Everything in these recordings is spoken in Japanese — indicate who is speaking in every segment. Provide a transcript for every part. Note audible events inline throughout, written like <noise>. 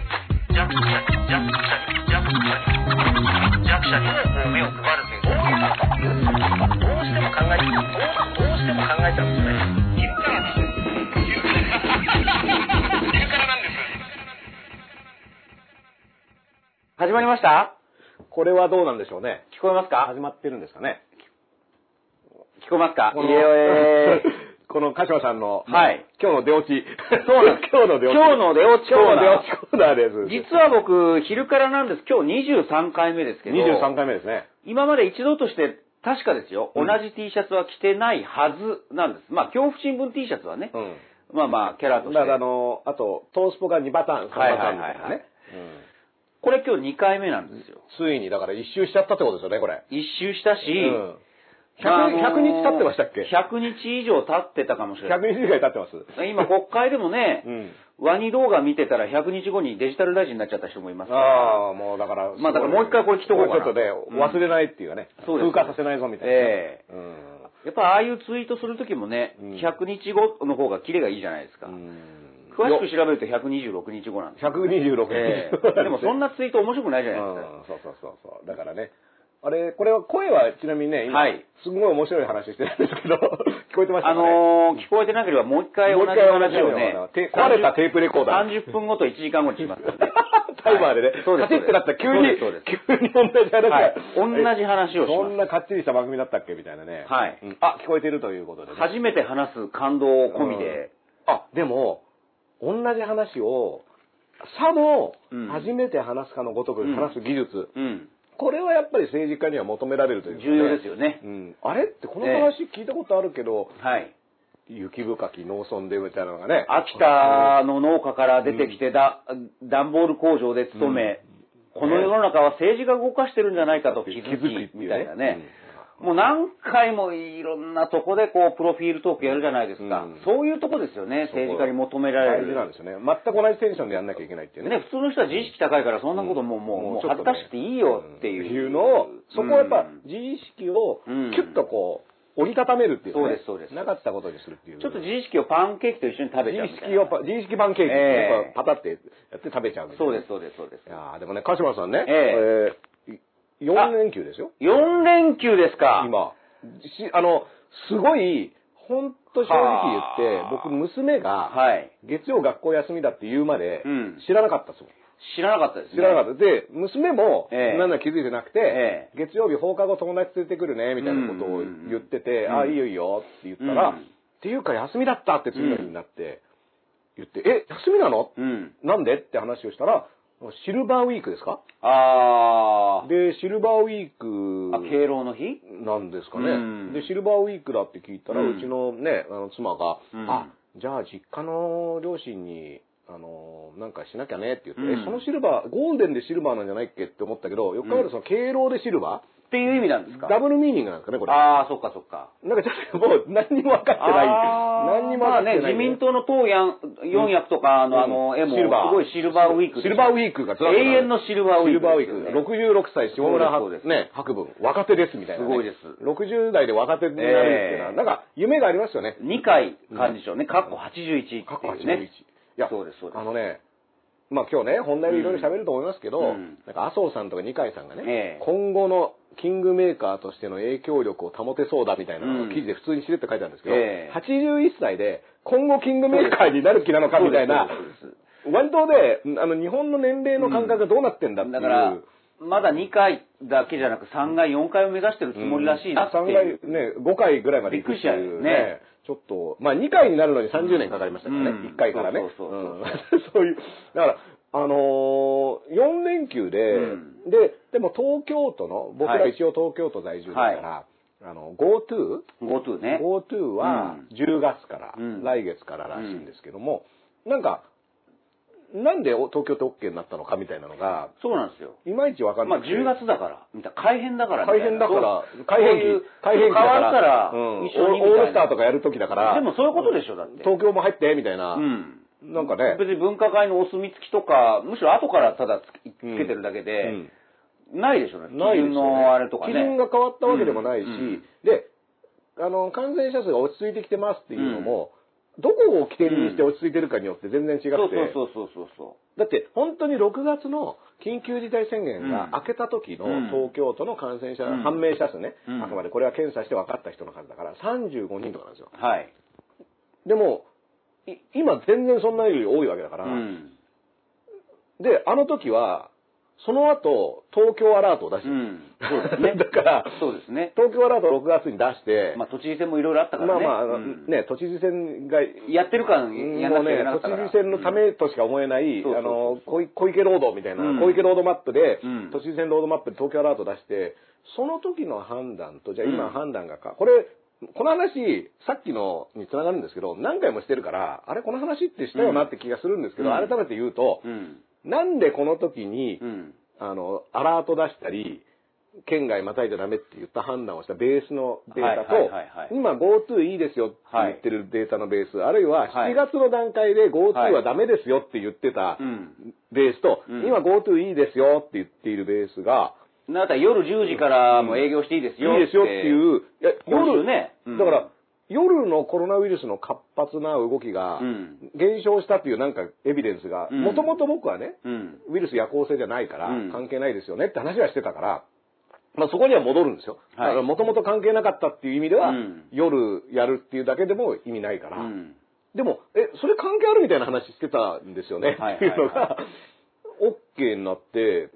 Speaker 1: 弱者弱者弱者に目を配るというどうしても考えどうどうしても考えちゃうんですね昼からなんです昼からなんです
Speaker 2: 始まりました
Speaker 3: これはどうなんでしょうね。
Speaker 2: 聞こえますか
Speaker 3: 始まってるんですかね。
Speaker 2: 聞こえますか
Speaker 3: こ
Speaker 2: イ
Speaker 3: の
Speaker 2: エーイ
Speaker 3: <laughs> この鹿島さんの、
Speaker 2: はい
Speaker 3: 今日の出落ち。
Speaker 2: そうなんです
Speaker 3: <laughs> 今日の出落ち。
Speaker 2: 今日の出落ちコーナ
Speaker 3: 今日の
Speaker 2: ー
Speaker 3: 出落ちコーナーです。
Speaker 2: 実は僕、昼からなんです。今日23回目ですけど、
Speaker 3: 23回目ですね。
Speaker 2: 今まで一度として、確かですよ、
Speaker 3: うん
Speaker 2: 同じ T シャツは着てないはずなんです。まあ、恐怖新聞 T シャツはね、
Speaker 3: うん。
Speaker 2: まあまあ、キャラとし
Speaker 3: だ
Speaker 2: て。
Speaker 3: からあの、あと、トースポが2パターン、3パターンみたい
Speaker 2: はいはいは
Speaker 3: ない
Speaker 2: はい
Speaker 3: ね。うん
Speaker 2: これ今日2回目なんですよ。
Speaker 3: ついに、だから一周しちゃったってことですよね、これ。
Speaker 2: 一周したし、
Speaker 3: うん。
Speaker 2: まああの
Speaker 3: 100, 100日経ってましたっけ
Speaker 2: ?100 日以上経ってたかもしれない。
Speaker 3: 100日ぐらい経ってます。
Speaker 2: 今、国会でもね、
Speaker 3: うん
Speaker 2: ワニ動画見てたら100日後にデジタル大臣になっちゃった人もいますから。
Speaker 3: ああ、もうだから、
Speaker 2: まあだからもう一回これ着とこうかな
Speaker 3: もちょっとね、忘れないっていうかね、
Speaker 2: そうです
Speaker 3: 風化させないぞみたいな。
Speaker 2: ええ
Speaker 3: うん
Speaker 2: やっぱああいうツイートするときもね、
Speaker 3: うん
Speaker 2: 100日後の方がキレがいいじゃないですか。
Speaker 3: うん
Speaker 2: 詳しく調べると126日後なんですよ。
Speaker 3: 126日、
Speaker 2: ええでも
Speaker 3: <laughs>
Speaker 2: そんなツイート面白くないじゃないですか。
Speaker 3: うんそうそうそうそう。だからね。あれ、これは声はちなみにね、今、
Speaker 2: はい
Speaker 3: すんごい面白い話してるんですけど、 <laughs> 聞こえてました
Speaker 2: あ
Speaker 3: かね。
Speaker 2: のー、聞こえてなければもう一回同じ話をね
Speaker 3: もう一回同じようなテ、壊れたテープレコーダー。
Speaker 2: 30分後と1時間後にしますからね
Speaker 3: <laughs> タイマーでね、
Speaker 2: はいそうです。
Speaker 3: カチッてなったら急に、
Speaker 2: そうです。そうです
Speaker 3: 急に同じ話が、
Speaker 2: はい同じ話をします
Speaker 3: そんなかっちりした番組だったっけみたいなね。
Speaker 2: はい
Speaker 3: うんあ、聞こえてるということでね。
Speaker 2: 初めて話す感動込みで、
Speaker 3: あ、でも、同じ話を、さも
Speaker 2: うん、
Speaker 3: 初めて話すかのごとく話す技術、
Speaker 2: うん。
Speaker 3: これはやっぱり政治家には求められるというかね
Speaker 2: 重要ですよね
Speaker 3: うん、あれってこの話聞いたことあるけど、
Speaker 2: はい。
Speaker 3: 雪深き農村でみたいなのがね
Speaker 2: 秋田の農家から出てきてだ、段ボール工場で勤め、この世の中は政治が動かしてるんじゃないかと気づ
Speaker 3: 気づ
Speaker 2: き、
Speaker 3: き
Speaker 2: みたいな
Speaker 3: っていう
Speaker 2: ね
Speaker 3: ね。
Speaker 2: もう何回もいろんなとこでこう、プロフィールトークやるじゃないですか。
Speaker 3: うん
Speaker 2: そういうとこですよね、政治家に求められ
Speaker 3: 大事なん
Speaker 2: る。
Speaker 3: ですよね全く同じテンションでやんなきゃいけないっていうね
Speaker 2: ね、普通の人は自意識高いからそんなこともう、もう、もう恥ずかしくていいよっていう。
Speaker 3: んのをそこはやっぱ
Speaker 2: うん
Speaker 3: 自意識を
Speaker 2: うん
Speaker 3: キュッとこう折りたためるっていうかね
Speaker 2: そうですそうです
Speaker 3: なかったことにするっていう
Speaker 2: ちょっと自意識をパンケーキと一緒に食べちゃうみ
Speaker 3: 自意
Speaker 2: たいな。
Speaker 3: 識をパ自意識パンケーキ、
Speaker 2: ええ
Speaker 3: パタってやって食べちゃうみたい
Speaker 2: そう
Speaker 3: な
Speaker 2: です、そうです、そうで
Speaker 3: い。
Speaker 2: す
Speaker 3: やーでもね鹿島さんね、
Speaker 2: え
Speaker 3: えーい4連休ですよ
Speaker 2: 4連休ですか。
Speaker 3: 今しあのすごい本当正直言っ
Speaker 2: はあ
Speaker 3: て僕娘が
Speaker 2: はい。
Speaker 3: 月曜学校休みだって言うまで
Speaker 2: うん
Speaker 3: 知らなかったですもん、
Speaker 2: 知らなかったですね。
Speaker 3: 知らなかったで娘も
Speaker 2: ええ
Speaker 3: 何なら気づいてなく
Speaker 2: え
Speaker 3: て、月曜日放課後友達連れてくるねみたいなことを言ってて「
Speaker 2: うん
Speaker 3: ああいいよいいよ」って言ったら、
Speaker 2: うん
Speaker 3: っていうか休みだった」って次の日になって言って「え休みなの
Speaker 2: うん。
Speaker 3: なんで?」って話をしたら「シルバーウィークですか?
Speaker 2: あ」ー。
Speaker 3: でシルバーウィーク
Speaker 2: あ、敬老の日
Speaker 3: なんですかね、
Speaker 2: うん
Speaker 3: でシルバーウィークだって聞いたら、
Speaker 2: う
Speaker 3: うんちのねあの妻が、
Speaker 2: うん
Speaker 3: あじゃあ実家の両親にあのなんかしなきゃねって言って、
Speaker 2: うん
Speaker 3: えそのシルバーゴールデンでシルバーなんじゃないっけって思ったけどよく考えるとその敬老でシルバ
Speaker 2: っていう意味なんです
Speaker 3: ー、
Speaker 2: か
Speaker 3: ダブルミーニングなんですかねこれ
Speaker 2: あー、そっかそっか。
Speaker 3: なんかちょっともう何にも分かってない
Speaker 2: あー
Speaker 3: 何にも
Speaker 2: まあ
Speaker 3: 分かってな
Speaker 2: ね、自
Speaker 3: い、
Speaker 2: 民党の党やん四役とかのあの絵も、
Speaker 3: シ
Speaker 2: す
Speaker 3: ルバー
Speaker 2: ごいシルバーウィーク。
Speaker 3: シルバーウィークがずらっと並んで
Speaker 2: 永遠のシルバーウィ
Speaker 3: シル
Speaker 2: ーク。
Speaker 3: バーウィーク、。66歳下村
Speaker 2: そうですそうです
Speaker 3: ね、博文、若手ですみたいな、ね。
Speaker 2: すごいです
Speaker 3: 60代で若手になるっていうのは、
Speaker 2: ええ
Speaker 3: なんか夢がありますよね。
Speaker 2: 2回幹事長ね、カッコ81っていうね。
Speaker 3: 過去81。いや、
Speaker 2: そうです、そうです
Speaker 3: あ。のね、まあ今日ね、本題でいろいろ喋ると思いますけど、
Speaker 2: うん
Speaker 3: なんか麻生さんとか二階さんがね、
Speaker 2: ええ
Speaker 3: 今後のキングメーカーとしての影響力を保てそうだみたいなの
Speaker 2: うん
Speaker 3: を記事で普通に知れって書いてあるんですけど、
Speaker 2: ええ
Speaker 3: 81歳で今後キングメーカーになる気なのかみたいな
Speaker 2: そうですそうで、
Speaker 3: 割とね、あの日本の年齢の感覚がどうなってんだっていう。
Speaker 2: だから、まだ2回だけじゃなく3回、4回を目指してるつもりらしいなって
Speaker 3: 3
Speaker 2: いう。
Speaker 3: 回、ね、5回ぐらいまで行くってい
Speaker 2: びっくりしちゃう
Speaker 3: う
Speaker 2: よ
Speaker 3: ね。
Speaker 2: ね
Speaker 3: ちょっと、まあ2回になるのに30年かかりましたからね。
Speaker 2: うん
Speaker 3: 1回からね。
Speaker 2: そうそう
Speaker 3: う
Speaker 2: そう
Speaker 3: <laughs> そう
Speaker 2: ん
Speaker 3: いう。だから、あのー、4連休で、
Speaker 2: う
Speaker 3: で、でも東京都の、僕ら
Speaker 2: はい
Speaker 3: 一応東京都在住だから、あの、GoTo?
Speaker 2: GoTo ね。
Speaker 3: GoTo は
Speaker 2: うん
Speaker 3: 10月から、
Speaker 2: うん
Speaker 3: 来月かららしいんですけども、なんか、なんでお東京都 OK になったのかみたいなのが、
Speaker 2: そうなんですよ。
Speaker 3: いまいちわかん
Speaker 2: ま
Speaker 3: な
Speaker 2: あ
Speaker 3: い。
Speaker 2: 10月だから、みたいな。改変だからみた
Speaker 3: 改
Speaker 2: いな。
Speaker 3: 変だから
Speaker 2: そう、
Speaker 3: 改変期
Speaker 2: そういう、
Speaker 3: 改変期
Speaker 2: 変わるから、
Speaker 3: うん、オ
Speaker 2: 一緒にみたい
Speaker 3: ー
Speaker 2: な
Speaker 3: ルスターとかやる時だから、
Speaker 2: でもそういうことでしょ、だって。
Speaker 3: 東京も入って、みたいな、
Speaker 2: うん。
Speaker 3: なんかね、
Speaker 2: 別に分科会のお墨付きとか、むしろ後からただつつけ
Speaker 3: うん
Speaker 2: てるだけ
Speaker 3: う
Speaker 2: で
Speaker 3: ん、
Speaker 2: ないでしょうね。
Speaker 3: ない
Speaker 2: 基
Speaker 3: ですよね
Speaker 2: 準のあれとかね。
Speaker 3: 基準が変わったわけでもないし、
Speaker 2: うんうん
Speaker 3: で、あの、感染者数が落ち着いてきてますっていうのも、どこを起点にして落ち着いてるかによって全然違って、
Speaker 2: そうそうそうそうそう。
Speaker 3: だって本当に6月の緊急事態宣言が明けた時の
Speaker 2: うん
Speaker 3: 東京都の感染者、
Speaker 2: うん
Speaker 3: 判明者数ね、
Speaker 2: うん
Speaker 3: あくまでこれは検査して分かった人の数だから35人とかなんですよ。
Speaker 2: はい。
Speaker 3: でも、い今全然そんなより多いわけだか
Speaker 2: う
Speaker 3: ら、
Speaker 2: ん。
Speaker 3: で、あの時は、その後、東京アラートを出して
Speaker 2: う
Speaker 3: る、
Speaker 2: ん。そうですね
Speaker 3: <laughs> 。だから
Speaker 2: そうですね。
Speaker 3: 東京アラートを6月に出して、
Speaker 2: まあ、都知事選もいろいろあったか
Speaker 3: ま
Speaker 2: ら
Speaker 3: あ
Speaker 2: ね。
Speaker 3: まああの、
Speaker 2: うん
Speaker 3: ね、都知事選が、
Speaker 2: やってるから、やん
Speaker 3: も
Speaker 2: な
Speaker 3: う
Speaker 2: きゃ
Speaker 3: ね
Speaker 2: いけな
Speaker 3: 都
Speaker 2: か、った
Speaker 3: 知
Speaker 2: から
Speaker 3: 事選のためとしか思えない、
Speaker 2: そうそうそう
Speaker 3: あの、小小池ロードみたいな、
Speaker 2: うん
Speaker 3: 小池ロードマップで、
Speaker 2: うん
Speaker 3: 都知事選ロードマップで東京アラート出して、その時の判断と、じゃあ
Speaker 2: う
Speaker 3: 今
Speaker 2: ん
Speaker 3: 判断がか、これ、この話、さっきのにつながるんですけど、何回もしてるから、あれ、この話ってしたよなって気がするんですけど、
Speaker 2: うん
Speaker 3: 改めて言うと、
Speaker 2: うん。
Speaker 3: なんでこの時に、
Speaker 2: うん。
Speaker 3: あの、アラート出したり、県外またいじゃダメって言った判断をしたベースのデータと、
Speaker 2: はいはいはいはい
Speaker 3: 今 GoTo いいですよって言ってるデータのベース、あるいは
Speaker 2: はい
Speaker 3: 7月の段階で GoTo
Speaker 2: はい
Speaker 3: はダメですよって言ってた
Speaker 2: うん。
Speaker 3: ベースと、
Speaker 2: うん
Speaker 3: 今 GoTo いいですよって言っているベースが、
Speaker 2: なんだったら夜10時からも営業していいですよ。。
Speaker 3: いいですよっていうう、いや
Speaker 2: 夜ね。うん
Speaker 3: だから、、夜のコロナウイルスの活発な動きが
Speaker 2: うん
Speaker 3: 減少したっていうなんかエビデンスが、
Speaker 2: うん
Speaker 3: もともと僕はね、
Speaker 2: うん。
Speaker 3: ウイルス夜行性じゃないから
Speaker 2: うん
Speaker 3: 関係ないですよねって話はしてたから、まあ、そこには戻るんですよ。
Speaker 2: は
Speaker 3: だ
Speaker 2: い
Speaker 3: からもともと関係なかったっていう意味では、
Speaker 2: うん
Speaker 3: 夜やるっていうだけでも意味ないから、
Speaker 2: うん。
Speaker 3: でも、え、それ関係あるみたいな話してたんですよね、
Speaker 2: はい
Speaker 3: っていうの
Speaker 2: は
Speaker 3: が、OK になって、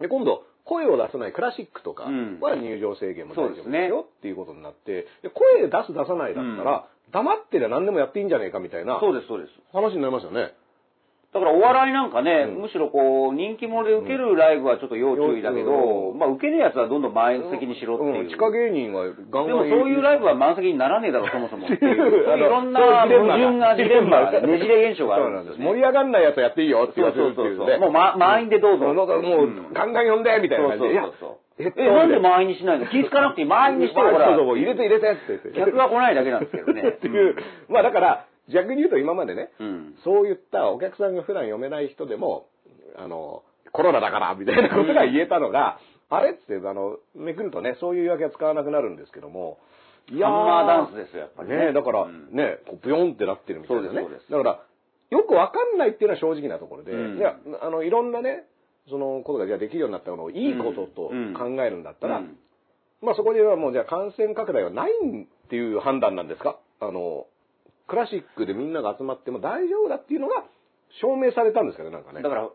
Speaker 3: で、今度、声を出せないクラシックとか
Speaker 2: うん
Speaker 3: は入場制限も大丈
Speaker 2: そ
Speaker 3: 夫
Speaker 2: うです
Speaker 3: で
Speaker 2: ね
Speaker 3: すよっていうことになって、で声出す出さないだったら、黙ってりゃ何でもやっていいんじゃねえかみたいな
Speaker 2: そうです、そうです。
Speaker 3: 話になりますよね。
Speaker 2: だからお笑いなんかね、
Speaker 3: うん
Speaker 2: むしろこう、人気者で受けるライブはちょっと要注意だけど、
Speaker 3: うん
Speaker 2: まあ受けるやつはどんどん満席にしろっていう。
Speaker 3: ん地下芸人はガン
Speaker 2: で
Speaker 3: ガ
Speaker 2: も
Speaker 3: ン
Speaker 2: そういうライブは満席にならねえだろ、そもそ <laughs>
Speaker 3: っ
Speaker 2: も。
Speaker 3: ていう
Speaker 2: そう
Speaker 3: あ
Speaker 2: い
Speaker 3: の
Speaker 2: ろんな
Speaker 3: そういうジレン
Speaker 2: 矛
Speaker 3: マが
Speaker 2: 盾が、ジレンマが、ねじれ現象があ
Speaker 3: そう
Speaker 2: る
Speaker 3: なん
Speaker 2: ん
Speaker 3: で。
Speaker 2: ですすよ
Speaker 3: 盛
Speaker 2: ね。
Speaker 3: り上がんないやつはやっていいよって言わせるって
Speaker 2: そ
Speaker 3: い
Speaker 2: うそう
Speaker 3: う
Speaker 2: そう
Speaker 3: ね。
Speaker 2: もうま満員でどうぞ
Speaker 3: んなんかもう、
Speaker 2: うん
Speaker 3: ガンガン呼んでみたいな感じで。いや
Speaker 2: そうそうそう
Speaker 3: ヘッド
Speaker 2: え、
Speaker 3: ホ
Speaker 2: な
Speaker 3: ン
Speaker 2: ん
Speaker 3: で
Speaker 2: で満員にしないの気使わなくていい満員にしてよ、 <laughs> ほ
Speaker 3: そう
Speaker 2: ら
Speaker 3: そう。そう入れて入れてって言って。。
Speaker 2: 客が来ないだけなんですけどね
Speaker 3: っていう。まあだから、逆に言うと今までね、
Speaker 2: うん。
Speaker 3: そういったお客さんが普段読めない人でも、あの、コロナだからみたいなことが言えたのが、あれっつって、あの、めくるとね、そういう言い訳は使わなくなるんですけども、い
Speaker 2: ハンマーダンスですよ、やっぱり
Speaker 3: ねだから、
Speaker 2: うん
Speaker 3: ね、こうブヨンってなってるみたいなね。
Speaker 2: そうですそうです
Speaker 3: だから、よくわかんないっていうのは正直なところで、
Speaker 2: うん
Speaker 3: いや、あの、いろんなね、そのことがじゃあできるようになったものをいいことと
Speaker 2: うん
Speaker 3: 考えるんだったら、
Speaker 2: うん
Speaker 3: まあそこではもうじゃあ感染拡大はないっていう判断なんですかあの、クラシックでみんなが集まっても大丈夫だっていうのが証明されたんですかね、なんかね。
Speaker 2: だから、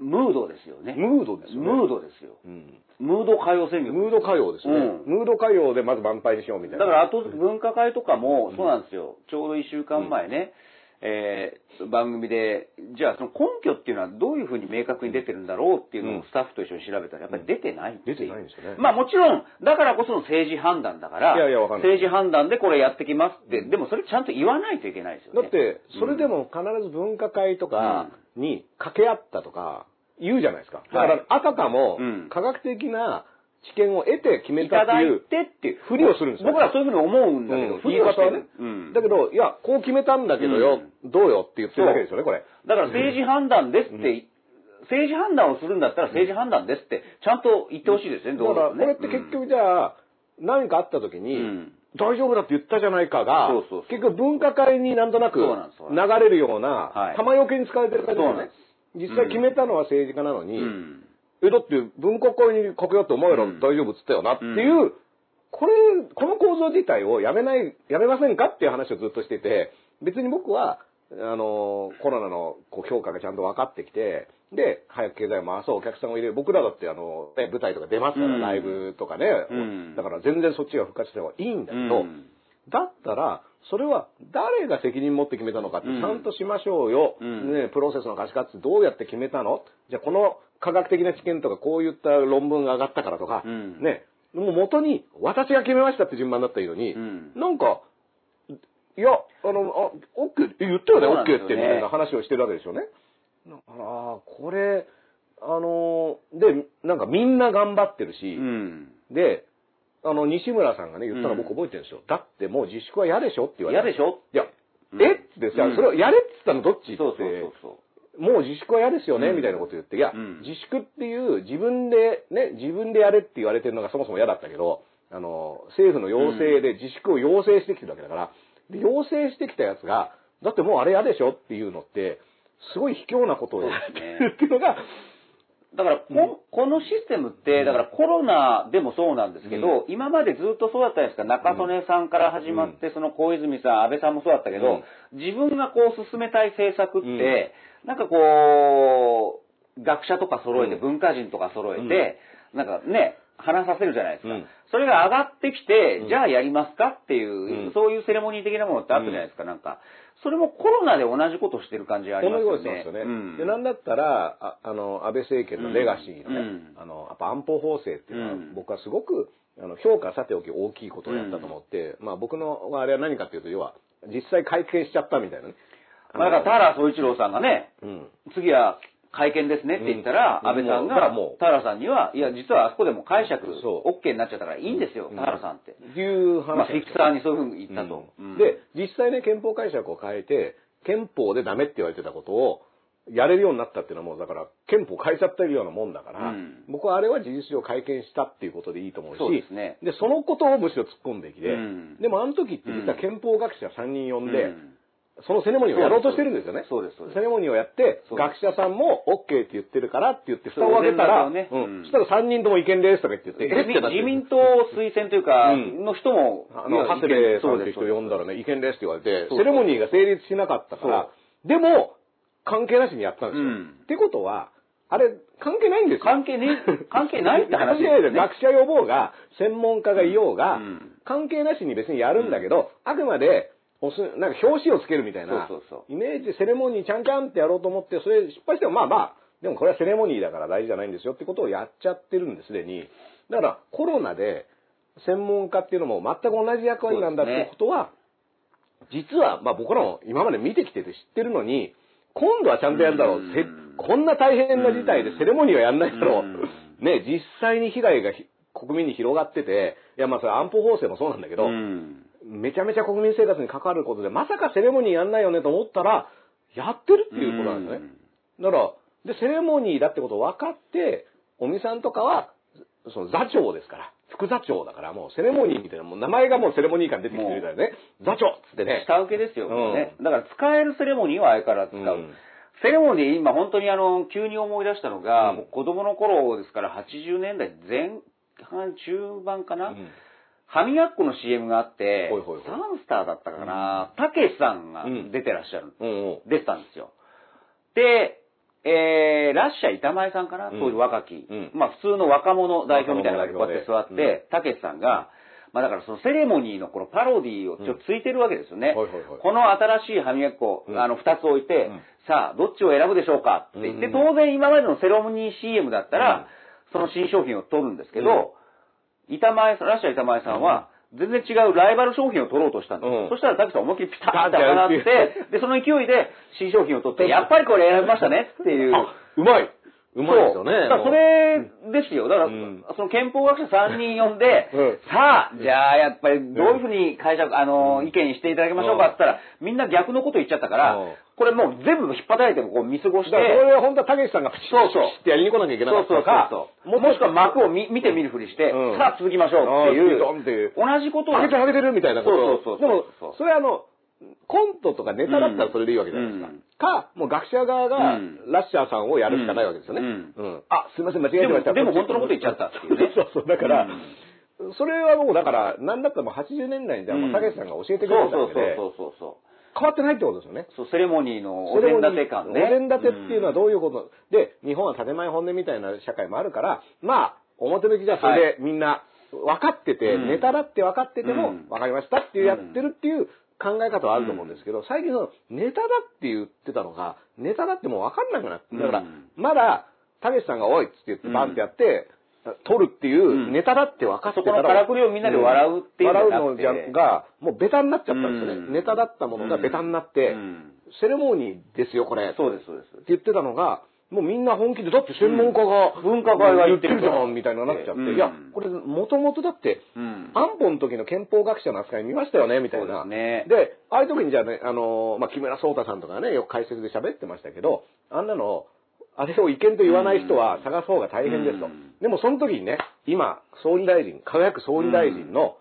Speaker 2: ムードですよね。
Speaker 3: ムードですよね
Speaker 2: ムードですよ。
Speaker 3: うん
Speaker 2: ムード歌謡戦略。
Speaker 3: ムード歌謡ですよね、
Speaker 2: う
Speaker 3: ムード歌謡でまず満杯にしようみたい
Speaker 2: だ
Speaker 3: な。
Speaker 2: から、あと文化会とかも、そうなんですよ。ちょうど1週間前ね、えー番組で、じゃあその根拠っていうのはどういうふうに明確に出てるんだろうっていうの
Speaker 3: うん
Speaker 2: をスタッフと一緒に調べたら、やっぱり出てないっていう
Speaker 3: 出てないんですよね
Speaker 2: まあもちろん、だからこその政治判断だから、
Speaker 3: いやいやわかんない
Speaker 2: 政治判断でこれやってきますって、でもそれちゃんと言わないといけないですよね。
Speaker 3: だって、それでも必ず分科会とかに掛け合ったとか言うじゃないですか。だか
Speaker 2: は
Speaker 3: ら
Speaker 2: い、
Speaker 3: あたかも
Speaker 2: うん
Speaker 3: 科学的な知見を得て決め
Speaker 2: い
Speaker 3: た
Speaker 2: た
Speaker 3: って
Speaker 2: だい
Speaker 3: いう。
Speaker 2: てっていう。
Speaker 3: ふりをするんですよ
Speaker 2: 僕らそういうふうに思うんだけど、
Speaker 3: うん
Speaker 2: ふ
Speaker 3: 言い
Speaker 2: りを
Speaker 3: 方
Speaker 2: して
Speaker 3: は
Speaker 2: る
Speaker 3: ね
Speaker 2: うん。
Speaker 3: だけど、いや、こう決めたんだけどよ、どうよって言ってるだけですよね、これ。
Speaker 2: だから政治判断ですって、政治判断をするんだったら政治判断ですって、ちゃんと言ってほしいです
Speaker 3: だ
Speaker 2: ね、ど
Speaker 3: か
Speaker 2: うぞ
Speaker 3: ら、これって結局じゃあ、何かあった時に、
Speaker 2: うん
Speaker 3: 大丈夫だって言ったじゃないかが、
Speaker 2: そうそうそう
Speaker 3: 結局分科会になんとなく流
Speaker 2: そうなんですそうなんで
Speaker 3: れるような、
Speaker 2: はい
Speaker 3: 玉よけに使われてる感じですよね。
Speaker 2: そうなんで
Speaker 3: 実
Speaker 2: す
Speaker 3: 際決めたのは政治家なの
Speaker 2: う
Speaker 3: に、
Speaker 2: ん。
Speaker 3: え、だって文化会にかけようってお前ら
Speaker 2: うん
Speaker 3: 大丈夫っつったよなっていう、
Speaker 2: う
Speaker 3: これ、この構造自体をやめない、やめませんかっていう話をずっとしてて、別に僕は、あの、コロナのこう評価がちゃんと分かってきて、で、早く経済を回そう、お客さんを入れる。僕らだって、あの、ね舞台とか出ますから、
Speaker 2: うん
Speaker 3: ライブとかね、
Speaker 2: うん
Speaker 3: だから全然そっちが復活した方がいいんだけど、
Speaker 2: うん
Speaker 3: だったら、それは誰が責任持って決めたのかって、ち
Speaker 2: うん
Speaker 3: ゃんとしましょうよ、
Speaker 2: うん
Speaker 3: ね、プロセスの可視化ってどうやって決めたのじゃあこの科学的な知見とかこういった論文が上がったからとか、
Speaker 2: うん
Speaker 3: ね、もう元に私が決めましたって順番だったらいいのに、
Speaker 2: うん
Speaker 3: なんか、いや、あの、あ、OK、え言ったよね、
Speaker 2: そうなん
Speaker 3: OK
Speaker 2: です
Speaker 3: っ
Speaker 2: よ
Speaker 3: て
Speaker 2: ね
Speaker 3: みたいな話をしてるわけですよね。だから、これ、あの、で、なんかみんな頑張ってるし、
Speaker 2: うん。
Speaker 3: で、あの、西村さんがね、言ったの
Speaker 2: うん
Speaker 3: 僕覚えてるんですよ。だってもう自粛は嫌でしょって言われた。
Speaker 2: 嫌でしょ
Speaker 3: いや、
Speaker 2: うん
Speaker 3: えってさ、
Speaker 2: うん
Speaker 3: それをやれって言ったのどっちって。
Speaker 2: そうそうそうそ
Speaker 3: もう自粛は嫌ですよね、
Speaker 2: うん
Speaker 3: みたいなこと言って。いや、
Speaker 2: うん
Speaker 3: 自粛っていう、自分で、ね、自分でやれって言われてるのがそもそも嫌だったけど、あの、政府の要請で自粛を要請してきてるわけだから、で、要請してきたやつが、だってもうあれやでしょっていうのって、すごい卑怯なことをやってるっていうのが、
Speaker 2: だからこ、このシステムって、だからコロナでもそうなんですけど、今までずっとそうだったんですか、中曽根さんから始まって、その小泉さん、安倍さんもそうだったけど、自分がこう進めたい政策って、なんかこう、学者とか揃えて、
Speaker 3: うん
Speaker 2: 文化人とか揃えて、なんかね、話させるじゃないですか。
Speaker 3: うん <laughs>
Speaker 2: それが上がってきて、
Speaker 3: うん
Speaker 2: じゃあやりますかっていう、
Speaker 3: うん
Speaker 2: そういうセレモニー的なものってあったじゃないですか、なんか。それもコロナで同じことしてる感じがあり
Speaker 3: こん
Speaker 2: ま
Speaker 3: な
Speaker 2: す
Speaker 3: こ
Speaker 2: よ
Speaker 3: としたんで
Speaker 2: ね
Speaker 3: すよね。。
Speaker 2: うん
Speaker 3: で、なんだったら、ああの、安倍政権のレガシーのね、
Speaker 2: うん
Speaker 3: あの、やっぱ安保法制っていうのは、
Speaker 2: うん
Speaker 3: 僕はすごく、あの、評価さておき大きいことをやったと思って、まあ僕の、あれは何かっていうと、要は、実際会見しちゃったみたいなね。
Speaker 2: まあ、だから田原総一郎さんがね、
Speaker 3: うん。
Speaker 2: 次は会見ですねって言ったら、
Speaker 3: うん
Speaker 2: 安倍さん
Speaker 3: だか
Speaker 2: が
Speaker 3: らもう
Speaker 2: 田原さんには、いや、実はあそこでも解釈
Speaker 3: そう
Speaker 2: OK になっちゃったからいいんですよ、
Speaker 3: うん
Speaker 2: 田原さんって。
Speaker 3: っていう話。
Speaker 2: まあ、フィクサーにそういうふうに言ったと。
Speaker 3: うん
Speaker 2: うん
Speaker 3: で、実際ね、憲法解釈を変えて、憲法でダメって言われてたことを、やれるようになったっていうのはもう、だから、憲法変えちゃってるようなもんだから、
Speaker 2: うん
Speaker 3: 僕はあれは事実上会見したっていうことでいいと思うし、
Speaker 2: そうですね
Speaker 3: で、そのことをむしろ突っ込んできて、
Speaker 2: うん
Speaker 3: でもあの時って実は憲法学者3人呼んで、
Speaker 2: うん
Speaker 3: そのセレモニーをやろうとしてるんですよね。
Speaker 2: そうですそうです
Speaker 3: セレモニーをやって、
Speaker 2: そうです
Speaker 3: 学者さんも OK って言ってるからって言って、
Speaker 2: そう
Speaker 3: 蓋を開けたら、
Speaker 2: お膳立
Speaker 3: う
Speaker 2: てを
Speaker 3: ん、
Speaker 2: ねうん
Speaker 3: そしたら3人とも意見ですとか言ってて、えっ
Speaker 2: 自
Speaker 3: てなって
Speaker 2: 自民党推薦というか、
Speaker 3: うん
Speaker 2: の人も、
Speaker 3: あ
Speaker 2: い
Speaker 3: の、
Speaker 2: や
Speaker 3: 長谷部さんと
Speaker 2: そう
Speaker 3: いう
Speaker 2: です
Speaker 3: 人呼んだらね、意見ですって言われて、
Speaker 2: そうそう
Speaker 3: セレモニーが成立しなかったから、でも、関係なしにやったんですよ。
Speaker 2: うん
Speaker 3: ってことは、あれ、関係ないんですよ。
Speaker 2: 関係ね
Speaker 3: <laughs>
Speaker 2: 関係ないって
Speaker 3: 関
Speaker 2: 話です
Speaker 3: 係
Speaker 2: よ
Speaker 3: ないで
Speaker 2: ね
Speaker 3: すよ学者呼ぼうが、専門家がいようが、
Speaker 2: うんうん
Speaker 3: 関係なしに別にやるんだけど、あくまで、おすなんか表紙をつけるみたいな、
Speaker 2: そうそうそう
Speaker 3: イメージ、セレモニーちゃんちゃんってやろうと思って、それ失敗してもまあまあ、でもこれはセレモニーだから大事じゃないんですよってことをやっちゃってるんです、すでに。だからコロナで専門家っていうのも全く同じ役割なんだっ
Speaker 2: そうです
Speaker 3: て
Speaker 2: ね
Speaker 3: ことは、実はまあ僕らも今まで見てきてて知ってるのに、今度はちゃんとやるだろう。
Speaker 2: うん
Speaker 3: せこんな大変な事態でセレモニーはやんないだろ
Speaker 2: う
Speaker 3: う。ね、実際に被害がひ国民に広がってて、いやまあそれ安保法制もそうなんだけど、
Speaker 2: うん
Speaker 3: めちゃめちゃ国民生活に関わることで、まさかセレモニーやんないよねと思ったら、やってるっていうことなんですね。だから、で、セレモニーだってことを分かって、尾身さんとかは、その座長ですから、副座長だから、もうセレモニーみたいな、もう名前がもうセレモニー感出てきてるからね、座長っつってね。
Speaker 2: 下請けですよ、
Speaker 3: うん
Speaker 2: ね。だから使えるセレモニーは相変わらず使う。
Speaker 3: うん
Speaker 2: セレモニー、今本当にあの、急に思い出したのが、
Speaker 3: うん
Speaker 2: もう子供の頃ですから80年代前半、中盤かな、
Speaker 3: うん
Speaker 2: 歯磨き粉の CM があって、
Speaker 3: ほいほいほい
Speaker 2: サンスターだったかな、たけしさんが出てらっしゃる、
Speaker 3: うんうん。
Speaker 2: 出てたんですよ。で、えー、ラッシャー板前さんかな、
Speaker 3: うん
Speaker 2: 当時若き、
Speaker 3: うん
Speaker 2: まあ普通の若者代表みたいなのがこうやって座
Speaker 3: 若
Speaker 2: っ
Speaker 3: 者代表で
Speaker 2: て、たけしさんが、まあだからそのセレモニーのこのパロディーをちょっとついてるわけですよね。
Speaker 3: うんはいはいはい
Speaker 2: この新しい歯磨き粉、
Speaker 3: うん
Speaker 2: あの2つ置いて、
Speaker 3: うん
Speaker 2: さあどっちを選ぶでしょうかって言って、
Speaker 3: うん
Speaker 2: 当然今までのセレモニー CM だったら、その新商品を取るんですけど、板前さん、ラッシャー板前さんは、全然違うライバル商品を取ろうとしたんです。
Speaker 3: うん
Speaker 2: そしたらたけしさん思いっきりピタッて上がって、で、その勢いで新商品を取って、やっぱりこれ選びましたねっていう。
Speaker 3: あ、うまいうまいですよね。
Speaker 2: そうだからそれですよ。だから、
Speaker 3: うん
Speaker 2: その憲法学者3人呼んで、
Speaker 3: うん
Speaker 2: さあ、じゃあやっぱりどういうふうに解釈、あの、意見していただきましょうかって言ったら、みんな逆のこと言っちゃったから
Speaker 3: うん、
Speaker 2: これもう全部引っ叩いてもこう見過ごし
Speaker 3: だ
Speaker 2: て
Speaker 3: か、らそれは本当はたけしさんがプチッ
Speaker 2: そうそう
Speaker 3: ってやりに来なきゃいけなか
Speaker 2: そう
Speaker 3: ったとか、
Speaker 2: そうそうそう。もしくは幕を見見て見ぬふりして、
Speaker 3: うん
Speaker 2: さあ続きましょうってい
Speaker 3: あ
Speaker 2: う
Speaker 3: ードンっていう、
Speaker 2: 同じことを
Speaker 3: 上げて上げてるみたいなこと
Speaker 2: そ
Speaker 3: を
Speaker 2: うそうそう
Speaker 3: でも
Speaker 2: そう、
Speaker 3: それはあの、コントとかネタだったら
Speaker 2: うん
Speaker 3: それでいいわけじゃないです
Speaker 2: うん
Speaker 3: か。か、もう学者側が
Speaker 2: うん
Speaker 3: ラッシャーさんをやるしかないわけですよね。
Speaker 2: う
Speaker 3: うんん。あ、すいません、間違えてました。
Speaker 2: でもでも本当のこと言っちゃったっていうね
Speaker 3: <laughs> そうそう、だから
Speaker 2: うん、
Speaker 3: それはもうだから、なんだったらもう80年代にじゃあ、
Speaker 2: うん
Speaker 3: たけしさんが教えてくれたわけで
Speaker 2: そ、うそうそうそうそう。
Speaker 3: 変わってないってことですよね。
Speaker 2: そう、セレモニーのお膳立て感ね。
Speaker 3: お膳立てっていうのはどういうこと、で、日本は建前本音みたいな社会もあるから、まあ、表向きじゃそれでみんな分かってて、
Speaker 2: うん
Speaker 3: ネタだって分かってても、
Speaker 2: うん
Speaker 3: 分かりましたっていうやってるっていう考え方はあると思うんですけど、最近そのネタだって言ってたのが、ネタだってもう分かんなくなって、だから
Speaker 2: うん、
Speaker 3: まだ、たけしさんがおいっつって言ってバンってやって、撮るってい
Speaker 2: うん
Speaker 3: うネタだって分かってたら、
Speaker 2: そこのからくりをみんなで笑うっていうんじゃなくて
Speaker 3: 笑うのじゃが、もうベタになっちゃったんですよね。
Speaker 2: うん
Speaker 3: ネタだったものがベタになって、
Speaker 2: うん
Speaker 3: セレモニーですよ、これ。
Speaker 2: そうです、そうです
Speaker 3: って。言ってたのが、もうみんな本気で、だって専門家が、
Speaker 2: うん分科会が言
Speaker 3: 言
Speaker 2: っ
Speaker 3: ってて
Speaker 2: る
Speaker 3: る
Speaker 2: か
Speaker 3: じ
Speaker 2: ら
Speaker 3: ゃん、みたいななっちゃって、
Speaker 2: うん
Speaker 3: いや、これ、もともとだって、
Speaker 2: うん
Speaker 3: 安保の時の憲法学者の扱い見ましたよね、みたいな。
Speaker 2: そうですね
Speaker 3: でああいう時にじゃあね、あのーまあ、木村聡太さんとかね、よく解説で喋ってましたけど、あんなの、あれを意見と言わない人は探す方が大変ですと。
Speaker 2: うん
Speaker 3: でもその時にね、今、総理大臣、輝く総理大臣の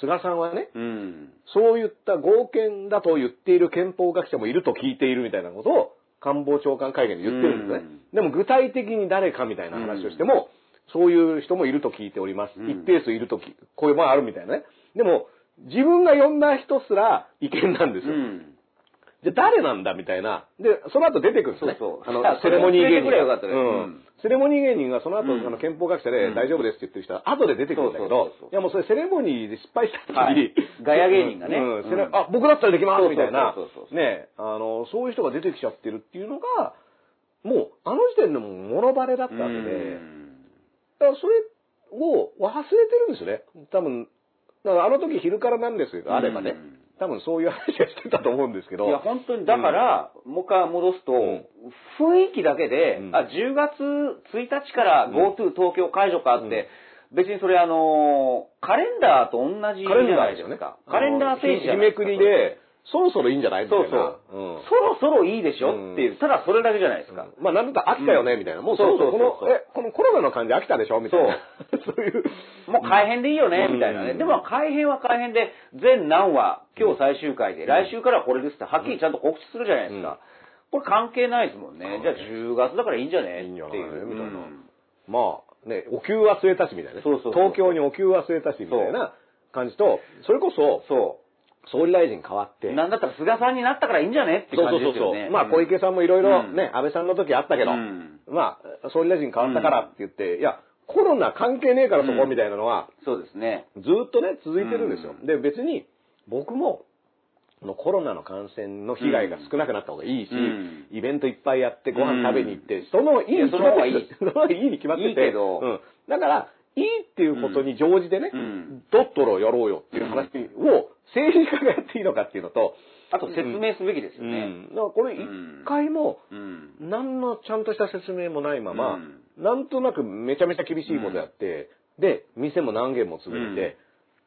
Speaker 3: 菅さんはね、
Speaker 2: うん。
Speaker 3: そういった合憲だと言っている憲法学者もいると聞いているみたいなことを官房長官会見で言ってるんですね。でも具体的に誰かみたいな話をしても、そういう人もいると聞いております。
Speaker 2: うん
Speaker 3: 一定数いるとき、こういうもあるみたいなね。でも、自分が呼んだ人すら違憲なんです
Speaker 2: う
Speaker 3: よ。
Speaker 2: ん。
Speaker 3: じゃあ誰なんだみたいな。で、その後出てくるんですね。
Speaker 2: そうそう
Speaker 3: あ
Speaker 2: あ
Speaker 3: の、セレモニー芸人
Speaker 2: それ教えてくれよかった
Speaker 3: う
Speaker 2: ねうん
Speaker 3: ん。セレモニー芸人がその後、
Speaker 2: うん
Speaker 3: あの憲法学者
Speaker 2: う
Speaker 3: で
Speaker 2: ん
Speaker 3: 大丈夫ですって言ってる人は後で出てくるんだけど
Speaker 2: そうそうそうそう、
Speaker 3: いやもうそれセレモニーで失敗した時に、
Speaker 2: はいガヤ芸人がね
Speaker 3: うん、セレ
Speaker 2: うん
Speaker 3: あ、僕だったらできますみたいな
Speaker 2: そうそうそうそう、そう
Speaker 3: ね、あの、そういう人が出てきちゃってるっていうのが、もう、あの時点でもう物バレだったわけで、だからそれを忘れてるんですよね。多分、だからあの時昼からなんですがあればね
Speaker 2: うん、
Speaker 3: 多分そういう話をしてたと思うんですけど。
Speaker 2: いや、本当に、だから、もう一回戻すと、
Speaker 3: うん
Speaker 2: 雰囲気だけで、
Speaker 3: うん
Speaker 2: あ、10月1日から GoTo 東京解除かって、別にそれあのーカレンダーと同じじ
Speaker 3: カレン
Speaker 2: ゃ
Speaker 3: ダ
Speaker 2: な
Speaker 3: ー
Speaker 2: い
Speaker 3: ですよ
Speaker 2: です
Speaker 3: ね
Speaker 2: か。。カレンダー政治じゃ
Speaker 3: ひ
Speaker 2: な
Speaker 3: め
Speaker 2: いですか
Speaker 3: くりで、そろそろいいんじゃないみたい
Speaker 2: そう
Speaker 3: な。
Speaker 2: そう、
Speaker 3: うん
Speaker 2: そろそろいいでしょっていう、ただそれだけじゃないですか。
Speaker 3: まあ、なんだったら飽きたよね、みたいな。もうそろそろこの
Speaker 2: そうそうそうそう、
Speaker 3: え、このコロナの感じ飽きたでしょみたいな。 <laughs> そういう。
Speaker 2: もう改編でいいよね、
Speaker 3: うん
Speaker 2: みたいなね。
Speaker 3: うん
Speaker 2: でも改編は改編で、全何話、今日最終回で、来週からはこれですって、はっきりちゃんと告知するじゃないですか。これ関係ないですもんね。じゃあ10月だからいいんじゃね
Speaker 3: いいんじゃ
Speaker 2: っ
Speaker 3: な
Speaker 2: て
Speaker 3: い
Speaker 2: いう。
Speaker 3: みたいな
Speaker 2: うん
Speaker 3: まあ、ね、お給は据えたしみたいなね。
Speaker 2: そうそうそう
Speaker 3: 東京にお給は据えたしみたいな感じと、それこそ、
Speaker 2: そ
Speaker 3: 総理大臣変わって
Speaker 2: う。。なんだったら菅さんになったからいいんじゃねって
Speaker 3: そう
Speaker 2: 感
Speaker 3: そうそ
Speaker 2: じで
Speaker 3: う
Speaker 2: す
Speaker 3: そ
Speaker 2: よね。
Speaker 3: う。まあ、小池さんもいろいろ
Speaker 2: うん
Speaker 3: ね、安倍さんの時あったけど
Speaker 2: うん、
Speaker 3: まあ、総理大臣変わったからって言って、いや、コロナ関係ねえからそこみたいなのは、
Speaker 2: そうですね。
Speaker 3: ずーっとね、続いてるんですよ。
Speaker 2: う
Speaker 3: で、別に、僕も、このコロナの感染の被害が少なくなった方がいいし、
Speaker 2: うん
Speaker 3: イベントいっぱいやってご飯食べに行って、そのいい
Speaker 2: いや
Speaker 3: に決まって
Speaker 2: いや
Speaker 3: て、その方がいいに決まってて。
Speaker 2: いいけど
Speaker 3: うん。だから、いいっていうことに乗じてね、
Speaker 2: うん
Speaker 3: ドットロやろうよっていう話を、政治家がやっていいのかっていうのと、
Speaker 2: あと説明すべきですよ
Speaker 3: う
Speaker 2: ね。
Speaker 3: ん。だからこれ一回も、
Speaker 2: うん。
Speaker 3: 何のちゃんとした説明もないまま、
Speaker 2: うん
Speaker 3: なんとなくめちゃめちゃ厳しいことやって、で、店も何軒も潰れて、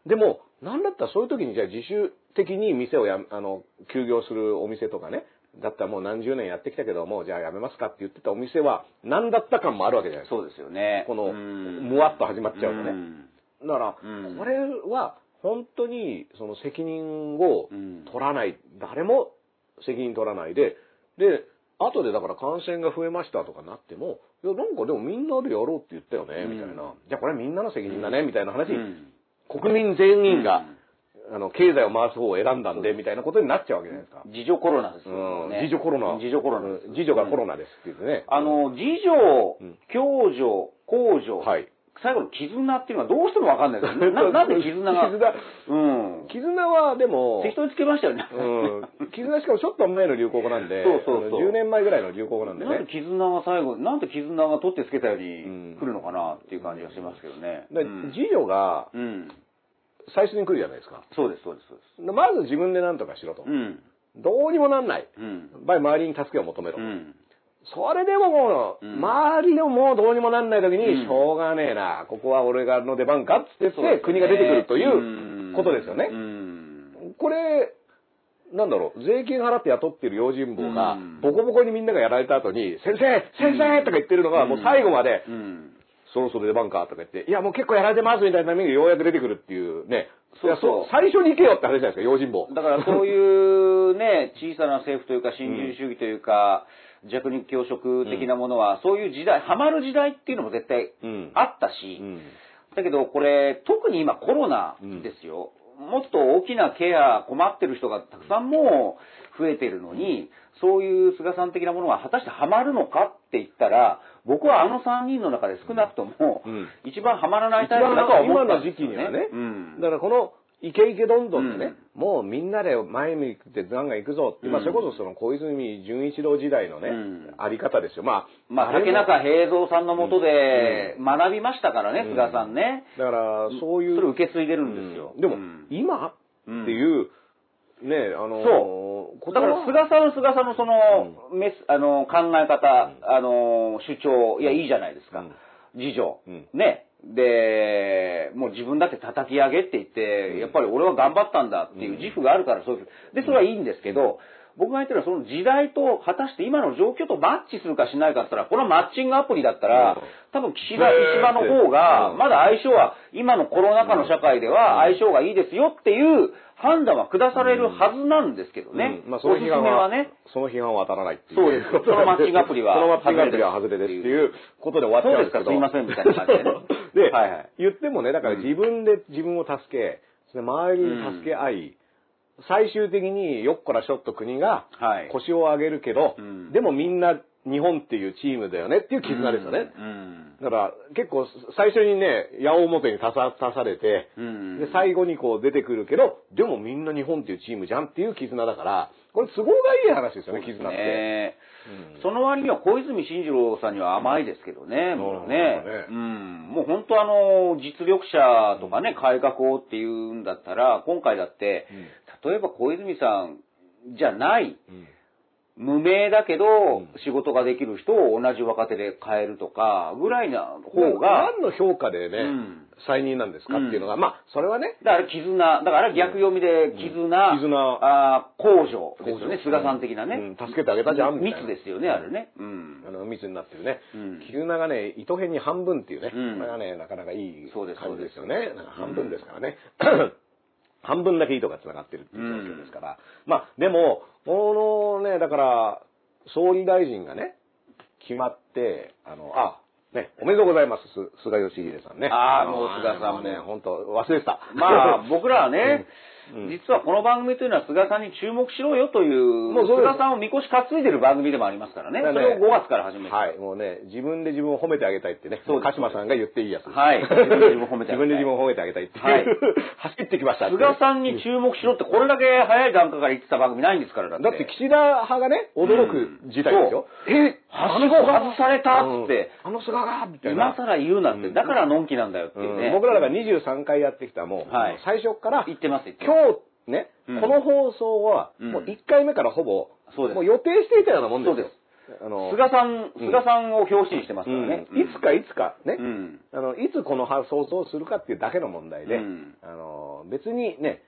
Speaker 3: でも、なんだったらそういう時にじゃあ自主的に店をやめ、あの、休業するお店とかね、だったらもう何十年やってきたけど、もうじゃあやめますかって言ってたお店は、何だった感もあるわけじゃないですか。
Speaker 2: そうですよね。
Speaker 3: この、
Speaker 2: うん
Speaker 3: むわっと始まっちゃうとね。
Speaker 2: ん
Speaker 3: だから、
Speaker 2: うん
Speaker 3: これは本当にその責任を取らない、誰も責任取らないで、で、後でだから感染が増えましたとかなっても、いや、なんかでもみんなでやろうって言ったよね、
Speaker 2: うん
Speaker 3: みたいな。じゃあこれみんなの責任だね、みたいな話、
Speaker 2: うん
Speaker 3: 国民全員が、あの、経済を回す方を選んだんで、みたいなことになっちゃうわけじゃないですか。
Speaker 2: 自助コロナです
Speaker 3: う
Speaker 2: よ
Speaker 3: ん。
Speaker 2: ね。
Speaker 3: 自助コロナ。
Speaker 2: 自助コロナ
Speaker 3: うん
Speaker 2: です。
Speaker 3: 自助がコロナですって言ってね。
Speaker 2: あ、の、自助
Speaker 3: うん、
Speaker 2: 共助、公助、
Speaker 3: はい。
Speaker 2: 最後の絆っていうのはどうしてもわかんないです
Speaker 3: <laughs>
Speaker 2: よね。ななんで絆が。
Speaker 3: 絆
Speaker 2: うん。
Speaker 3: 絆はでも、
Speaker 2: 適当につけましたよね。
Speaker 3: うん。絆しかもちょっと前の流行語なんで、
Speaker 2: そうそうそ
Speaker 3: あの
Speaker 2: う
Speaker 3: 10年前ぐらいの流行語なんで
Speaker 2: <laughs> なん
Speaker 3: ね
Speaker 2: で。絆が最後、なんで絆が取ってつけたように
Speaker 3: うん
Speaker 2: 来るのかなっていう感じがしますけどね。
Speaker 3: で
Speaker 2: うん
Speaker 3: 次女が
Speaker 2: うん。
Speaker 3: 最初に来るじゃないですか。
Speaker 2: そうです、そうです、そうで
Speaker 3: でまず自分で何とかしろと
Speaker 2: す。う。ん。
Speaker 3: どうにもなんない。
Speaker 2: うん。
Speaker 3: 場合、周りに助けを求めろ
Speaker 2: う。ん。
Speaker 3: それでももう、
Speaker 2: うん
Speaker 3: 周りでももうどうにもなんない時
Speaker 2: うん
Speaker 3: に、しょうがねえな、ここは俺がの出番かっつって
Speaker 2: そうですね
Speaker 3: って、国が出てくるということですよね
Speaker 2: う。ん。
Speaker 3: これ、なんだろう、税金払って雇ってる用心棒
Speaker 2: う
Speaker 3: が
Speaker 2: ん、
Speaker 3: ボコボコにみんながやられた後に、先生先生とか言ってるのが、もう最後まで、
Speaker 2: うん。
Speaker 3: そろそろ出番かとか言って、いやもう結構やられてますみたいなタイミングでようやく出てくるっていうね。
Speaker 2: そうそう
Speaker 3: いや最初に行けよって話じゃないですか、用心棒。
Speaker 2: だからそういうね、小さな政府というか、新自由主義というか、弱肉強食的なものは、そういう時代、ハマる時代っていうのも絶対
Speaker 3: うん
Speaker 2: あったし、
Speaker 3: うん
Speaker 2: だけどこれ、特に今コロナですよ。もっと大きなケア、困ってる人がたくさんもう増えてるのに、そういう菅さん的なものが果たしてハマるのかって言ったら、僕はあの3人の中で少なくとも
Speaker 3: うん、
Speaker 2: 一番ハマらない
Speaker 3: 一
Speaker 2: タイ
Speaker 3: 番
Speaker 2: プだ
Speaker 3: なん
Speaker 2: とは
Speaker 3: か
Speaker 2: 思
Speaker 3: 今
Speaker 2: ったん
Speaker 3: の
Speaker 2: で
Speaker 3: 時
Speaker 2: す
Speaker 3: 期
Speaker 2: よ
Speaker 3: に
Speaker 2: ね。
Speaker 3: はね、
Speaker 2: うん
Speaker 3: だからこのイケイケどんどんでね、もうみんなで前に行ってガンガン行くぞって、ま
Speaker 2: う
Speaker 3: あ
Speaker 2: ん
Speaker 3: それこそその小泉純一郎時代のね、
Speaker 2: うん
Speaker 3: あり方ですよ。まあ、
Speaker 2: まあ、
Speaker 3: れも
Speaker 2: 竹中平蔵さんのもとで学びましたからね、
Speaker 3: うん
Speaker 2: 菅さんね。
Speaker 3: だからそういう。
Speaker 2: それを受け継いでるんですよ。
Speaker 3: うんでも、
Speaker 2: うん
Speaker 3: 今っていう、ね、あのー、
Speaker 2: そ
Speaker 3: こ
Speaker 2: だから、菅さんの菅さんのその、メス、あの、考え方、あの、主張、いや、いいじゃないですか。
Speaker 3: うん
Speaker 2: 自助、
Speaker 3: うん
Speaker 2: ね。で、もう自分だって叩き上げって言って、やっぱり俺は頑張ったんだっていう自負があるからそういう、で、それはいいんですけど、僕が言ってるのはその時代と果たして今の状況とマッチするかしないかって言ったら、このマッチングアプリだった
Speaker 3: うん、
Speaker 2: ら多分岸田、石破の方が、
Speaker 3: うん
Speaker 2: まだ相性は、今のコロナ禍の社会では相性がいいですよっていう判断は下されるはずなんですけどね。
Speaker 3: うんまあ、そ
Speaker 2: お
Speaker 3: の
Speaker 2: すすめ
Speaker 3: 批判
Speaker 2: は
Speaker 3: は
Speaker 2: ね。
Speaker 3: その批判は当たらないっていう。
Speaker 2: そうですそのマッチングアプリは
Speaker 3: <laughs> そのマッチングアプリは外れですっていうことで終わっちゃうんですけど。
Speaker 2: そうですかすいませんみたいな感じでね
Speaker 3: <laughs> で
Speaker 2: はいはい
Speaker 3: 言ってもね、だから自分で自分を助け、それで周りに助け合い、最終的によっこらしょっと国が
Speaker 2: はい
Speaker 3: <laughs> 腰を上げるけど、
Speaker 2: うん
Speaker 3: でもみんな日本っていうチームだよねっていう絆ですよね。
Speaker 2: うん。
Speaker 3: だから結構最初にね、矢面に立た立たされて、
Speaker 2: うん
Speaker 3: で最後にこう出てくるけど、でもみんな日本っていうチームじゃんっていう絆だから、これ都合がいい話ですよね、絆って。
Speaker 2: ねその割には小泉進次郎さんには甘いですけどね、
Speaker 3: ん
Speaker 2: もう
Speaker 3: な
Speaker 2: ね
Speaker 3: るほどね。
Speaker 2: うん。もう本当あの、実力者とかね、改革をっていうんだったら、今回だって、例えば小泉さんじゃない、
Speaker 3: うん
Speaker 2: 無名だけど
Speaker 3: ん、
Speaker 2: 仕事ができる人を同じ若手で変えるとか、ぐらいな方が、
Speaker 3: 何の評価でね、
Speaker 2: うん
Speaker 3: 再任なんですかっていうのが、まあ、それはね、
Speaker 2: だから絆、だから逆読みで絆、
Speaker 3: 絆
Speaker 2: あー公助ですよ
Speaker 3: 公助
Speaker 2: ね、菅さん的なね。
Speaker 3: うん助けてあげたじゃんみたいな
Speaker 2: 密ですよね、あれね。うん
Speaker 3: あ。の密になってるね
Speaker 2: うん、
Speaker 3: 絆がね、糸編に半分っていうね、
Speaker 2: うん
Speaker 3: これがね、なかなかいい
Speaker 2: そうです
Speaker 3: 感じですよね。なんか半分ですからね。 <coughs> 半分だけ糸が繋がってるっていう状況ですから。まあ、でも、このね、だから、総理大臣がね、決まって、あの、あ、ね、おめでとうございます、す菅義偉さんね。
Speaker 2: あー
Speaker 3: の
Speaker 2: もう菅さんも
Speaker 3: ね、本当忘れてた。 <laughs>
Speaker 2: まあ、僕らはね、
Speaker 3: うん
Speaker 2: 実はこの番組というのは菅さんに注目しろよという、
Speaker 3: もうそうです
Speaker 2: 菅さんを見越し担いでる番組でもありますからね。
Speaker 3: だ
Speaker 2: そ
Speaker 3: から
Speaker 2: れ
Speaker 3: ね
Speaker 2: を5月から始めて。
Speaker 3: はい、もうね、自分で自分を褒めてあげたいってね、
Speaker 2: そうです
Speaker 3: 鹿島さんが言っていいやつ。
Speaker 2: はい自分で自分を褒めてあ
Speaker 3: 自
Speaker 2: げたい
Speaker 3: 分で自分を褒めてあげたいっていう。
Speaker 2: はい
Speaker 3: 走ってきましたっていう
Speaker 2: 菅さんに注目しろってこれだけ早い段階から言ってた番組ないんですから、だって。
Speaker 3: だって岸田派がね、驚く事態ですよ。え
Speaker 2: はしご外されたっつって、
Speaker 3: あの菅がみたいな。
Speaker 2: 今更言うなんて、だからのんきなんだよっていうね。
Speaker 3: うん僕らだから23回やってきたもう、
Speaker 2: はい
Speaker 3: 最初から、
Speaker 2: 言ってます、言ってます。
Speaker 3: 今日ね、
Speaker 2: うん
Speaker 3: この放送は、
Speaker 2: うん
Speaker 3: もう1回目からほぼ、
Speaker 2: そうです
Speaker 3: もう予定していたようなもんですよ。あの
Speaker 2: 菅さん、
Speaker 3: うん
Speaker 2: 菅さんを表紙にしてますからね。
Speaker 3: うんいつかいつかね、
Speaker 2: うん
Speaker 3: あのいつこの放送をするかっていうだけの問題で、
Speaker 2: うん
Speaker 3: あの別にね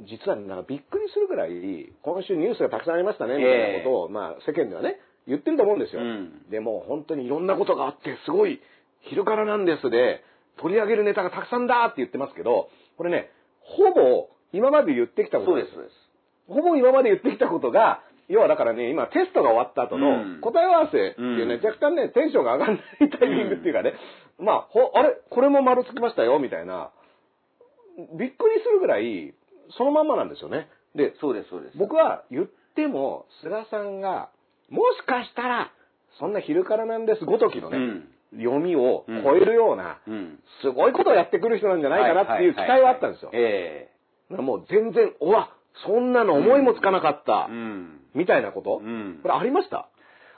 Speaker 3: 実はなんかびっくりするぐらい今週ニュースがたくさんありましたねみたいなことを、まあ、世間ではね言ってると思うんですよ、
Speaker 2: うん
Speaker 3: でも本当にいろんなことがあってすごい昼からなんですで取り上げるネタがたくさんだって言ってますけどこれねほぼ今まで言ってきたこと
Speaker 2: そう
Speaker 3: なん
Speaker 2: です、そうです。
Speaker 3: ほぼ今まで言ってきたことが、要はだからね、今テストが終わった後
Speaker 2: う
Speaker 3: の
Speaker 2: ん
Speaker 3: 答え合わせっていうね、
Speaker 2: うん
Speaker 3: 若干ね、テンションが上がらないタイミングっていうかね、まあ、ほあれこれも丸つきましたよ、みたいな、びっくりするぐらい、そのまんまなんですよね。で、
Speaker 2: そうです、そうです。
Speaker 3: 僕は言っても、菅さんが、もしかしたら、そんな昼からなんですごときのね、読みを超えるような、
Speaker 2: うん。
Speaker 3: すごいことをやってくる人なんじゃないかなっていう期待はあったんですよ。
Speaker 2: はいはいはいはいえ
Speaker 3: だからもう全然、うわ、そんなの思いもつかなかった、
Speaker 2: えうん。
Speaker 3: みたいなこと、
Speaker 2: うん
Speaker 3: これありました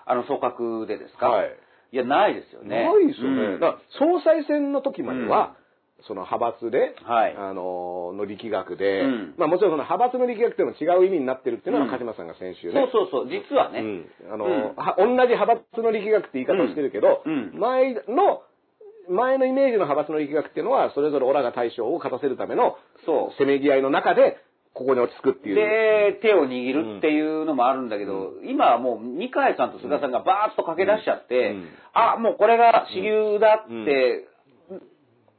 Speaker 2: あの、組閣でですか
Speaker 3: はい。
Speaker 2: いや、ないですよね。
Speaker 3: ないですよね。
Speaker 2: うん
Speaker 3: だから総裁選の時までは、その派閥で、
Speaker 2: はい
Speaker 3: あのーの力学で、
Speaker 2: うん
Speaker 3: まあもちろんその派閥の力学っていうのは違う意味になってるっていうのは、
Speaker 2: うん
Speaker 3: 鹿島さんが先週ね。
Speaker 2: そうそうそう、実はね。
Speaker 3: うんあのー
Speaker 2: うん
Speaker 3: は同じ派閥の力学って言い方をしてるけど、
Speaker 2: うんうん
Speaker 3: 前の、前のイメージの派閥の力学っていうのは、それぞれオラが対象を勝たせるための、
Speaker 2: そう
Speaker 3: せめぎ合いの中で、ここに落ち着くっていう。
Speaker 2: で、手を握るっていうのもあるんだけど、今はもう二階さんと菅さんがバーッと駆け出しちゃって、
Speaker 3: うん
Speaker 2: あ、もうこれが支流だって、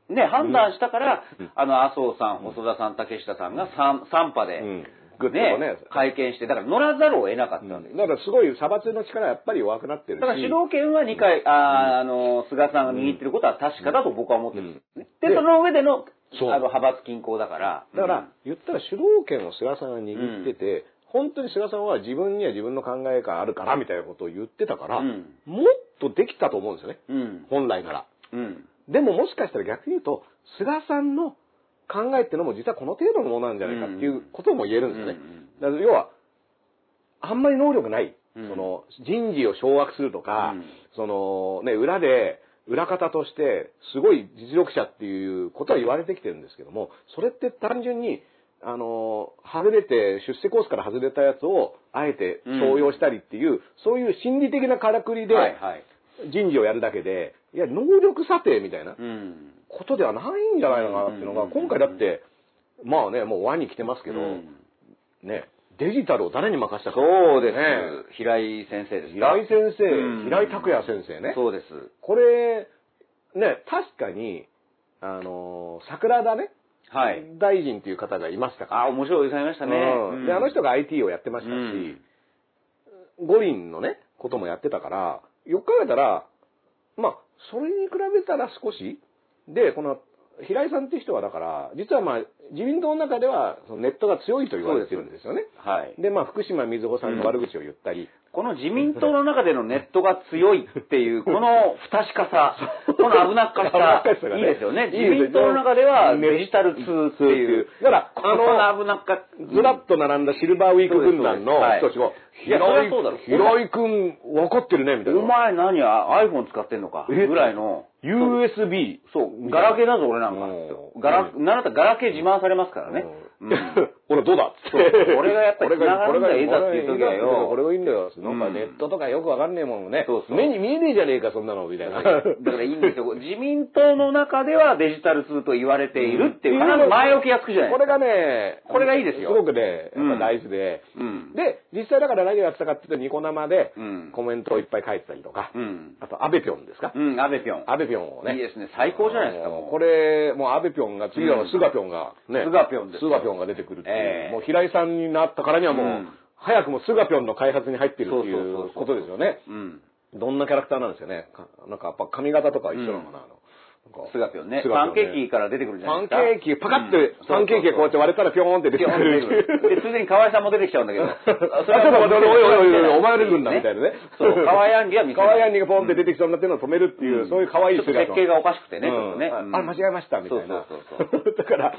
Speaker 2: ね、判断したから、あの、麻生さん、細田さん、竹下さんが三三波で、
Speaker 3: うん
Speaker 2: ね
Speaker 3: グッとね
Speaker 2: 会見して、だから乗らざるを得なかったんですよ
Speaker 3: だからすごい派閥の力はやっぱり弱くなってるし。
Speaker 2: だから主導権は二回、あーあの、菅さんが握ってることは確かだと僕は思ってるんですね。
Speaker 3: うん
Speaker 2: で、その上での、
Speaker 3: そう
Speaker 2: あの、派閥均衡だから。
Speaker 3: だから、言ったら主導権を菅さんが握ってて、本当に菅さんは自分には自分の考えがあるからみたいなことを言ってたから、
Speaker 2: うん
Speaker 3: もっとできたと思うんですよね、
Speaker 2: うん。
Speaker 3: 本来なら。
Speaker 2: うん。
Speaker 3: でももしかしたら逆に言うと、菅さんの考えってのも実はこの程度のものなんじゃないかっていうことも言えるんですよね。だから要は、あんまり能力ない。
Speaker 2: うん
Speaker 3: その、人事を掌握するとか、
Speaker 2: うん
Speaker 3: その、ね、裏で、裏方として、すごい実力者っていうことは言われてきてるんですけども、それって単純に、あの、外れて、出世コースから外れたやつを、あえて重用したりっていう、そういう心理的なからくりで、
Speaker 2: はいはい。
Speaker 3: 人事をやるだけで、いや、能力査定みたいな
Speaker 2: うん。
Speaker 3: ことではないんじゃないのかなっていうのが、
Speaker 2: うん
Speaker 3: 今回だって、まあね、もう輪に来てますけど、
Speaker 2: うん
Speaker 3: ね、デジタルを誰に任せたか。
Speaker 2: そうです、
Speaker 3: ね
Speaker 2: 平井先生ですか
Speaker 3: 平井先生、
Speaker 2: うん
Speaker 3: 平井拓也先生ね。
Speaker 2: そうです。
Speaker 3: これ、ね、確かに、あのー、桜田ね、
Speaker 2: はい。
Speaker 3: 大臣っていう方がいましたから。
Speaker 2: あ、面白いおじさんいましたね。
Speaker 3: うんで、あの人が IT をやってましたし、五輪のね、こともやってたから、よく考えたら、まあ、それに比べたら少し、で、この、平井さんって人はだから、実はまあ、自民党の中では、そのネットが強いと言われてるんですよね。
Speaker 2: はい。
Speaker 3: で、まあ、福島みずほさんの悪口を言ったり、
Speaker 2: この自民党の中でのネットが強いっ
Speaker 3: <laughs>
Speaker 2: ていう、この不確かさ、この危なっかしさ、
Speaker 3: 危なっかしさがね
Speaker 2: いいですよね。
Speaker 3: いい
Speaker 2: 自
Speaker 3: ですよ
Speaker 2: 民党の中ではデジタル2っていう、
Speaker 3: だから、
Speaker 2: こ
Speaker 3: あ
Speaker 2: の
Speaker 3: の、
Speaker 2: 危なっか、
Speaker 3: ずらっと並んだシルバーウィーク軍団の人たちが、
Speaker 2: いやそりゃそうだろ
Speaker 3: 平井君、分かってるね、みたい
Speaker 2: お
Speaker 3: な。
Speaker 2: 前何や iPhone 使ってんのかぐ
Speaker 3: え
Speaker 2: らいの、
Speaker 3: USB。
Speaker 2: そう、ガラケーだぞ俺なんか
Speaker 3: う。ん
Speaker 2: ガラ、なんだったらガラケー自慢されますからね。
Speaker 3: う
Speaker 2: うんん
Speaker 3: 俺どうだっつって
Speaker 2: そう俺がやっぱり繋がるんだよいざっていう時はよ
Speaker 3: 俺がいいんだよ。なんか
Speaker 2: うん
Speaker 3: ネットとかよくわかんねえもんね。
Speaker 2: そうそう
Speaker 3: 目に見えねえじゃねえか、そんなの、みたいな。
Speaker 2: だからいいんですよ。自民党の中ではデジタル2と言われているっていう、
Speaker 3: うん
Speaker 2: 必ず前置きがつくじゃない
Speaker 3: こ
Speaker 2: で
Speaker 3: れ
Speaker 2: すか。
Speaker 3: がね、
Speaker 2: これがいいですよ
Speaker 3: すごくね、
Speaker 2: うん
Speaker 3: やっぱ大事で。
Speaker 2: うん。
Speaker 3: で、実際だから何をやってたかっていうと、ニコ生で
Speaker 2: うん
Speaker 3: コメントをいっぱい書いてたりとか
Speaker 2: う、ん。
Speaker 3: あと、アベピョンですか
Speaker 2: うん、安倍ぴょん。
Speaker 3: アベピョンをね。
Speaker 2: いいですね。最高じゃないですか、
Speaker 3: も
Speaker 2: も
Speaker 3: う
Speaker 2: う。
Speaker 3: これ、もう安倍ぴょんが、次は
Speaker 2: うん
Speaker 3: スガぴょんが、ね。
Speaker 2: スガピョンです
Speaker 3: ス
Speaker 2: よ
Speaker 3: ガピョンが出てくるっていう、
Speaker 2: ええ
Speaker 3: もう平井さんになったからにはもう、
Speaker 2: うん
Speaker 3: 早くもスガぴょんの開発に入ってるってい
Speaker 2: そうそうそ
Speaker 3: う
Speaker 2: うそう
Speaker 3: ことですよね。
Speaker 2: うん。
Speaker 3: どんなキャラクターなんですよね。かなんかやっぱ髪型とか一緒なのかな。あのなんか
Speaker 2: スガピョンね。
Speaker 3: スガ
Speaker 2: パ
Speaker 3: ピ
Speaker 2: ンケーキから出てくるじゃ
Speaker 3: パ
Speaker 2: ない
Speaker 3: ン
Speaker 2: です
Speaker 3: ケーキ、
Speaker 2: か。
Speaker 3: パカって、パンケーキがこうやって割れたらピョーンって出てく
Speaker 2: で、
Speaker 3: る。
Speaker 2: で、ついでに河合さんも出てきちゃうんだけど。
Speaker 3: あ、それはおいおいおいおいおい、お前が出てくるんだ、みたいなね。
Speaker 2: そう、河合アンギは見せ
Speaker 3: 可
Speaker 2: ない
Speaker 3: 愛い兄がポンって出てきそうになってるのを止めるっていう、
Speaker 2: ん
Speaker 3: そういう可愛い
Speaker 2: ちょっと
Speaker 3: 姿
Speaker 2: 設計がおかしくてね、
Speaker 3: うん
Speaker 2: ちょっとね。
Speaker 3: ああれ
Speaker 2: うん
Speaker 3: 間違えましたみたいな
Speaker 2: そうそうそう
Speaker 3: <laughs> だから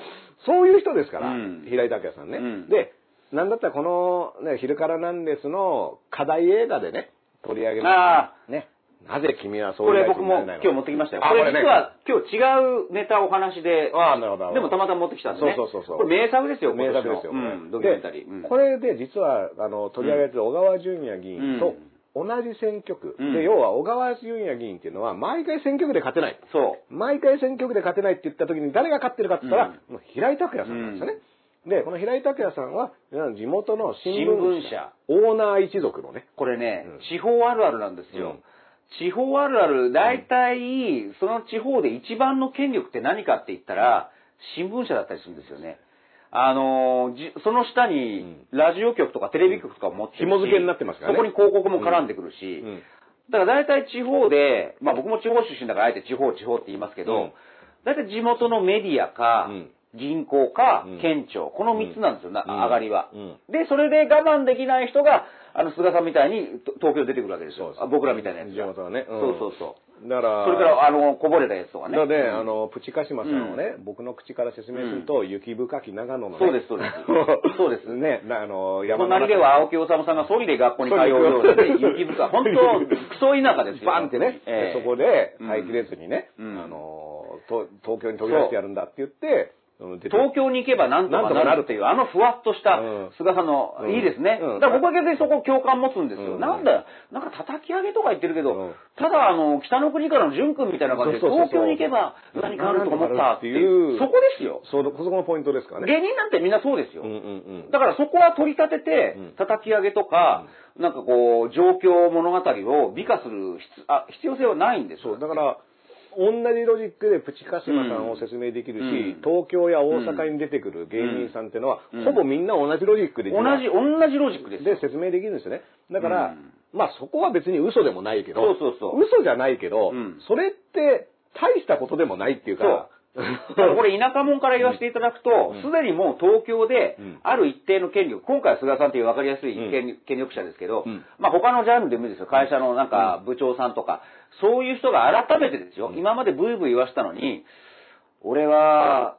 Speaker 3: そういう人ですから、
Speaker 2: うん
Speaker 3: 平井拓也さんね、
Speaker 2: うん
Speaker 3: でなんだったらこの、ね「昼からなんです」の課題映画でね取り上げま
Speaker 2: あ
Speaker 3: したねなぜ君はそう
Speaker 2: こ
Speaker 3: いう
Speaker 2: れ僕も今日持ってきましたよ。これ実は今日違うネタお話で、
Speaker 3: あなるほどなるほど
Speaker 2: でもたまたま持ってきたんでね。
Speaker 3: そうそうそうそう
Speaker 2: これ名作ですよ、
Speaker 3: 名作ですよ、
Speaker 2: 今年のうん、ドキュメンタリー。うん
Speaker 3: でこれで実はあの取り上げてる小川淳也議員と同じ選挙区、
Speaker 2: うん
Speaker 3: で要は小川淳也議員っていうのは毎回選挙区で勝てない
Speaker 2: そ
Speaker 3: 毎回選挙区で勝てないって言った時に誰が勝ってるかって言ったら、
Speaker 2: う
Speaker 3: もう平井拓也さんなんですよね。で、この平井拓也さんは、地元の新聞
Speaker 2: 新聞社
Speaker 3: オーナー一族のね
Speaker 2: う。、これね、
Speaker 3: うん
Speaker 2: 地方あるあるなんです
Speaker 3: う
Speaker 2: よ。
Speaker 3: ん
Speaker 2: 地方あるある、大体、その地方で一番の権力って何かって言ったら、新聞社だったりするんですよね。あのーじその下
Speaker 3: う
Speaker 2: に
Speaker 3: ん、
Speaker 2: ラジオ局とかテレビ局とか持ってるし
Speaker 3: 紐付けになってますからね
Speaker 2: そこに広告も絡んでくるし、
Speaker 3: うん
Speaker 2: だから大体地方で、まあ僕も地方出身だからあえて地方地方って言いますけど、
Speaker 3: うん
Speaker 2: 大体地元のメディアか、
Speaker 3: うん
Speaker 2: 銀行か
Speaker 3: うん、
Speaker 2: 県庁、この3つなんですよ、な
Speaker 3: うん
Speaker 2: 上がりは、
Speaker 3: うん
Speaker 2: で、それで我慢できない人が、あの、菅さんみたいにと東京出てくるわけです
Speaker 3: そう
Speaker 2: よ
Speaker 3: で。す
Speaker 2: あ僕らみたいなやつ
Speaker 3: 地
Speaker 2: が。
Speaker 3: 元はね。ん
Speaker 2: そうそうそう。
Speaker 3: だから、
Speaker 2: それから、あの、こぼれたやつとかね。
Speaker 3: だね、
Speaker 2: うん
Speaker 3: あの、プチカシマさんをね、僕の口から説明すると、雪深き長野のね。
Speaker 2: そうですそうです
Speaker 3: <laughs>
Speaker 2: そうです
Speaker 3: ね、なあの、山の中
Speaker 2: 隣では青木治さんがソリで学校に通うようなね、雪深い、本
Speaker 3: <laughs>
Speaker 2: 当、クソ田舎ですよ。
Speaker 3: バンってね、
Speaker 2: ええ
Speaker 3: でそこで耐えきれずにね、
Speaker 2: うん
Speaker 3: あのと東京に飛び出してやるんだって言って、うん出て
Speaker 2: 東京に行けばなんとかなるっていう、あのふわっとした
Speaker 3: うん
Speaker 2: 菅さんの、
Speaker 3: うん
Speaker 2: いいですね。
Speaker 3: うん
Speaker 2: だから僕は逆にそこ共感持つんですよ。
Speaker 3: うん
Speaker 2: なんだ、なんか叩き上げとか言ってるけど、
Speaker 3: うん
Speaker 2: ただ、あの、北の国からの淳君みたいな感じで、
Speaker 3: そうそうそう
Speaker 2: 東京に行けば何かあると思ったって
Speaker 3: なんと
Speaker 2: い
Speaker 3: かなるっていう
Speaker 2: う、そこですよ。
Speaker 3: そのそこのポイントですからね。
Speaker 2: 芸人なんてみんなそうですよ。
Speaker 3: うんうんうん。
Speaker 2: だからそこは取り立てて
Speaker 3: うん、
Speaker 2: 叩き上げとか、なんかこう、状況物語を美化する必あ必要性はないんです
Speaker 3: そ
Speaker 2: よ
Speaker 3: う、だから、同じロジックでプチカシマさんを説明できるし、
Speaker 2: うん
Speaker 3: 東京や大阪に出てくる芸人さんってのは、
Speaker 2: うん
Speaker 3: ほぼみんな同じロジックで、
Speaker 2: 同じ、同じロジックですよ
Speaker 3: で。説明できるんですよね。だから、
Speaker 2: うん
Speaker 3: まあそこは別に嘘でもないけど、
Speaker 2: そうそうそう
Speaker 3: 嘘じゃないけど、
Speaker 2: うん
Speaker 3: それって大したことでもないっていうか、
Speaker 2: だからこれ田舎者から言わせていただくと
Speaker 3: うん、
Speaker 2: すでにもう東京で
Speaker 3: うん、
Speaker 2: ある一定の権力、今回は菅さんという分かりやすい
Speaker 3: うん
Speaker 2: 権権力者ですけど、
Speaker 3: うん
Speaker 2: まあ他のジャンルでもいいですよ。会社のなんか部長さんとか、そういう人が改めてですよ、今までブイブイ言わせたのに、俺は、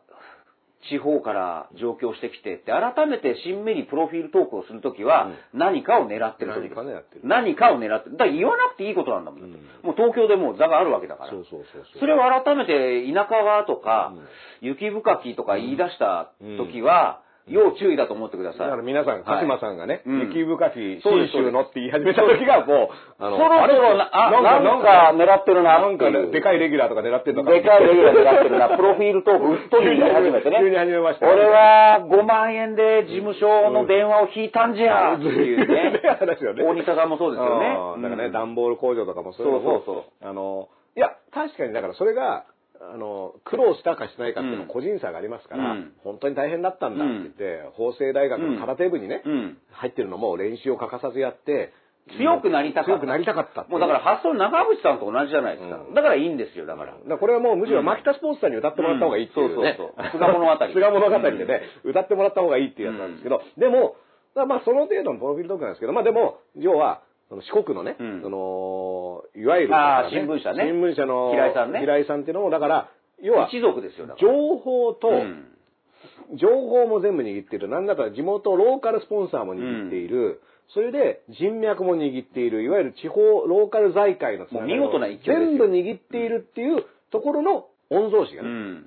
Speaker 2: 地方から上京してきてって、改めてしんみりプロフィールトークをするときは、何かを狙ってる時
Speaker 3: 何
Speaker 2: です
Speaker 3: かを狙ってる
Speaker 2: 何かを狙ってる。だから言わなくていいことなんだもん。
Speaker 3: うん
Speaker 2: もう東京でもう座があるわけだから。
Speaker 3: そうそうそうそう
Speaker 2: それを改めて田舎側とか、雪深きとか言い出した時は、要注意だと思ってくださ
Speaker 3: だ
Speaker 2: い。
Speaker 3: から皆さん、
Speaker 2: はい
Speaker 3: 鹿島さんがね、
Speaker 2: うん
Speaker 3: 雪深き
Speaker 2: そうで
Speaker 3: 信
Speaker 2: す
Speaker 3: 州のって言い始めた時が、もう、あ
Speaker 2: そろそろな、あ、なんか狙ってるな
Speaker 3: なんか
Speaker 2: ってい
Speaker 3: ね、
Speaker 2: う
Speaker 3: でかいレギュラーとか狙ってんのか
Speaker 2: でかいレギュラー狙ってるな、プロフィールトーク、うっとり言い始めてね。
Speaker 3: 急に始めましたね。
Speaker 2: 俺は5万円で事務所の電話を引いたんじゃ、っていうね
Speaker 3: 話よね。
Speaker 2: 大西さんもそうですよね
Speaker 3: あー。だから
Speaker 2: う
Speaker 3: ね、
Speaker 2: ん
Speaker 3: 段ボール工場とかもそういうのも、
Speaker 2: そうそう
Speaker 3: あの、いや、確かにだからそれが、あの、苦労したかしないかっていうのは
Speaker 2: うん
Speaker 3: 個人差がありますから、
Speaker 2: うん
Speaker 3: 本当に大変だったんだって言って、法政大学の空手部にね、
Speaker 2: うん
Speaker 3: 入ってるのも練習を欠かさずやって、
Speaker 2: 強くなりたかった。
Speaker 3: 強くなりたかったってい
Speaker 2: もうだから発想長渕さんと同じじゃないですか。
Speaker 3: うん
Speaker 2: だからいいんですよ、だから。
Speaker 3: だからこれはもうむしろ牧田スポーツさんに歌ってもらった方がいいっていうね。
Speaker 2: うんそうそうそう菅物
Speaker 3: <laughs>
Speaker 2: 語
Speaker 3: 菅物語でね、歌ってもらった方がいいっていうやつなんですけど、でも、だからまあその程度のプロフィールトークなんですけど、まあでも、要は、その四国のね、
Speaker 2: うん
Speaker 3: その、いわゆる、
Speaker 2: あー新聞社ね
Speaker 3: 新聞社の、
Speaker 2: 平井さんね
Speaker 3: 平井さんっていうのも、だから、要は、
Speaker 2: 一族ですよ、だから。
Speaker 3: 情報と、
Speaker 2: うん
Speaker 3: 情報も全部握っている。なんだったら地元ローカルスポンサーも握っている。それで人脈も握っている。いわゆる地方ローカル財界のつながりを
Speaker 2: もう見事な勢いですよ
Speaker 3: 全部握っているっていうところの御曹司が
Speaker 2: う
Speaker 3: ね、
Speaker 2: ん。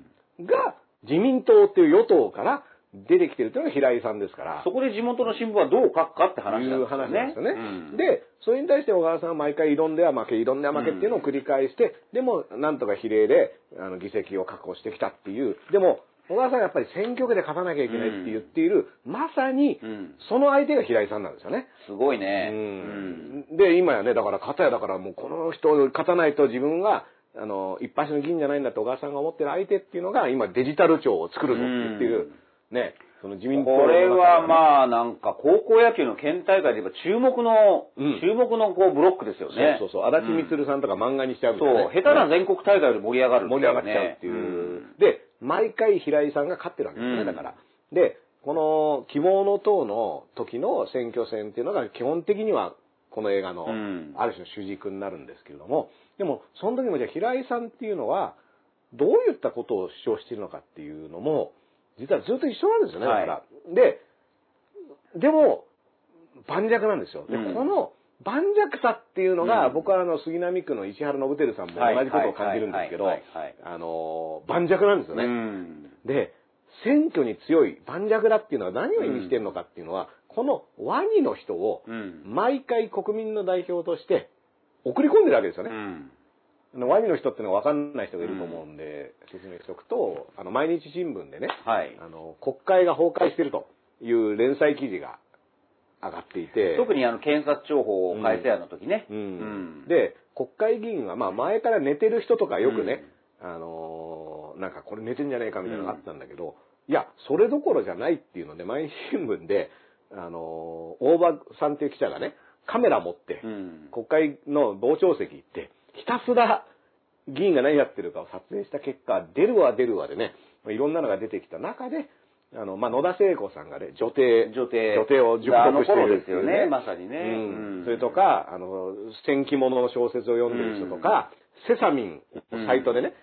Speaker 3: が自民党っていう与党から出てきてるっていうのが平井さんですから。
Speaker 2: そこで地元の新聞はどう書くかって話
Speaker 3: い
Speaker 2: なん
Speaker 3: う
Speaker 2: ですよ
Speaker 3: 話
Speaker 2: ね。
Speaker 3: なんですよね。
Speaker 2: うん
Speaker 3: で、それに対して小川さんは毎回、異論では負け、異論では負けっていうのを繰り返して、でも、なんとか比例で、あの、議席を確保してきたっていう、でも、小川さんはやっぱり選挙区で勝たなきゃいけないって言っている、まさに
Speaker 2: うん、
Speaker 3: その相手が平井さんなんですよね。
Speaker 2: すごいね。
Speaker 3: うんで、今やね、だから、片やだから、もうこの人を勝たないと自分が、あの、一発の議員じゃないんだって小川さんが思ってる相手っていうのが、今、デジタル庁を作るぞって言ってる、ね、その自民党の
Speaker 2: こ
Speaker 3: 中で
Speaker 2: れ
Speaker 3: ね
Speaker 2: はまあなんか高校野球の県大会で言えば注目の、
Speaker 3: うん
Speaker 2: 注目のこうブロックですよね。
Speaker 3: そうそうそう。足立みつるさんとか漫画にしちゃうみたいな、ね
Speaker 2: そう、下手な全国大会より盛り上がる、
Speaker 3: 盛り上がっちゃうっていう。で、毎回平井さんが勝ってるわけですね、
Speaker 2: うん
Speaker 3: だから。で、この希望の党の時の選挙戦っていうのが基本的にはこの映画の
Speaker 2: うん
Speaker 3: ある種の主軸になるんですけれども、でもその時もじゃあ平井さんっていうのはどういったことを主張しているのかっていうのも実はずっと一緒なんですよね、
Speaker 2: は
Speaker 3: だ
Speaker 2: い
Speaker 3: から。で、でも盤石なんですよ。で、
Speaker 2: うん
Speaker 3: この盤石さっていうのが、
Speaker 2: うん
Speaker 3: 僕はあの杉並区の石原信輝さんも
Speaker 2: はい
Speaker 3: 同じことを感じるんですけど
Speaker 2: はいはいはいはい、
Speaker 3: あのー、盤石なんですよ
Speaker 2: ね。う
Speaker 3: ね。
Speaker 2: ん。
Speaker 3: で、選挙に強い盤石だっていうのは何を意味してるのかっていうのは、このワニの人を
Speaker 2: うん。
Speaker 3: 毎回国民の代表として送り込んでるわけですよね。
Speaker 2: うん
Speaker 3: あのワニの人ってのは分かんない人がいると思うんで、説明しておくと、あの、毎日新聞でね、
Speaker 2: はい。
Speaker 3: あの、国会が崩壊してるという連載記事が上がっていて、
Speaker 2: 特にあの検察庁法改正案の時ね。
Speaker 3: うん
Speaker 2: で、
Speaker 3: で、国会議員は、まあ前から寝てる人とかよくね、あのーなんかこれ寝てんじゃねえかみたいなのがあったんだけど、いや、それどころじゃないっていうので、毎日新聞で、あのー大場さんっていう記者がね、カメラ持って、
Speaker 2: うん。
Speaker 3: 国会の傍聴席行って、ひたすら議員が何やってるかを撮影した結果、出るわ出るわでね、まあいろんなのが出てきた中で、あの、まあ、野田聖子さんがね、女帝。
Speaker 2: 女帝
Speaker 3: 女帝を熟読しているっていう、
Speaker 2: あの頃ですよねまさにね
Speaker 3: うん
Speaker 2: うん
Speaker 3: それとか、あの、戦記物の小説を読んでる人とか、セサミンをサイトでね、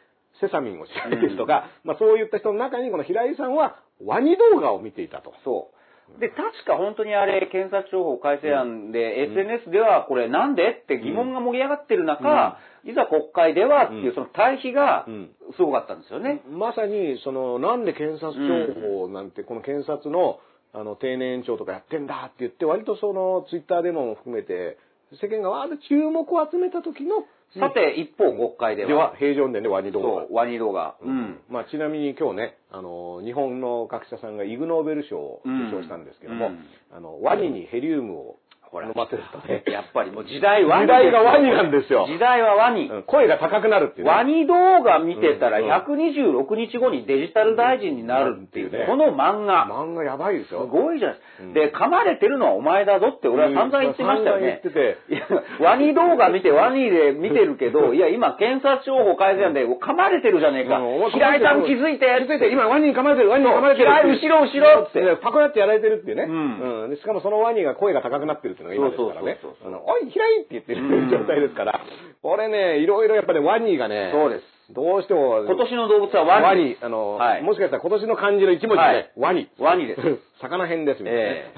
Speaker 3: セサミンを調べてる人とか、まあ、そういった人の中に、この平井さんは、ワニ動画を見ていたと。
Speaker 2: そう。で、確か本当にあれ、検察庁法改正案で、SNS ではこれなんでって疑問が盛り上がってる中、いざ国会ではっていうう、
Speaker 3: ん
Speaker 2: その対比が
Speaker 3: うん
Speaker 2: すごかったんですよね。
Speaker 3: まさに、その、なんで検察庁法なんて、この検察の、あの、定年延長とかやってんだって言って、割とその、ツイッターでも含めて、世間がわーっと注目を集めた時の、
Speaker 2: さて、一方、国会で
Speaker 3: で
Speaker 2: は
Speaker 3: は、、平常年でワニ動画
Speaker 2: そう、。ワニ動画。う
Speaker 3: うんん。まあ、ちなみに今日ね、あの、日本の学者さんがイグ・ノーベル賞を受賞したんですけども、
Speaker 2: うん
Speaker 3: あの、ワニにヘリウムを
Speaker 2: ほら
Speaker 3: 飲ませるとね、
Speaker 2: <laughs> やっぱりもう時代ワニ
Speaker 3: 時代がワニなんですよ
Speaker 2: 時代はワニ。
Speaker 3: うん声が高くなるっていうね、
Speaker 2: ワニ動画見てたら
Speaker 3: うん
Speaker 2: 126日後にデジタル大臣になるっていう
Speaker 3: うんう
Speaker 2: ね、
Speaker 3: ん
Speaker 2: この漫画。
Speaker 3: 漫画やばいです
Speaker 2: す
Speaker 3: よ。
Speaker 2: ごいじゃない
Speaker 3: うん
Speaker 2: ですか。で、噛まれてるのはお前だぞって俺は散々言ってましたよね
Speaker 3: うん散々言って。て
Speaker 2: いや <laughs> ワニ動画見てワニで見てるけど、いや、今検察庁法改正なんで噛まれてるじゃねえか
Speaker 3: うん。
Speaker 2: 平井さん気づいて。
Speaker 3: 気づいて、今ワニに噛まれてる、ワニに噛まれてる。
Speaker 2: そう嫌い後ろ後ろって
Speaker 3: ねパコやってやられてるっていうね。
Speaker 2: うん
Speaker 3: うんでしかもそのワニが声が高くなってるっていうのが今ですからね
Speaker 2: そうそう。
Speaker 3: あのおい、嫌いって言ってる状態ですから。これね、いろいろやっぱりワニがね、
Speaker 2: そうです。
Speaker 3: どうしても、
Speaker 2: 今年の動物はワ
Speaker 3: ワ
Speaker 2: ニ
Speaker 3: ニ
Speaker 2: で、す。
Speaker 3: あの、
Speaker 2: はい
Speaker 3: もしかしたら今年の漢字の一文字でね、ワニ。
Speaker 2: ワニです。
Speaker 3: <laughs> 魚編ですみたいなね
Speaker 2: え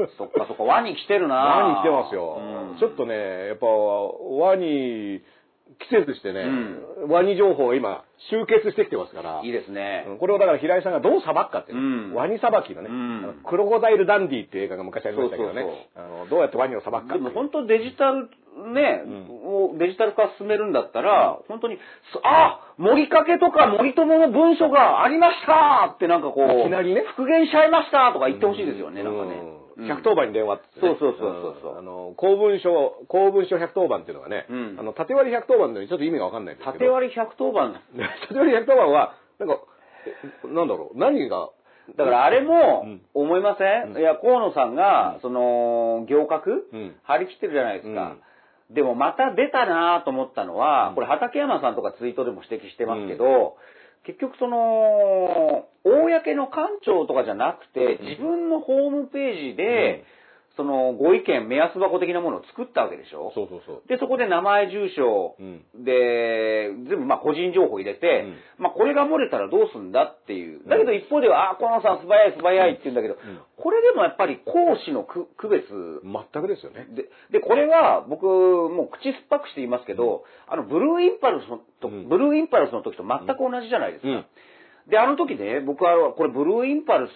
Speaker 3: <laughs>
Speaker 2: え。そっかそっか、ワニ来てるな
Speaker 3: ワニ来てますよ
Speaker 2: うん。
Speaker 3: ちょっとね、やっぱ、ワニ季節してね、
Speaker 2: う
Speaker 3: ワニ情報を今集結してきてますから
Speaker 2: いいですね。
Speaker 3: うんこれをだから平井さんがどう裁くかっていう
Speaker 2: うん
Speaker 3: ワニ裁きのね、
Speaker 2: うん
Speaker 3: あのクロコダイルダンディっていう映画が昔ありましたけどね
Speaker 2: そうそう
Speaker 3: あのどうやってワニを裁くかって
Speaker 2: で
Speaker 3: いう
Speaker 2: も本当デジタルね、をデジタル化進めるんだったら、本当に、そあ森かけとか森友の文書がありましたってなんかこう、
Speaker 3: いきなりね
Speaker 2: 復元しちゃいましたとか言ってほしいですよね、なんかね。
Speaker 3: う
Speaker 2: うん
Speaker 3: ん110番に電話っつってね、
Speaker 2: そうそうそうそうそうん
Speaker 3: あの、公文書、公文書110番っていうのがね、
Speaker 2: うん
Speaker 3: あの、縦割り110番のちょっと意味がわかんないんですけど。
Speaker 2: 縦割り110番。
Speaker 3: <laughs> 縦割り110番は、なんか、えなんだろう、何が、
Speaker 2: だからあれも
Speaker 3: うん、
Speaker 2: 思いません、
Speaker 3: うん
Speaker 2: いや、河野さんが、その、行革、
Speaker 3: うん
Speaker 2: 張り切ってるじゃないですか。でもまた出たなと思ったのは、
Speaker 3: うん
Speaker 2: これ畠山さんとかツイートでも指摘してますけど、
Speaker 3: う
Speaker 2: 結局その、公の官庁とかじゃなくて、自分のホームページで、その、ご意見、目安箱的なものを作ったわけでしょ
Speaker 3: そうそうそう。
Speaker 2: で、そこで名前、住所、
Speaker 3: うん
Speaker 2: で、全部まあ個人情報入れて、まあこれが漏れたらどうすんだっていう。だけど一方では、ああ、河野さん素早い素早いって言うんだけど、
Speaker 3: ん
Speaker 2: これでもやっぱり公私の区区別
Speaker 3: 全くですよね。
Speaker 2: で、で、これは僕、もう口酸っぱくして言いますけど、あの、ブルーインパルスのと、
Speaker 3: うん
Speaker 2: ブルーインパルスの時と全く同じじゃないですか。
Speaker 3: うん
Speaker 2: で、あの時ね、僕は、これ、ブルーインパルス、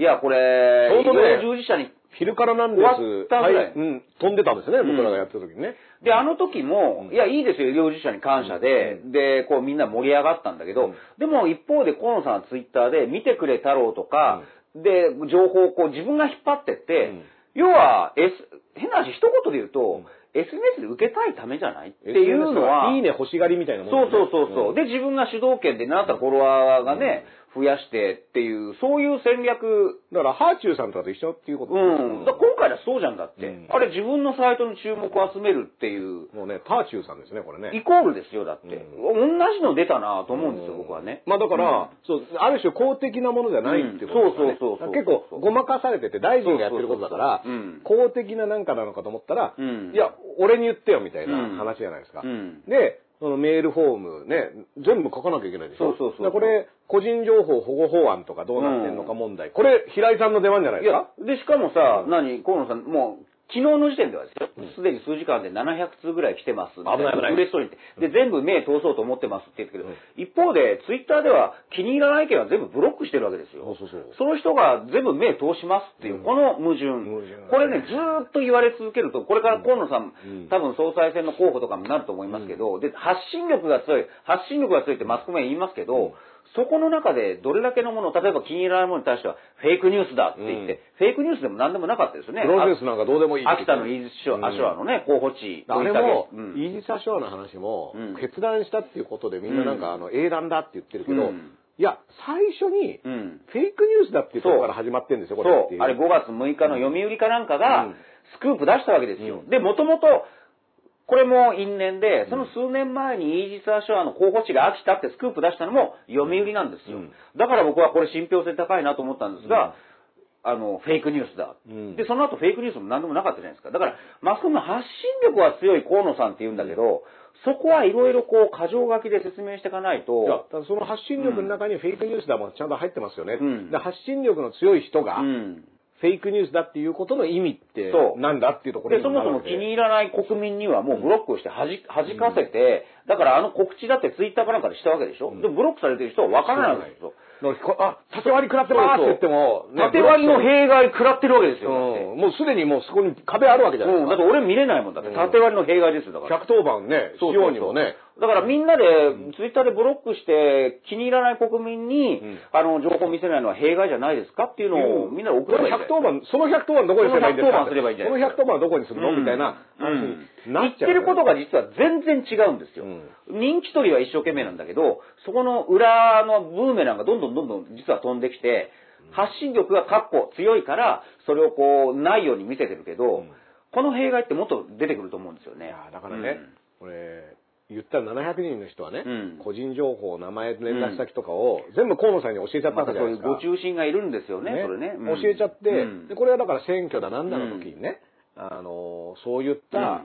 Speaker 2: いや、これ、
Speaker 3: ちょうどね
Speaker 2: 医療従事者に、
Speaker 3: 昼からなんです。
Speaker 2: 終わったぐらい
Speaker 3: はいうん、飛んでたんですね、
Speaker 2: ん
Speaker 3: 僕らがやってた時にね。
Speaker 2: で、あの時も、いや、いいですよ、医療従事者に感謝で、で、こう、みんな盛り上がったんだけど、
Speaker 3: うん
Speaker 2: でも一方で、河野さんはツイッターで、見てくれ太郎とか、で、情報をこう、自分が引っ張ってって、
Speaker 3: うん
Speaker 2: 要は、S、変な話、一言で言うと、
Speaker 3: ん
Speaker 2: SNS で受けたいためじゃないっていうのは、
Speaker 3: いいね欲しがりみたいなもんで
Speaker 2: そう
Speaker 3: すね
Speaker 2: そうそうそう、で、自分が主導権で、なんだったらフォロワーがね、増やしてっていう、そういう戦略、
Speaker 3: だから、ハーチューさんとかと一緒っていうこと
Speaker 2: う
Speaker 3: ですね
Speaker 2: ん。だから今回はそうじゃんだって、
Speaker 3: うん
Speaker 2: あれ自分のサイトに注目を集めるっていう、
Speaker 3: もうね、ターチューさんですね、これね。
Speaker 2: イコールですよ、だって。
Speaker 3: う
Speaker 2: 同じの出たなと思うんですよ、僕はね。
Speaker 3: まあだから、そう、ある種公的なものじゃないってことですよね。
Speaker 2: うんそうそうそうそう
Speaker 3: 結構、ごまかされてて、大臣がやってることだから
Speaker 2: そうそうそう、
Speaker 3: 公的ななんかなのかと思ったら、
Speaker 2: うん
Speaker 3: いや、俺に言ってよみたい
Speaker 2: うん
Speaker 3: な話じゃないですか。
Speaker 2: うん
Speaker 3: で、そのメールフォームね、全部書かなきゃいけないでしょ。
Speaker 2: そうそうそう
Speaker 3: だからこれ、個人情報保護法案とかどうなってんのか問題。これ、平井さんの出番じゃない
Speaker 2: い
Speaker 3: です
Speaker 2: や
Speaker 3: か、
Speaker 2: で、しかもさ、何、河野さん、もう、昨日の時点ではですよ、すでに数時間で700通ぐらい来てます。
Speaker 3: 危ない危ない
Speaker 2: 嬉しそうに言って。で、全部目通そうと思ってますって言ってるけど、一方で、ツイッターでは気に入らない意見は全部ブロックしてるわけですよ。
Speaker 3: そうそうそう
Speaker 2: の人が全部目通しますっていう、この矛盾。
Speaker 3: 矛盾
Speaker 2: これね、ずーっと言われ続けると、これから河野さん、
Speaker 3: うん
Speaker 2: 多分総裁選の候補とかになると思いますけど、で、発信力が強い、発信力が強いってマスコミは言いますけど、そこの中でどれだけのもの、例えば気に入らないものに対しては、フェイクニュースだって言って、
Speaker 3: うん
Speaker 2: フェイクニュースでも何でもなかったですよね。
Speaker 3: プロデュースなんかどうでもいいって
Speaker 2: 秋田の伊豆ショ
Speaker 3: うん
Speaker 2: アショアのね、候補地。
Speaker 3: あれも
Speaker 2: う、ん
Speaker 3: イージス・アショアの話も
Speaker 2: うん、
Speaker 3: 決断したっていうことでみんななん
Speaker 2: うん
Speaker 3: か、あの、英断だって言ってるけ
Speaker 2: う
Speaker 3: ど
Speaker 2: ん、
Speaker 3: いや、最初に、
Speaker 2: うん。
Speaker 3: フェイクニュースだっていうところから始まってるんですよ、
Speaker 2: そ
Speaker 3: これって
Speaker 2: う
Speaker 3: い、
Speaker 2: あれ5月6日の読売かなんか
Speaker 3: う
Speaker 2: が
Speaker 3: ん、
Speaker 2: スクープ出したわけですよ。
Speaker 3: うん
Speaker 2: で、もともと、これも因縁で、その数年前にイージス・アショアの候補地が秋田ってスクープ出したのも読売なんですよ。
Speaker 3: うん
Speaker 2: だから僕はこれ信憑性高いなと思ったんですが、あの、フェイクニュースだ。
Speaker 3: うん
Speaker 2: で、その後フェイクニュースも何でもなかったじゃないですか。だから、マスコミの発信力は強い河野さんって言うんだけど、そこはいろいろこう、過剰書きで説明していかない
Speaker 3: いや
Speaker 2: と、
Speaker 3: ただその発信力の中にフェイクニュースだもんちゃんと入ってますよね。
Speaker 2: うん
Speaker 3: で発信力の強い人が、
Speaker 2: うん。
Speaker 3: フェイクニュースだっていうことの意味って
Speaker 2: そう
Speaker 3: なんだっていうところ
Speaker 2: で、そもそも気に入らない国民にはもうブロックをしてはじ、はじかせて、だからあの告知だってツイッターかなんかでしたわけでしょ、で、ブロックされてる人はわからないんですよ。
Speaker 3: なんかこうあ、縦割り食らってますって言っても、ね
Speaker 2: 縦割りの弊害食らってるわけです
Speaker 3: う
Speaker 2: よ。
Speaker 3: ん、もうすでにもうそこに壁あるわけじゃ
Speaker 2: だって,、
Speaker 3: ない
Speaker 2: うん、
Speaker 3: で
Speaker 2: だって俺見れないもんだって。縦割りの弊害ですよ、だ
Speaker 3: す
Speaker 2: から。
Speaker 3: か。110番ね、し
Speaker 2: そうそうそう
Speaker 3: ようにもね、
Speaker 2: だからみんなで、ツイッターでブロックして、気に入らない国民に、
Speaker 3: うん
Speaker 2: あの、情報を見せないのは弊害じゃないですかっていうのを、みんなで送ればいいんだよ
Speaker 3: 110番、その110番どこにすればいいんですか
Speaker 2: その110番すればいいんじゃない
Speaker 3: その110番はどこにするの、
Speaker 2: うん
Speaker 3: みたいな話にな
Speaker 2: 言
Speaker 3: っ
Speaker 2: っ
Speaker 3: ち
Speaker 2: て
Speaker 3: ゃう、
Speaker 2: ることが実は全然違うんですよ。人気取りは一生懸命なんだけど、そこの裏のブーメランがどんどんどんどん実は飛んできて、発信力がかっこ強いから、それをこう、ないように見せてるけど、
Speaker 3: うん
Speaker 2: この弊害ってもっと出てくると思うんですよね。
Speaker 3: いやだからね、これ言ったら700人の人はね、
Speaker 2: うん
Speaker 3: 個人情報名前連絡先とかを全部河野さんに教えちゃ
Speaker 2: う
Speaker 3: っ
Speaker 2: ん。
Speaker 3: た
Speaker 2: ま
Speaker 3: わ
Speaker 2: た
Speaker 3: けじゃ
Speaker 2: そ
Speaker 3: ないで
Speaker 2: ういう
Speaker 3: すか、
Speaker 2: ご中心がいるんですよね、それね。うん
Speaker 3: 教えちゃって、
Speaker 2: うん
Speaker 3: でこれはだから選挙だなんだの時にね、あのそういった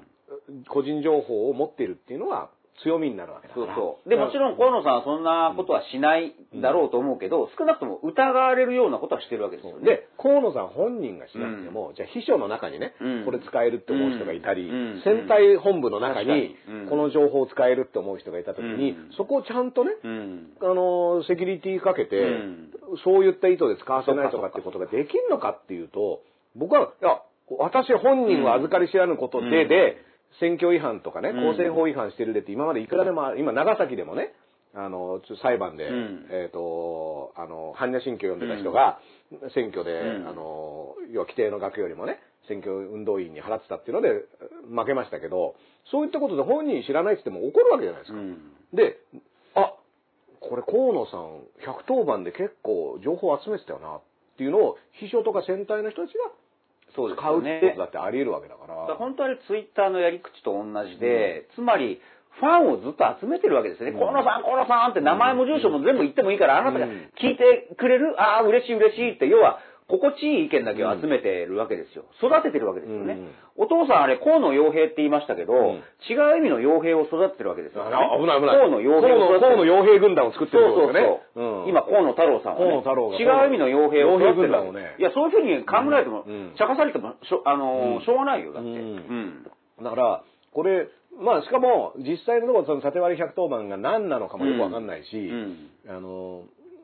Speaker 3: 個人情報を持っているっていうのは強みになるわけだか
Speaker 2: そう
Speaker 3: ら。
Speaker 2: そう。で、もちろん河野さんはそんなことはしないだろうと思うけど、少なくとも疑われるようなことはしてるわけですよね。
Speaker 3: で、河野さん本人がしなくても、じゃあ秘書の中にね、
Speaker 2: うん
Speaker 3: これ使えるって思う人がいたり、
Speaker 2: うん
Speaker 3: 選対本部の中に
Speaker 2: 確かにうん、
Speaker 3: この情報を使えるって思う人がいた時に、
Speaker 2: うん
Speaker 3: そこをちゃんとね、
Speaker 2: うん。
Speaker 3: あのーセキュリティかけて、
Speaker 2: うん
Speaker 3: そういった意図で使わせないとかっていうことができるのかっていうと、僕は、いや、私本人は預かり知らぬことで、
Speaker 2: うん
Speaker 3: で、選挙違反とかね、
Speaker 2: う
Speaker 3: 公
Speaker 2: ん
Speaker 3: 正法違反してるでって今までいくらでもあ、今長崎でもね、あの、ちょ裁判で、
Speaker 2: うん
Speaker 3: えっ、と、あの、般若心経を読んでた人が、選挙で、
Speaker 2: うん
Speaker 3: あの、要は規定の額よりもね、選挙運動員に払ってたっていうので、負けましたけど、そういったことで本人知らないって言っても怒るわけじゃないです
Speaker 2: う
Speaker 3: か。
Speaker 2: ん。
Speaker 3: で、あこれ河野さん、110番で結構情報集めてたよなっていうのを、秘書とか戦隊の人たち
Speaker 2: そう
Speaker 3: が
Speaker 2: です
Speaker 3: 買う
Speaker 2: よ
Speaker 3: っ
Speaker 2: ね
Speaker 3: て。ことだってあり得るわけだか
Speaker 2: だから
Speaker 3: ら。
Speaker 2: 本当はあれツイッターのやり口と同じで、つまり、ファンをずっと集めてるわけですよね。河野さん、河野さんって名前も住所も全部言ってもいいから、あなたが
Speaker 3: うん
Speaker 2: 聞いてくれるああ、嬉しい嬉しいって、要は、心地いい意見だけを集めてるわけですよ。育ててるわけですよね。お父さんあれ、河野洋平って言いましたけど、
Speaker 3: ん
Speaker 2: 違う意味の洋平を育ててるわけですよ、ね。
Speaker 3: あ危ない危ない。
Speaker 2: 河野洋平を育てて
Speaker 3: 河
Speaker 2: る
Speaker 3: 野洋平軍団を作って
Speaker 2: そう
Speaker 3: るってこと
Speaker 2: そう
Speaker 3: ですよね。
Speaker 2: そう、
Speaker 3: うん
Speaker 2: 今、河野太郎さんは、ね、
Speaker 3: 河野太郎が
Speaker 2: 違う意味の傭兵を育ててるわ
Speaker 3: 傭兵軍団
Speaker 2: け
Speaker 3: をね
Speaker 2: いや、そういうふうに考えても、
Speaker 3: うん
Speaker 2: 茶化されてもしょ、あのー
Speaker 3: うん
Speaker 2: しょうがないよ、だって。
Speaker 3: うん
Speaker 2: うん
Speaker 3: だから、これ、まあ、しかも、実際のところ、その縦割り110番が何なのかもよくわかんないし、
Speaker 2: うん
Speaker 3: あの、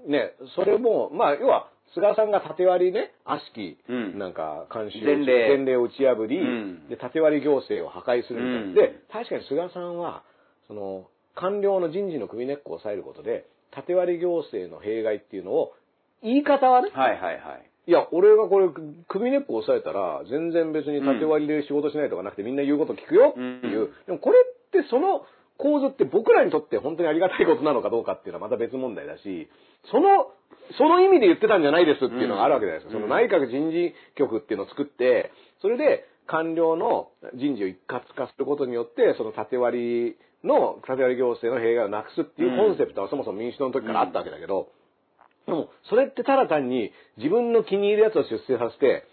Speaker 3: ね、それも、まあ、要は、菅さんが縦割りね、悪しき、
Speaker 2: うん
Speaker 3: なんか、監視を、
Speaker 2: 前例
Speaker 3: を打ち破り、
Speaker 2: うん
Speaker 3: で、縦割り行政を破壊するみたいな。
Speaker 2: うん
Speaker 3: で、確かに菅さんは、その、官僚の人事の首根っこを抑えることで、縦割り行政の弊害っていうのを、言い方はね、
Speaker 2: はいはいはい。
Speaker 3: いや、俺がこれ、首根っこ押さえたら、全然別に縦割りで仕事しないとかなくて、みんな言うこと聞くよっていう。
Speaker 2: うん
Speaker 3: でもこれって、その構図って僕らにとって本当にありがたいことなのかどうかっていうのはまた別問題だし、その、その意味で言ってたんじゃないですっていうのがあるわけじゃないですか。
Speaker 2: うん
Speaker 3: その内閣人事局っていうのを作って、それで官僚の人事を一括化することによって、その縦割りの、縦割り行政の弊害をなくすっていうコンセプトはそもそも民主党の時からあったわけだけど、でも、それってただ単に自分の気に入るやつを出世させて、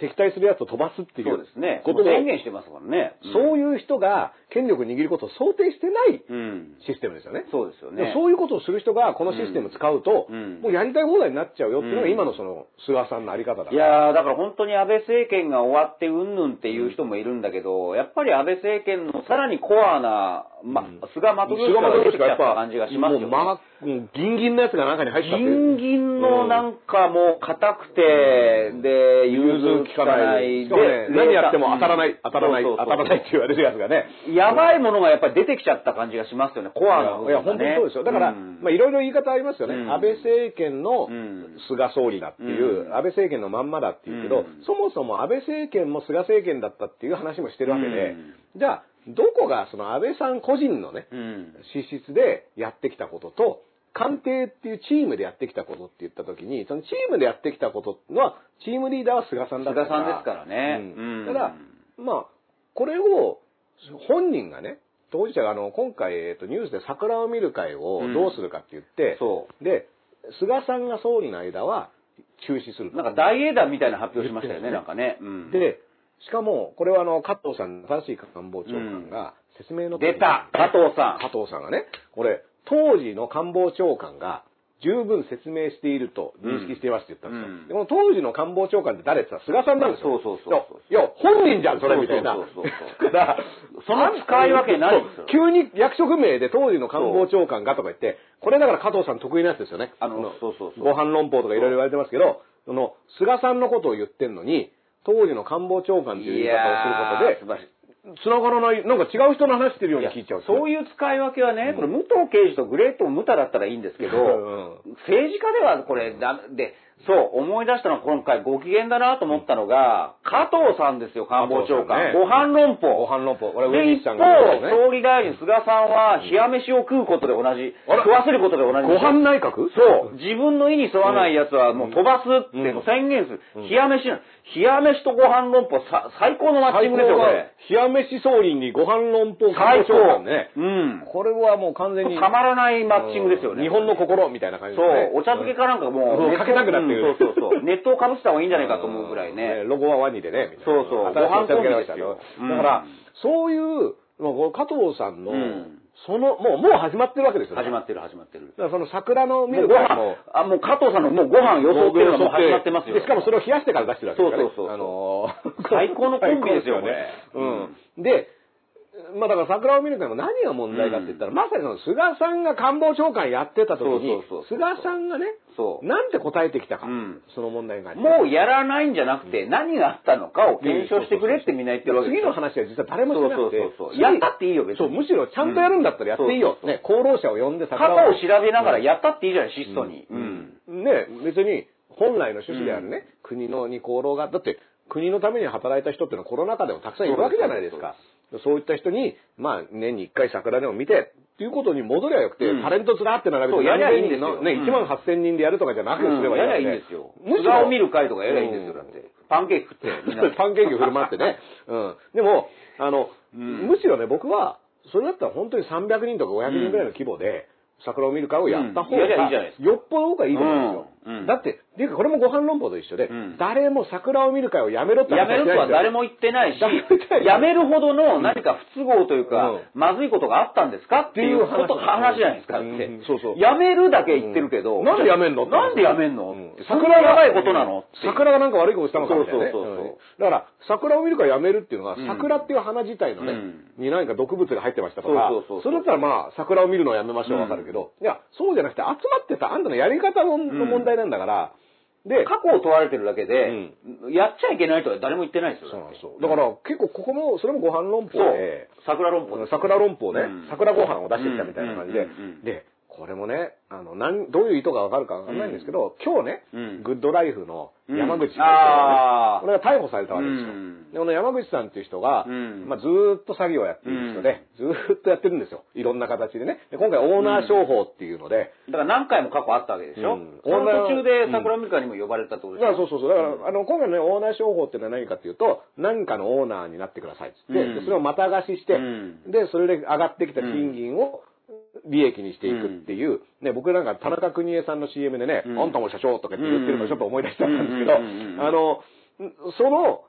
Speaker 3: 敵対するやつを飛ばすっていう
Speaker 2: そうですね。
Speaker 3: ことを、
Speaker 2: 宣言してますもんね。
Speaker 3: そう
Speaker 2: い
Speaker 3: いう人が権力を握ることを想定してない
Speaker 2: うん。うん。
Speaker 3: システムですよね。
Speaker 2: そうですよ
Speaker 3: でも
Speaker 2: ね。
Speaker 3: そういうことをする人がこのシステムを使うと、
Speaker 2: うん
Speaker 3: もうやりたい放題になっちゃうよっていうのが
Speaker 2: うん
Speaker 3: 今のその菅さんのあり方だから。
Speaker 2: いやーだから本当に安倍政権が終わってうんぬんっていう人もいるんだけど、やっぱり安倍政権のさらにコアな、ま
Speaker 3: うん、
Speaker 2: 菅
Speaker 3: 菅
Speaker 2: 元
Speaker 3: 義
Speaker 2: 総理が出てき
Speaker 3: 偉がやっ
Speaker 2: ちゃっ
Speaker 3: ぱ
Speaker 2: た感じがしますよね。
Speaker 3: もう、ま、もうギンギンのやつが中に入ってたって
Speaker 2: ギ
Speaker 3: いう
Speaker 2: ンギンのなんかもう硬くて、で、融通
Speaker 3: 聞
Speaker 2: き
Speaker 3: か
Speaker 2: か
Speaker 3: な。
Speaker 2: ないい。
Speaker 3: しかもね
Speaker 2: で
Speaker 3: 何やっても当たらな
Speaker 2: うん
Speaker 3: い、当たらない、
Speaker 2: そう
Speaker 3: 当
Speaker 2: そう
Speaker 3: た
Speaker 2: そう
Speaker 3: らないって言われるやつがね。
Speaker 2: やばいものがやっぱり出てきちゃった感じがしますよね、コアの部
Speaker 3: いや、
Speaker 2: 分
Speaker 3: 本
Speaker 2: が
Speaker 3: 当
Speaker 2: ね、
Speaker 3: にそうですよ。だから、
Speaker 2: うん
Speaker 3: まあ、いろいろ言い方ありますよね。
Speaker 2: うん
Speaker 3: 安倍政権の
Speaker 2: うん
Speaker 3: 菅総理だっていう、
Speaker 2: うん
Speaker 3: 安倍政権のまんまだっていうけど、
Speaker 2: うん
Speaker 3: そもそも安倍政権も菅政権だったっていう話もしてるわけで、
Speaker 2: うん
Speaker 3: じゃあ、どこがその安倍さん個人のね、
Speaker 2: うん
Speaker 3: 資質でやってきたことと、官邸っていうチームでやってきたことって言ったときに、そのチームでやってきたことは、チームリーダーは菅さんだった
Speaker 2: 菅さんですからね
Speaker 3: うん
Speaker 2: うん
Speaker 3: ただ、まあ、これを、本人がね、当事者があの、今回、えっと、ニュースで桜を見る会をどうするかって言って、
Speaker 2: そ
Speaker 3: で、菅さんが総理の間は中止すると。
Speaker 2: なんか大英断みたいな発表しましたよね、なんかね。うん、
Speaker 3: で、しかも、これはあの、加藤さん、新しい官房長官が説明の時に
Speaker 2: 出た加藤さん
Speaker 3: 加藤さんがね、これ、当時の官房長官が十分説明していると認識していますって言ったんですよ。
Speaker 2: うん
Speaker 3: でこの当時の官房長官って誰って言ったら菅さんなんですよ。
Speaker 2: そうそうそうそう
Speaker 3: いや、いや本人じゃん、それみたいな。
Speaker 2: そうそうそうそう
Speaker 3: だから、
Speaker 2: その使い分けないんですよ
Speaker 3: そう急に役職名で当時の官房長官がとか言って、これだから加藤さん得意なやつですよね。
Speaker 2: あのそうそうそう
Speaker 3: ご飯論法とかいろいろ言われてますけど、その、菅さんのことを言ってんのに、当時の官房長官という言い方をする
Speaker 2: いやー素
Speaker 3: こ
Speaker 2: 晴らしい。
Speaker 3: とで、繋がらない、なんか違う人の話してるように聞いちゃう。
Speaker 2: そういう使い分けはね、これ、武藤刑事とグレート・ムタだったらいいんですけ
Speaker 3: <laughs>
Speaker 2: ど、政治家ではこれだ、で、そう、思い出したのは今回ご機嫌だなと思ったのが、加藤さんですよ、官房長官。
Speaker 3: 加藤さんね
Speaker 2: ご飯論法。
Speaker 3: ご飯論法。俺、
Speaker 2: で、
Speaker 3: 上
Speaker 2: 一
Speaker 3: 西さ
Speaker 2: 方
Speaker 3: んが言って、たね。
Speaker 2: 総理大臣菅さんは、冷や飯を食うことで同じ、
Speaker 3: あら
Speaker 2: 食わせることで同じ。
Speaker 3: ご飯内閣
Speaker 2: そう。自分の意に沿わないやつはもう飛ばすって
Speaker 3: うん
Speaker 2: もう宣言する。
Speaker 3: うん
Speaker 2: 冷や飯なの冷や飯とご飯論法さ、最高のマッチングですよ、これ。
Speaker 3: 冷や飯総理にご飯論法官
Speaker 2: 最
Speaker 3: 房長官
Speaker 2: 高。
Speaker 3: ね。
Speaker 2: うん。
Speaker 3: これはもう完全に。
Speaker 2: たまらないマッチングですよね。
Speaker 3: 日本の心みたいな感じ
Speaker 2: そ
Speaker 3: ですね
Speaker 2: う、お茶漬けかなんかも
Speaker 3: そう
Speaker 2: う、
Speaker 3: かけたくなってくる
Speaker 2: うんそ
Speaker 3: <laughs>
Speaker 2: うそうそう。ネットをかぶせた方がいいんじゃないかと思うぐらいね。
Speaker 3: ロゴはワニでね、みたいな。
Speaker 2: そうそう
Speaker 3: 新しいお茶漬けが出ましたけど
Speaker 2: ご飯コンビですよ
Speaker 3: だから
Speaker 2: うん、
Speaker 3: そういう、まあこの加藤さんの
Speaker 2: うん
Speaker 3: その、もう、もう始まってるわけですよ、ね。
Speaker 2: 始ま
Speaker 3: て
Speaker 2: ってる、始まってる。
Speaker 3: だからその桜の見
Speaker 2: も
Speaker 3: る
Speaker 2: うご
Speaker 3: から
Speaker 2: 飯、あ、もう加藤さんのもうご飯予想っていうのがもう始まってますよ。
Speaker 3: でしかもそれを冷やしてから出してるわけですからね。
Speaker 2: そうそうそう
Speaker 3: あのー
Speaker 2: 最高のコンビですよ
Speaker 3: 最高
Speaker 2: ね
Speaker 3: ですよねうん。で、まあだから桜を見るのも何が問題かって言ったら、まさにその菅さんが官房長官やってた時に
Speaker 2: そうそうそうそう
Speaker 3: 菅さんがね、
Speaker 2: そう。
Speaker 3: なんて答えてきたか、
Speaker 2: うん
Speaker 3: その問題に関して。
Speaker 2: もうやらないんじゃなくて、何があったのかを検証してくれってみんな言ってるわけです
Speaker 3: 次の話は実は誰もしてなくて
Speaker 2: そうそうそうそう
Speaker 3: 次
Speaker 2: やったっていいよ別に
Speaker 3: そうむしろちゃんとやるんだったらやっていいよ、
Speaker 2: うん
Speaker 3: ね功労者を呼んで
Speaker 2: 過
Speaker 3: 桜
Speaker 2: 去を調べながらやったっていいじゃない、質素に。う
Speaker 3: うんん。ね別に本来の趣旨であるね、国のに功労がだって国のために働いた人っていうのはコロナ禍でもたくさんいるわけじゃないですかそういった人にまあ年に1回桜でも見てっていうことに戻りゃよくて、
Speaker 2: うん
Speaker 3: タレントずらーって並べて
Speaker 2: そうやりゃいいんですよ
Speaker 3: 何千人のね、1万8000人でやるとかじゃなくすれば
Speaker 2: やりゃ
Speaker 3: わ
Speaker 2: い
Speaker 3: け
Speaker 2: い
Speaker 3: で
Speaker 2: んですよ。
Speaker 3: むしろ
Speaker 2: 裏を見る会とかやりゃいいんですよ、
Speaker 3: うん
Speaker 2: だって。パンケーキ食って、みんなで
Speaker 3: パンケーキを振る舞ってね。うん。でも、あの、
Speaker 2: うん
Speaker 3: むしろね、僕は、それだったら本当に300人とか500人ぐらいの規模で、桜を見る会をやった方が、
Speaker 2: うんやりゃいいじゃないですか
Speaker 3: よっぽど僕はいいと思うんですよ。
Speaker 2: うんうん
Speaker 3: だって、っていうかこれもご飯論法と一緒で、
Speaker 2: うん
Speaker 3: 誰も桜を見る会をやめろって
Speaker 2: <laughs> やめるとは誰
Speaker 3: も。
Speaker 2: も言ってないし
Speaker 3: 誰も言ってない、よ
Speaker 2: やめるほどの何か不都合というか、
Speaker 3: うん
Speaker 2: まずいことがあったんですかっていうこと、話じゃないですか。
Speaker 3: うん
Speaker 2: だって
Speaker 3: うんそうそう
Speaker 2: やめるだけ言ってるけど、
Speaker 3: なんでやめんの
Speaker 2: なんでやめんの、
Speaker 3: うん
Speaker 2: 桜やばいことなのっていう
Speaker 3: 桜がなんか悪いことしたのかみたいなね。
Speaker 2: そうそうそうそう
Speaker 3: だか
Speaker 2: ん
Speaker 3: ら、桜を見る会やめるっていうのは、
Speaker 2: うん
Speaker 3: 桜っていう花自体のね、
Speaker 2: うん
Speaker 3: に何か毒物が入ってましたとか、
Speaker 2: そうそうそうそう
Speaker 3: れだったらまあ、桜を見るのはやめましょうわかるけど、いや、そうじゃなくて、集まってたあんたのやり方のの問題なんだから、で、
Speaker 2: 過去を問われてるだけで、やっちゃいけないとは誰も言ってないですよ。
Speaker 3: そうなんですよ。だから、結構ここも、それもご飯論法
Speaker 2: そう
Speaker 3: で、
Speaker 2: 桜論法です
Speaker 3: 桜論法ね、
Speaker 2: うん
Speaker 3: 桜ご飯を出してきたみたいな感じで、
Speaker 2: うんうんうんうん
Speaker 3: で、これもね、あの、なん、どういう意図がわかるかわかんないんですけど、今日ね、
Speaker 2: うん
Speaker 3: グッドライフの山口
Speaker 2: う
Speaker 3: さ
Speaker 2: んあー
Speaker 3: これが逮捕されたわけですよ。
Speaker 2: うん
Speaker 3: で、この山口さんっていう人が、
Speaker 2: うん
Speaker 3: まあ、ずーっと詐欺をやっている人で、ずーっとやってるんですよ。いろんな形でね。で、今回オーナー商法っていうので、
Speaker 2: だから何回も過去あったわけでしょ、
Speaker 3: うん
Speaker 2: その途中で桜ミカにも呼ばれたってことで
Speaker 3: だ
Speaker 2: し
Speaker 3: か
Speaker 2: ょ
Speaker 3: らそうそうそう。だから、あの、今回のね、オーナー商法っていうのは何かっていうと、何かのオーナーになってくださいっつって、
Speaker 2: うん
Speaker 3: でそれをまた貸しして、
Speaker 2: うん
Speaker 3: で、それで上がってきた賃金を、利益にしていくっていう、ね、僕なんか田中邦衛さんの CM でね、
Speaker 2: うん
Speaker 3: あんたも社長とかって言ってるのをちょっと思い出しちゃったんですけ
Speaker 2: う
Speaker 3: ど、
Speaker 2: んうんうんうん
Speaker 3: あの、その、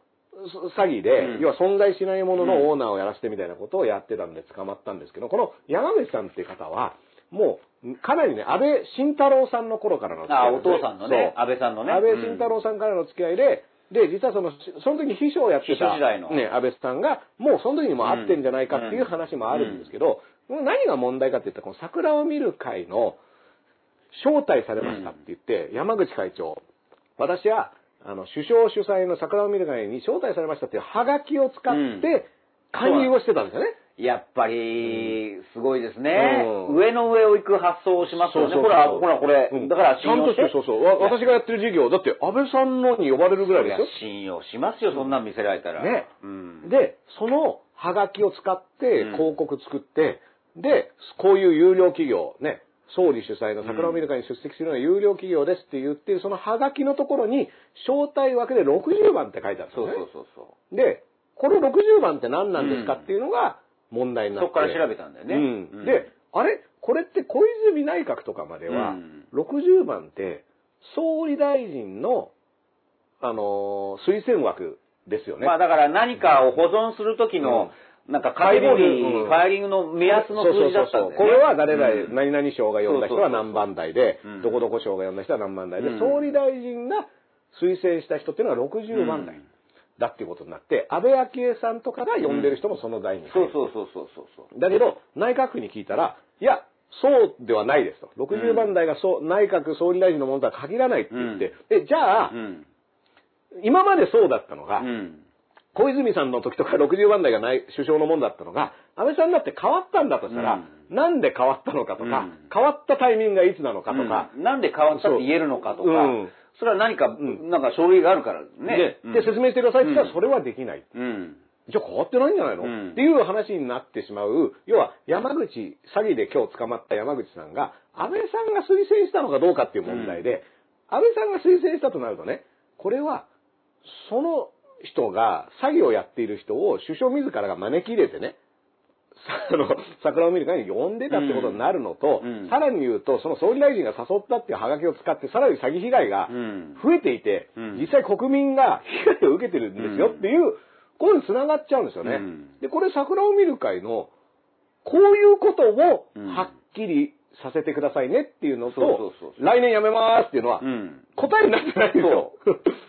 Speaker 3: そ詐欺で、
Speaker 2: うん
Speaker 3: 要は存在しないもののオーナーをやらせてみたいなことをやってたんで捕まったんですけど、この山口さんっていう方は、もう、かなりね、安倍晋太郎さんの頃からの付き合
Speaker 2: あ
Speaker 3: い
Speaker 2: お
Speaker 3: ですね
Speaker 2: 父さんのね
Speaker 3: そう
Speaker 2: 安倍さんのね
Speaker 3: 安倍晋太郎さんからの付き合いで、で、実はその、その時に秘書をやって
Speaker 2: 秘書
Speaker 3: た、
Speaker 2: 時代の
Speaker 3: ね、安倍さんが、もうその時にもう会ってんじゃないかっていう話もあるんですけど、何が問題かって言ったら、この桜を見る会の、招待されましたって言って、山口会長、私は、あの、首相主催の桜を見る会に招待されましたっていうハガキを使
Speaker 2: うん
Speaker 3: って、勧誘をしてたんですよね。
Speaker 2: やっぱり、すごいですね、
Speaker 3: うん
Speaker 2: 上の上を行く発想をしますよね。
Speaker 3: そうそうそう
Speaker 2: ほら、ほら、これ、
Speaker 3: うん
Speaker 2: だから
Speaker 3: ちゃ
Speaker 2: 信
Speaker 3: ん
Speaker 2: 用
Speaker 3: と
Speaker 2: して。
Speaker 3: して、そうそう。わ
Speaker 2: いや
Speaker 3: 私がやってる事業、だって安倍さんのに呼ばれるぐらい
Speaker 2: い
Speaker 3: で
Speaker 2: や
Speaker 3: すよ。
Speaker 2: 信用しますよ、そんなん見せられたら。
Speaker 3: ね
Speaker 2: うん。
Speaker 3: で、そのハガキを使って
Speaker 2: うん
Speaker 3: 広告作って、で、こういう有料企業、ね、総理主催の桜を見る会に出席するような有料企業ですって言ってる、そのハガキのところに、招待枠で60番って書いてあるんです
Speaker 2: そ
Speaker 3: よ
Speaker 2: う
Speaker 3: ね。
Speaker 2: そうそうそ
Speaker 3: で、この60番って何なんですかっていうのが問題に
Speaker 2: う。
Speaker 3: なって。
Speaker 2: そっから調べたんだよね。
Speaker 3: うん
Speaker 2: うん
Speaker 3: で、あれこれって小泉内閣とかまでは、
Speaker 2: うん
Speaker 3: 60番って総理大臣の、あのー推薦枠ですよね。
Speaker 2: まあだから何かを保存する時の、なんかカテゴリー、
Speaker 3: うん
Speaker 2: ファイリングの目安の
Speaker 3: そうそ
Speaker 2: 数
Speaker 3: う
Speaker 2: 字
Speaker 3: そ
Speaker 2: だ
Speaker 3: う
Speaker 2: った
Speaker 3: そ
Speaker 2: ん
Speaker 3: う
Speaker 2: だよね。
Speaker 3: これは誰々、
Speaker 2: うん
Speaker 3: 何々賞が呼んだ人は何番台で
Speaker 2: そうそうそううん、
Speaker 3: どこどこ賞が呼んだ人は何番台で、
Speaker 2: うん
Speaker 3: 総理大臣が推薦した人っていうのは60番台だっていうことになって、安倍昭恵さんとかが呼んでる人もその台に入る。
Speaker 2: そうそうそうそうそうそう。
Speaker 3: だけど、内閣府に聞いたら、いや、そうではないですと。60番台がそう、内閣総理大臣のものとは限らないって言って、で、じゃあ、
Speaker 2: うん。
Speaker 3: 今までそうだったの
Speaker 2: う
Speaker 3: が、
Speaker 2: ん。
Speaker 3: 小泉さんの時とか60番台がない首相のもんだったのが、安倍さんだって変わったんだとしたら、なんで変わったのかとか、
Speaker 2: うん
Speaker 3: 変わったタイミングがいつなのかとか、
Speaker 2: うんなんで変わったって言えるのかとか、そ,、
Speaker 3: うん
Speaker 2: れは何か、
Speaker 3: ん
Speaker 2: なんか書類があるからね
Speaker 3: で。で説明してくださいって言ったら、それはできない。
Speaker 2: うん。
Speaker 3: じゃあ変わってないんじゃないの、
Speaker 2: うん
Speaker 3: っていう話になってしまう。要は山口、詐欺で今日捕まった山口さんが、安倍さんが推薦したのかどうかっていう問題で、安倍さんが推薦したとなるとね、これは、その人が、詐欺をやっている人を首相自らが招き入れてね、さあの、桜を見る会に呼んでたってことになるのと、
Speaker 2: うんうん
Speaker 3: さらに言うと、その総理大臣が誘ったっていうハガキを使って、さらに詐欺被害が
Speaker 2: うん
Speaker 3: 増えていて、
Speaker 2: うん
Speaker 3: 実際国民が被害を受けてるんですよっていう、ことに繋がっちゃうんですよね。
Speaker 2: うん
Speaker 3: で、これ桜を見る会のこういうことを
Speaker 2: うん
Speaker 3: はっきりさせてくださいねっていうのと、
Speaker 2: そうそうそうそ
Speaker 3: 来年やめますっていうのは、
Speaker 2: うん。
Speaker 3: 答えになってないんですよ。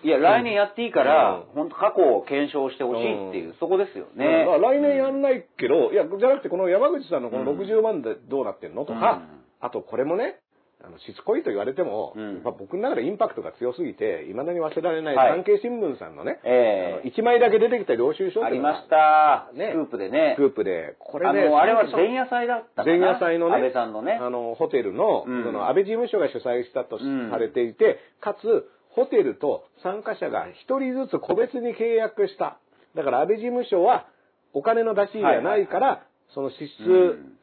Speaker 2: いや、来年やっていいから、
Speaker 3: うん
Speaker 2: 本当過去を検証してほしいっていう、そこですよね。
Speaker 3: <laughs> だから来年やんないけど、いや、じゃなくてこの山口さんのこの60万でどうなってんのとか、
Speaker 2: うん
Speaker 3: あとこれもね、あのしつこいと言われても、
Speaker 2: うん
Speaker 3: やっぱ僕の中でインパクトが強すぎて、いまだに忘れられない
Speaker 2: はい
Speaker 3: 産経新聞さんのね、
Speaker 2: ええ
Speaker 3: 1枚だけ出てきた領収書
Speaker 2: あ
Speaker 3: ってい
Speaker 2: り
Speaker 3: うのが
Speaker 2: ました。
Speaker 3: ね
Speaker 2: スクープでね。
Speaker 3: スクープで、これ
Speaker 2: あ
Speaker 3: ね、
Speaker 2: の、あれは前夜祭だったかな。
Speaker 3: 前夜祭のね、
Speaker 2: 安倍さんのね。
Speaker 3: あの、ホテルの、
Speaker 2: うん
Speaker 3: その、安倍事務所が主催したとし
Speaker 2: うん
Speaker 3: されていて、かつ、ホテルと参加者が一人ずつ個別に契約した。だから安倍事務所は、お金の出し入れはないから、その支出、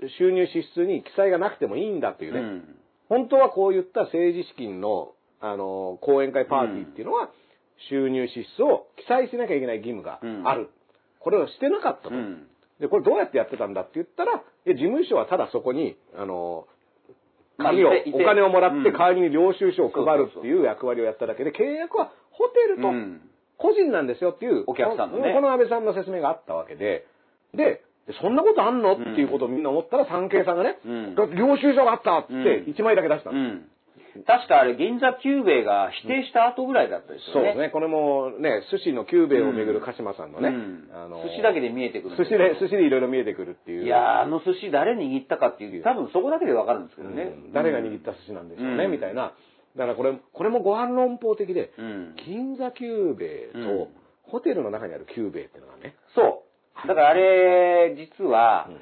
Speaker 2: うん
Speaker 3: 収入支出に記載がなくてもいいんだっていううね、
Speaker 2: ん。
Speaker 3: 本当はこういった政治資金の、あの、講演会パーティーっていうのは、収入支出を記載しなきゃいけない義務がある。
Speaker 2: う
Speaker 3: これをしてなかったと。
Speaker 2: うん。
Speaker 3: で、これどうやってやってたんだって言ったら、いや事務所はただそこに、あの、
Speaker 2: まあ
Speaker 3: 紙を、
Speaker 2: いてい
Speaker 3: お
Speaker 2: て
Speaker 3: 金をもらって代
Speaker 2: うん
Speaker 3: わりに領収書を配るっ
Speaker 2: そうそうそう
Speaker 3: ていう役割をやっただけで、契約はホテルと
Speaker 2: うん
Speaker 3: 個人なんですよっていう、
Speaker 2: お客さんのね
Speaker 3: この安倍さんの説明があったわけで、で、そんなことあんの、
Speaker 2: うん
Speaker 3: っていうことをみんな思ったら、産経さんがね、
Speaker 2: うん
Speaker 3: だって領収書があったっつって、
Speaker 2: うん
Speaker 3: 1枚だけ出した
Speaker 2: う
Speaker 3: の、
Speaker 2: ん。確かあれ、銀座久兵衛が否定した後ぐらいだったです
Speaker 3: そう
Speaker 2: よ
Speaker 3: で
Speaker 2: ね。
Speaker 3: すね、これもね、寿司の久兵衛をめぐる鹿島さんのね、
Speaker 2: うん
Speaker 3: あの
Speaker 2: 寿司だけで見えてくるん
Speaker 3: 寿司
Speaker 2: ですよ
Speaker 3: で、寿司でいろいろ見えてくるっていう。
Speaker 2: いやー、あの寿司誰握ったかっていう、多分そこだけでわかるんですけどね。
Speaker 3: うん誰が握った寿司なんでしょうね、
Speaker 2: うん
Speaker 3: みたいな。だからこれ、これもご飯論法的で、
Speaker 2: うん。
Speaker 3: 銀座久兵衛と、
Speaker 2: うん
Speaker 3: ホテルの中にある久兵衛ってのがね、
Speaker 2: そう。だからあれ、実は、
Speaker 3: うん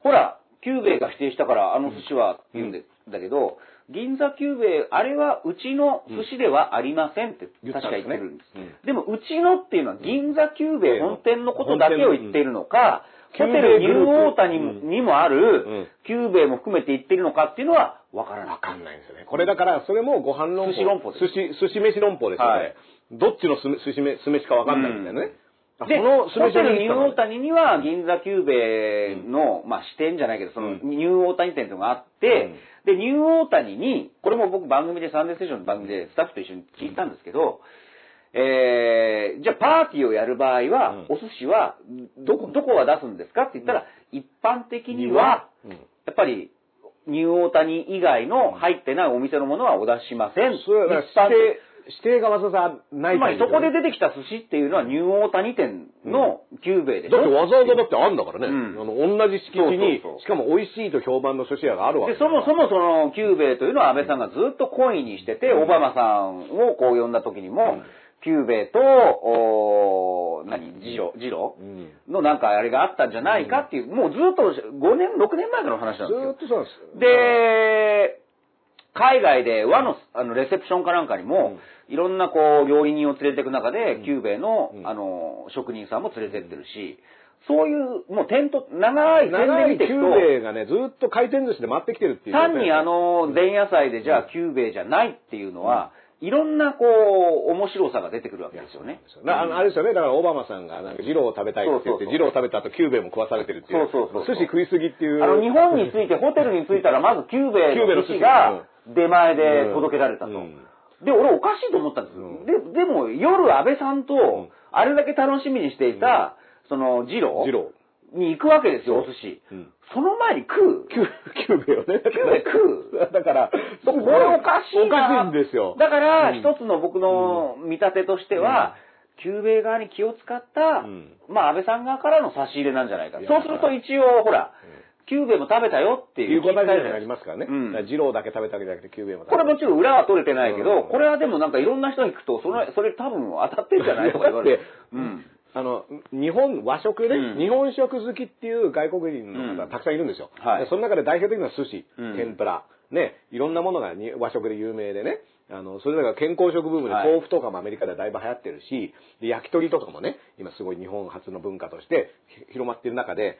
Speaker 2: ほら、久兵衛が否定したから、あの寿司はって言うんで、だけど、銀座久兵衛、あれはうちの寿司ではありませんって
Speaker 3: うん
Speaker 2: 確か言ってるんです。
Speaker 3: 言ったんですね
Speaker 2: でも、うちのっていうのは銀座久兵衛本店のことだけを言っているのか、
Speaker 3: うん
Speaker 2: ホテルニューオータにも,、
Speaker 3: うん
Speaker 2: にもあ
Speaker 3: うん
Speaker 2: る久兵衛も含めて言ってるのかっていうのはわからな
Speaker 3: わ
Speaker 2: い。
Speaker 3: かんないんですよね。これだから、それもご飯論法。
Speaker 2: 寿司論法です
Speaker 3: 寿司、寿司飯論法ですよね。
Speaker 2: はい
Speaker 3: どっちのす寿司め酢飯かわかんないみたいなね。あ
Speaker 2: で、
Speaker 3: この
Speaker 2: ホ
Speaker 3: 酢飯
Speaker 2: テ
Speaker 3: を
Speaker 2: ル
Speaker 3: 握った
Speaker 2: ニュー
Speaker 3: の
Speaker 2: オータニには、銀座久兵衛の、まあ、支店じゃないけど、その、
Speaker 3: うん
Speaker 2: ニューオータニ店っていうのがあって、で、ニューオータニに、これも僕番組で、サンデーステーションの番組でスタッフと一緒に聞いたんですけど、えー、じゃあパーティーをやる場合は、
Speaker 3: うん
Speaker 2: お寿司は、どこ、どこは出すんですかって言ったら、一般的には、
Speaker 3: うん
Speaker 2: やっぱり、ニューオータニ以外の入ってないお店のものはお出ししません。
Speaker 3: それはだ
Speaker 2: 一
Speaker 3: から
Speaker 2: 般的
Speaker 3: 指定、指定がわざわざない
Speaker 2: つまりそこで
Speaker 3: 出
Speaker 2: 出てきた寿司っていうのはニューオータニ店の久兵衛でし
Speaker 3: だ
Speaker 2: ょ、
Speaker 3: ってわざわざだってあんだからね。
Speaker 2: うん
Speaker 3: あの、同じ敷地に
Speaker 2: そうそうそう
Speaker 3: しかも美味しいと評判の寿司屋があるわけ
Speaker 2: で、そもそ
Speaker 3: も、
Speaker 2: もその、キューベイというのは安倍さんがずっと懇意にしてて、
Speaker 3: うん
Speaker 2: オバマさんをこう呼んだ時に
Speaker 3: うん、
Speaker 2: もキューベイと、おー何、ジロ、ジロ
Speaker 3: うん
Speaker 2: のなんかあれがあったんじゃないかっていう、もうずっと5年、6年前からの話
Speaker 3: ず
Speaker 2: なんです
Speaker 3: ー
Speaker 2: よ
Speaker 3: っ。とそうなんですよ。
Speaker 2: で、海外で和のあのレセプションかなんかにも、いろんなこう料理人を連れていく中で、キューベイの,、
Speaker 3: うん
Speaker 2: あの職人さんも連れてってるし、そういう、もう点と、長い点
Speaker 3: 長い
Speaker 2: で見ていくと、
Speaker 3: 久兵衛がね、ずーっと回転寿司で回ってきてるっていう状態なん
Speaker 2: 単
Speaker 3: です
Speaker 2: に
Speaker 3: よ。
Speaker 2: あの前夜祭でじゃあキューベイじゃないっていうのは、いろんなこう面白さが出てくるわけですよね。
Speaker 3: なあのあれですよね、だからオバマさんがなんかジローを食べたいって言って、
Speaker 2: そうそうそう
Speaker 3: ジローを食べた後キューベイも食わされてるっていう。
Speaker 2: そうそうそうそう
Speaker 3: 寿司食いすぎっていう。
Speaker 2: あの日本に着いてホテルに着いたらまずキューベイ
Speaker 3: キューベイの
Speaker 2: の
Speaker 3: 寿司
Speaker 2: 寿司が出前で届けられたと。
Speaker 3: うん
Speaker 2: で、俺おかしいと思ったんです、で、でも夜安倍さんと
Speaker 3: ん
Speaker 2: あれだけ楽しみにしていた、そのジロ
Speaker 3: ジロ
Speaker 2: ーに行くわけですよ、お寿司。
Speaker 3: うん
Speaker 2: その前に食う
Speaker 3: キュキューベイをね。だから
Speaker 2: キューベイ食う
Speaker 3: <laughs> だから、
Speaker 2: これおかしい
Speaker 3: おか
Speaker 2: な。
Speaker 3: しいんですよ。
Speaker 2: だから、一つの僕の見立てとしては、旧米側に気を使っ
Speaker 3: う
Speaker 2: た、
Speaker 3: ん
Speaker 2: まあ安倍さん側からの差し入れなんじゃないか。
Speaker 3: いや
Speaker 2: そうすると一応、ほら、旧米も食べたよって
Speaker 3: い
Speaker 2: いうう。
Speaker 3: ことになりますからね。
Speaker 2: うん
Speaker 3: だからジローだけ食べたわけじゃなくてキューベイも食
Speaker 2: こ
Speaker 3: べ
Speaker 2: れ
Speaker 3: た。
Speaker 2: もちろん裏は取れてないけど、
Speaker 3: うん
Speaker 2: これはでもなんかいろんな人に聞くと、それ、それ多分当たってんじゃないとか言わ
Speaker 3: だ
Speaker 2: れ
Speaker 3: <laughs>
Speaker 2: て
Speaker 3: って。
Speaker 2: うん。
Speaker 3: あの、日本、和食ね、
Speaker 2: うん
Speaker 3: 日本食好きっていう外国人の方
Speaker 2: うん
Speaker 3: たくさんいるんですよ。
Speaker 2: はい
Speaker 3: でその中で代表的な寿司、
Speaker 2: うん
Speaker 3: 天ぷら、ね、いろんなものがに和食で有名でね、あの、それらが健康食ブームで
Speaker 2: はい
Speaker 3: 豆腐とかもアメリカでだいぶ流行ってるし、で焼き鳥とかもね、今すごい日本初の文化としてひ広まってる中で、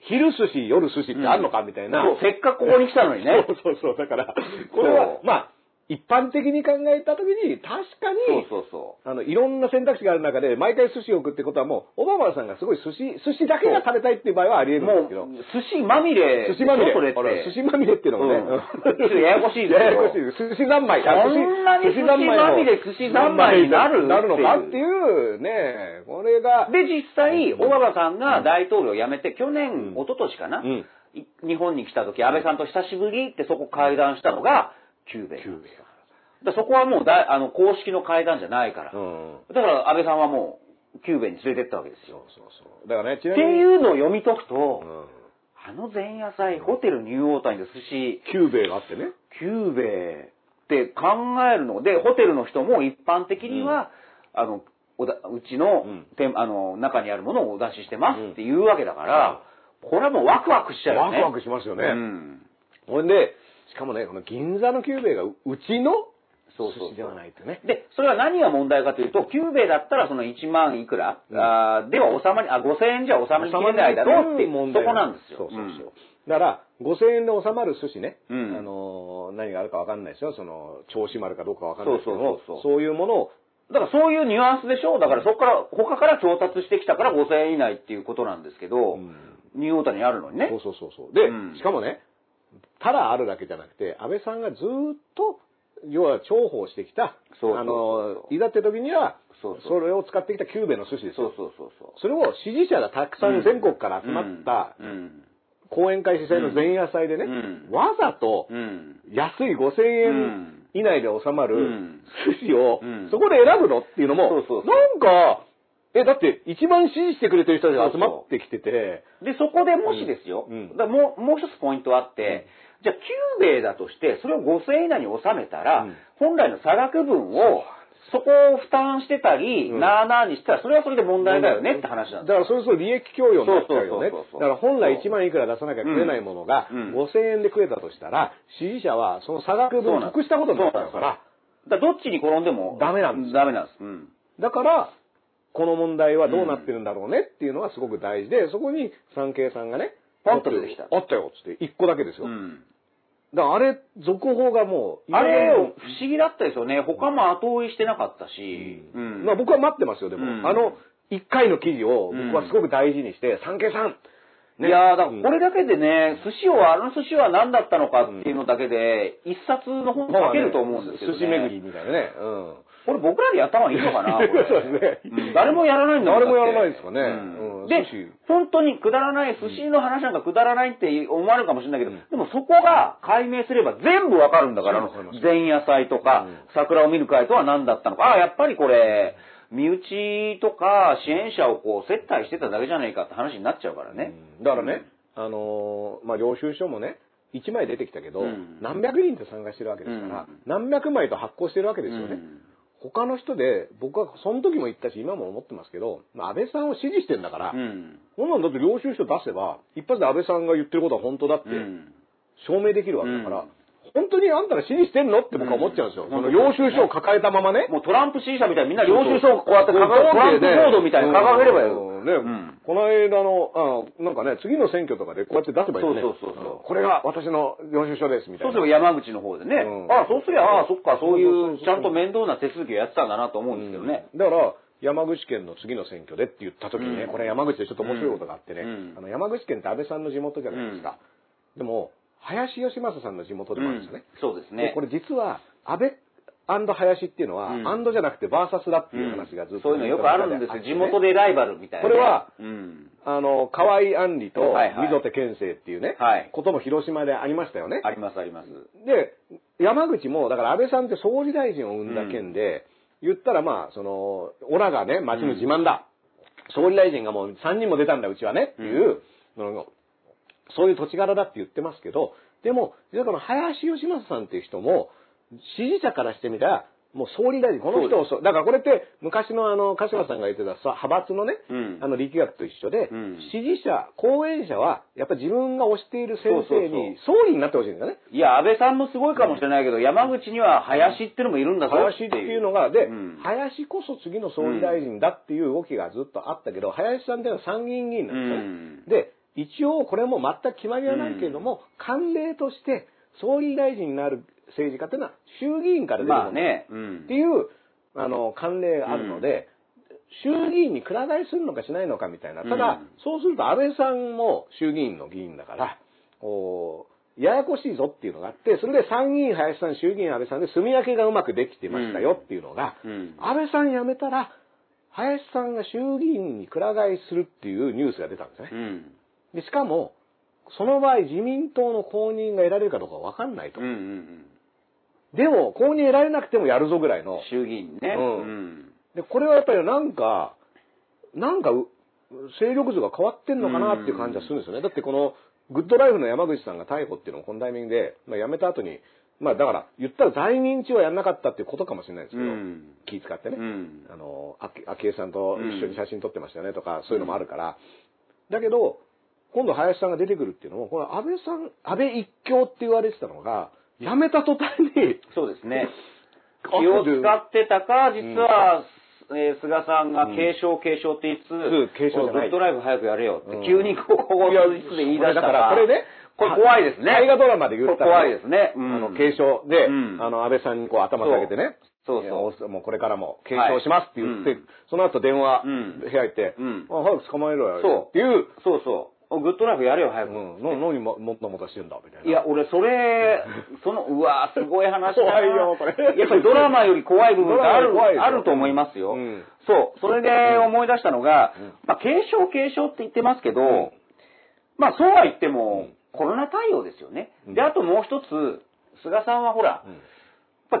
Speaker 3: 昼寿司、夜寿司ってあるのかみたいな。
Speaker 2: そうせっかくここに来たのにね
Speaker 3: そうそうそう、だから、これは
Speaker 2: そ、う
Speaker 3: まあ、一般的に考えたときに、確か
Speaker 2: そう
Speaker 3: に、
Speaker 2: そうそ
Speaker 3: あの、いろんな選択肢がある中で、毎回寿司を食ってことはもう、オバマさんがすごい寿司、寿司だけが食べたいっていう場合はあり
Speaker 2: う。
Speaker 3: 得るんで
Speaker 2: も
Speaker 3: すけど、、
Speaker 2: う寿司まみれ。
Speaker 3: 寿司まみれ。
Speaker 2: それっ
Speaker 3: あら
Speaker 2: て。
Speaker 3: 寿司まみれっていうのもね、
Speaker 2: うんちょっとややこしいですよ
Speaker 3: <laughs> ややこしいです寿司三昧。あ
Speaker 2: そんなに
Speaker 3: 寿司三昧の
Speaker 2: 寿司まみれ寿司三昧になる
Speaker 3: なるのかっていう、ね、これが、
Speaker 2: で、実際、
Speaker 3: うん
Speaker 2: 小川さんが大統領を辞めて、去年、
Speaker 3: うん
Speaker 2: 一昨年かな、
Speaker 3: うん
Speaker 2: い日本に来た時、安倍さんと久しぶりってそこ会談したのが、キューベイ。
Speaker 3: キューベ
Speaker 2: だからそこはもうだいあの、公式の会談じゃないから。
Speaker 3: うん。
Speaker 2: だから安倍さんはもう、キューベイに連れてったわけです
Speaker 3: そう
Speaker 2: よ。
Speaker 3: そうそう。だからね、ち
Speaker 2: っ
Speaker 3: な
Speaker 2: て
Speaker 3: み
Speaker 2: い
Speaker 3: に、
Speaker 2: うのを読み解くと、
Speaker 3: うん
Speaker 2: あの前夜祭、ホテルニューオータニで寿司、
Speaker 3: キューベがあってね。
Speaker 2: キューベイって考えるので、ホテルの人も一般的には、あの、おだうちの,、
Speaker 3: うん
Speaker 2: てあの中にあるものをお出ししてますっていうわけだから、これはもうワクワクしちゃうよ
Speaker 3: ワク
Speaker 2: ね。
Speaker 3: ワクしますよね。
Speaker 2: うん。
Speaker 3: ほんで、しかもね、この銀座のキューベがううちの
Speaker 2: そうそうそう
Speaker 3: 寿司ではないってね。
Speaker 2: で、それは何が問題かというと、キューベイだったらその1万いくら、
Speaker 3: うん
Speaker 2: あーでは収まり、あ、5000円じゃ収まりきれないだろうって、
Speaker 3: 収まらな
Speaker 2: そ
Speaker 3: い
Speaker 2: こなんですよ。
Speaker 3: そうそうそう。だから、5000円で収まる寿司ね、
Speaker 2: うん
Speaker 3: あのー何があるかわかんないですよ、その、銚子丸かどうかわかんないですけど
Speaker 2: そう
Speaker 3: も、
Speaker 2: そうそうそう
Speaker 3: そういうものを、
Speaker 2: うんだからそういうニュアンスでしょだからそこから、他から調達してきたから5000円以内っていうことなんですけど、
Speaker 3: うん
Speaker 2: ニューオータニあるのにね
Speaker 3: そ。うそうそうそう。で、
Speaker 2: うん
Speaker 3: しかもね、ただあるだけじゃなくて、安倍さんがずーっと、要は重宝してきた、
Speaker 2: そうそうそうそう
Speaker 3: あのーいざって時には、
Speaker 2: そうそう
Speaker 3: それを使ってきたキューベの寿司ですよ
Speaker 2: そうそうそうそう。
Speaker 3: それを支持者がたくさん全国から集まった
Speaker 2: うんうん
Speaker 3: 講演会主催の前夜祭でね、
Speaker 2: うん
Speaker 3: わざと
Speaker 2: うん
Speaker 3: 安い5000円以内で収ま
Speaker 2: う
Speaker 3: る
Speaker 2: ん
Speaker 3: 寿司を
Speaker 2: うん
Speaker 3: そこで選ぶのっていうのも、
Speaker 2: そうそうそう
Speaker 3: なんか、え、だって一番支持してくれてる人たちが集まってきてて、
Speaker 2: で、そこでもしですよ、
Speaker 3: うんうん
Speaker 2: だからもうもう一つポイントあって、じゃあ、キューベイだとして、それを5000円以内に収めたら、
Speaker 3: うん
Speaker 2: 本来の差額分を、そこを負担してたり、
Speaker 3: うん
Speaker 2: なあなあにしたら、それはそれで問題だよねって話なん
Speaker 3: だ
Speaker 2: で
Speaker 3: からそれこそ利益供与になっちゃうよね。
Speaker 2: そうそうそうそう
Speaker 3: だから本来1万いくら出さなきゃ食えないものが、
Speaker 2: うん
Speaker 3: 5000円で食えたとしたら、支持者はその差額分を得したことになっちゃう
Speaker 2: そ
Speaker 3: か
Speaker 2: うなん
Speaker 3: ら、
Speaker 2: す。だからどっちに転んでも、
Speaker 3: ダメなんですよ
Speaker 2: ダメなんです。うん。
Speaker 3: だから、この問題はどうなってるんだろうねっていうのはすごく大事で、そこに産経さんがね、
Speaker 2: パンと出てきた
Speaker 3: あったよっつって、一個だけですよ。
Speaker 2: う
Speaker 3: だか
Speaker 2: ん
Speaker 3: らあれ、続報がもう、
Speaker 2: あれ、不思議だったですよね。他も後追いしてなかったし。うん
Speaker 3: まあ僕は待ってますよ、でも。
Speaker 2: うん
Speaker 3: あの、一回の記事を僕はすごく大事にして、産経さんね
Speaker 2: いやーだか
Speaker 3: うん
Speaker 2: らこれだけでね、寿司を、あの寿司は何だったのかっていうのだけで、一冊の本書けると思うんですけど、ね。
Speaker 3: 寿司巡りみたいなね。うん。
Speaker 2: これ僕らでやった方がいいのかな、これ
Speaker 3: <laughs> そうですね
Speaker 2: うん誰もやらないんだん
Speaker 3: 誰もやらないですかね
Speaker 2: だって
Speaker 3: うん
Speaker 2: で
Speaker 3: 寿司、
Speaker 2: 本当にくだらない、寿司の話なんかくだらないって思われるかもしれないけど、
Speaker 3: うん
Speaker 2: でもそこが解明すれば全部わかるんだから
Speaker 3: 全部わかります、
Speaker 2: 前夜祭とか、
Speaker 3: うん
Speaker 2: 桜を見る会とは何だったのか、ああ、やっぱりこれ、身内とか支援者をこう接待してただけじゃないかって話になっちゃうからね。
Speaker 3: うんだからね、あのーまあ、領収書もね、1枚出てきたけど、
Speaker 2: うん
Speaker 3: 何百人って参加してるわけですから、
Speaker 2: うん
Speaker 3: 何百枚と発行してるわけですよね。
Speaker 2: うん
Speaker 3: 他の人で、僕はその時も言ったし、今も思ってますけど、まあ安倍さんを支持してんだから、
Speaker 2: うん。
Speaker 3: こんなのだって領収書出せば、一発で安倍さんが言ってることは本当だって
Speaker 2: うん。
Speaker 3: 証明できるわけだから、
Speaker 2: うん
Speaker 3: 本当にあんたら支持してんのって僕は思っちゃうんですよ。
Speaker 2: うん
Speaker 3: その領収書を抱えたままね。
Speaker 2: もうトランプ支持者みたいにみんな領収書をこうやって掲げトランプボードみたいに掲げればよ。
Speaker 3: ね、
Speaker 2: うん
Speaker 3: この間の、あなんかね、次の選挙とかでこうやって出せばいいよね。
Speaker 2: そうそう
Speaker 3: うん
Speaker 2: そうそう
Speaker 3: これが私の領収書です、みたい
Speaker 2: そう
Speaker 3: な。
Speaker 2: すれば山口の方でね、
Speaker 3: うん
Speaker 2: ああ、そうすりゃ、ああ、そっか、そうい
Speaker 3: そうそう
Speaker 2: う
Speaker 3: そう
Speaker 2: ちゃんと面倒な手続きをやってたんだなと思うんですけどね。
Speaker 3: だから、山口県の次の選挙でって言った時にね、
Speaker 2: うん
Speaker 3: これ山口でちょっと面白いことがあってね、あ
Speaker 2: うん
Speaker 3: の山口県って安倍さんの地元じゃないですか。でも、林義正さんの地元でもあるんですよね。
Speaker 2: うんそうです
Speaker 3: で
Speaker 2: ね。
Speaker 3: これ実は、安倍林っていうのは、
Speaker 2: うん
Speaker 3: アンドじゃなくてバーサスだって
Speaker 2: う
Speaker 3: いうん話がずっと、
Speaker 2: そういうのよくあるんですよ。地元でライバルみたいな。
Speaker 3: これは
Speaker 2: うん。
Speaker 3: あの、河合安里と
Speaker 2: はいはい
Speaker 3: 溝手健生っていうね、
Speaker 2: はい
Speaker 3: ことも広島でありましたよね。
Speaker 2: ありますあります。
Speaker 3: で、山口も、だから安倍さんって総理大臣を生んだ件で、言ったらまあ、その、オラがね、町の自慢だ、総理大臣がもう3人も出たんだ、うちはね、っていう、そのそういう土地柄だって言ってますけど、でも、実はこの林義正さんっていう人も、支持者からしてみたら、もう総理大臣、この人をそう、だからこれって昔のあの、鹿島さんが言ってたさ派閥のね、
Speaker 2: うん
Speaker 3: あの力学と一緒で、
Speaker 2: うん
Speaker 3: 支持者、後援者は、やっぱり自分が推している先生に総理になってほしいんですよね。
Speaker 2: いや、安倍さんもすごいかもしれないけど、山口には林っていうのもいるんだぞ
Speaker 3: 林っていうのが、で、
Speaker 2: うん
Speaker 3: 林こそ次の総理大臣だっていう動きがずっとあったけど、林さんっていうのは参議院議員なんですよね。で、一応これも全く決まりはないけれども、慣例として総理大臣になる政治家っていうのは衆議院から出るもの、
Speaker 2: まあね、うん
Speaker 3: っていうあの慣例があるので、衆議院にくら替えするのかしないのかみたいな、ただ、
Speaker 2: うん
Speaker 3: そうすると安倍さんも衆議院の議員だから、こうややこしいぞっていうのがあって、それで参議院、林さん、衆議院、安倍さんで住み分けがうまくできてましたよっていうのが、
Speaker 2: うん
Speaker 3: 安倍さん辞めたら、林さんが衆議院にくら替えするっていうニュースが出たんですね
Speaker 2: う。ん
Speaker 3: でしかも、その場合自民党の公認が得られるかどうかわかんないと
Speaker 2: うんう。ん
Speaker 3: でも、公認得られなくてもやるぞぐらいの。
Speaker 2: 衆議院ね、
Speaker 3: うん
Speaker 2: うん
Speaker 3: で、これはやっぱりなんか、なんかう、勢力図が変わってんのかなっていう感じはするんですよね。だってこの、グッドライフの山口さんが逮捕っていうのをこのタイミングで、まあ、辞めた後に、まあだから、言ったら在任中はやんなかったっていうことかもしれないですけど、
Speaker 2: うん
Speaker 3: 気使ってね。
Speaker 2: うん
Speaker 3: あの、あき昭恵さんと一緒に写真撮ってましたよねとか、そういうのもあるから。だけど、今度林さんが出てくるっていうのも、これ安倍さん、安倍一強って言われてたのが、辞めた途端に、
Speaker 2: そうですね気を使ってたか実は、えー菅さんが継承継承って言いつつ、
Speaker 3: うん継承じゃない
Speaker 2: グッドライフ早くやれよって、
Speaker 3: うん
Speaker 2: 急にここをいつで言い出し
Speaker 3: だ
Speaker 2: た
Speaker 3: からこれね、
Speaker 2: これ怖いですね
Speaker 3: 大河ドラマで言ったら
Speaker 2: これ怖いですねうん
Speaker 3: あの、継承で、
Speaker 2: うん
Speaker 3: あの、安倍さんにこう頭下げてね。
Speaker 2: そうそうそう
Speaker 3: いやもうこれからも継承しますって言って、
Speaker 2: はいうん
Speaker 3: その後電話、
Speaker 2: うん
Speaker 3: 部屋行って、
Speaker 2: うん
Speaker 3: あ早く捕まえろよ。
Speaker 2: そう
Speaker 3: っていう、
Speaker 2: そうそうグッドライフやれよ早
Speaker 3: う
Speaker 2: く、
Speaker 3: ん、な何ももたもたしてんだ、みたいな。
Speaker 2: いや、俺、それ、その、うわーすごい話だな。
Speaker 3: 怖いよこれ
Speaker 2: やっぱりドラマより怖い部分があ
Speaker 3: ド
Speaker 2: る
Speaker 3: ラマより怖い、よ
Speaker 2: あると思いますよ。
Speaker 3: うん
Speaker 2: そう。それで思い出したのが、
Speaker 3: ん
Speaker 2: まあ、継承継承って言ってますけど、
Speaker 3: ん
Speaker 2: まあ、そうは言っても、
Speaker 3: うん
Speaker 2: コロナ対応ですよね。
Speaker 3: うん
Speaker 2: で、あともう一つ、菅さんはほら、
Speaker 3: うん
Speaker 2: や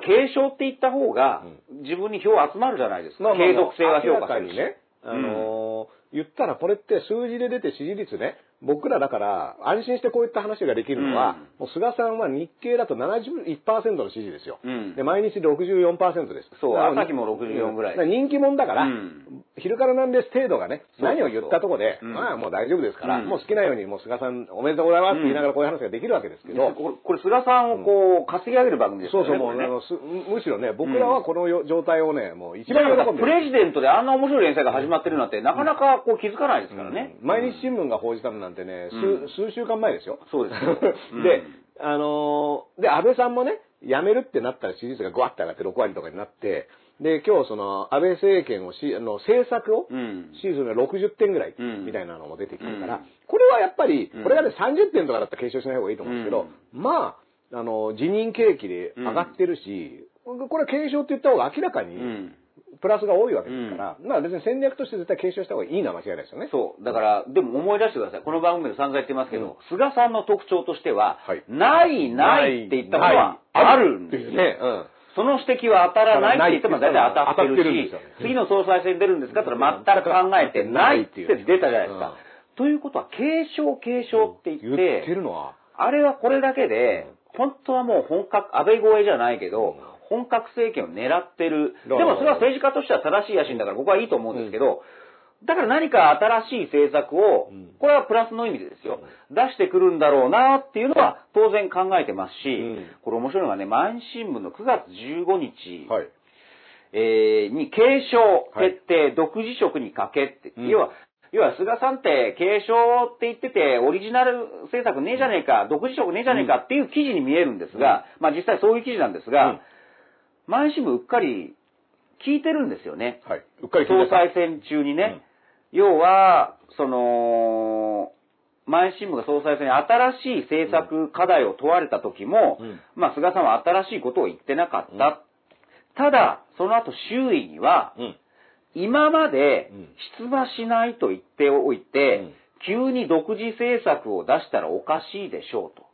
Speaker 2: っぱ継承って言った方が、自分に票集まるじゃないですか。
Speaker 3: まあまあ
Speaker 2: 継続性は評
Speaker 3: 明
Speaker 2: 価す
Speaker 3: らか
Speaker 2: る
Speaker 3: に
Speaker 2: し。
Speaker 3: ね、あのー言ったらこれって数字で出て支持率ね、僕らだから安心してこういった話ができるのは、もう菅さんは日経だと71%の支持ですよ。
Speaker 2: うん
Speaker 3: で、毎日64%です。
Speaker 2: そう
Speaker 3: だから
Speaker 2: 朝日も64ぐらい
Speaker 3: だか人気者だから、
Speaker 2: うん
Speaker 3: 昼からなんです程度がね、
Speaker 2: そうそうそう
Speaker 3: 何を言ったとこで、
Speaker 2: うん
Speaker 3: まあもう大丈夫ですから、
Speaker 2: うん
Speaker 3: もう好きなようにもう菅さんおめでとうございますって言いながらこういう話ができるわけですけど、
Speaker 2: これ、これ菅さんをこう、稼ぎ上げる番組です
Speaker 3: そ
Speaker 2: よ
Speaker 3: う
Speaker 2: ね。
Speaker 3: そう、もう、あのす
Speaker 2: これね
Speaker 3: むしろね、僕らはこのよ状態をね、もう一番喜んでる。
Speaker 2: プレジデントであんな面白い連載が始まってるなんて、なかなかこう気づかないですからね。
Speaker 3: うん毎日新聞が報じたのなんてね、
Speaker 2: うん
Speaker 3: 数数週間前ですよ。
Speaker 2: そうで
Speaker 3: <laughs>
Speaker 2: すようん
Speaker 3: で、あのーで、安倍さんもね、辞めるってなったら支持率がぐわって上がって6割とかになって、で、今日その、安倍政権をし、あの、政策を
Speaker 2: うん
Speaker 3: 支持するのは60点ぐらい、
Speaker 2: うん
Speaker 3: みたいなのも出てきてるから、
Speaker 2: うん
Speaker 3: これはやっぱり
Speaker 2: うん、
Speaker 3: これがね、30点とかだったら継承しない方がいいと思うんですけど、まあ、あの、辞任景気で上がってるし、これは継承って言った方が明らかに、
Speaker 2: うん。
Speaker 3: プラスが多いわけですから、まあ別に戦略として絶対継承した方がいいのは間違いないですよね。
Speaker 2: そう。だから、でも思い出してください。この番組で散々言ってますけど、菅さんの特徴としては、
Speaker 3: はい
Speaker 2: ない、ないって言ったことはあるん
Speaker 3: って
Speaker 2: です
Speaker 3: い
Speaker 2: よ
Speaker 3: うね。うん。
Speaker 2: その指摘は当たらないって言っても大体当たってるし、
Speaker 3: 当たってるんですよ
Speaker 2: 次の総裁選出るんですかって言ったら全く考えてないって出たじゃないですか。ということは、継承、継承って言って、
Speaker 3: 言ってるのは、
Speaker 2: あれはこれだけで、本当はもう本格、安倍超えじゃないけど、本格政権を狙ってる。で
Speaker 3: だから
Speaker 2: もそれは政治家としては正しい野心だから僕はいいと思うんですけど、だから何か新しい政策を
Speaker 3: うん、
Speaker 2: これはプラスの意味でですよ、出してくるんだろうなっていうのは当然考えてますし、
Speaker 3: ん
Speaker 2: これ面白いのがね、毎日新聞の9月15日、
Speaker 3: はい。
Speaker 2: えーに継承、徹底、独自色にかけって、
Speaker 3: うん
Speaker 2: 要は、要は菅さんって継承って言ってて、オリジナル政策ねえじゃねえか、独自色ねえじゃねえかっていう記事に見えるんですが、まあ実際そういう記事なんですが、
Speaker 3: うん
Speaker 2: 毎日新聞うっかり聞いてるんですよね。
Speaker 3: はい。うっかり聞い
Speaker 2: 総
Speaker 3: てた
Speaker 2: 裁選中にね。要は、その、毎日新聞が総裁選に新しい政策課題を問われた時も、
Speaker 3: うん
Speaker 2: まあ菅さんは新しいことを言ってなかった。ただ、その後周囲には、
Speaker 3: うん。
Speaker 2: 今まで
Speaker 3: うん
Speaker 2: 出馬しないと言っておいて、
Speaker 3: うん
Speaker 2: 急に独自政策を出したらおかしいでしょうと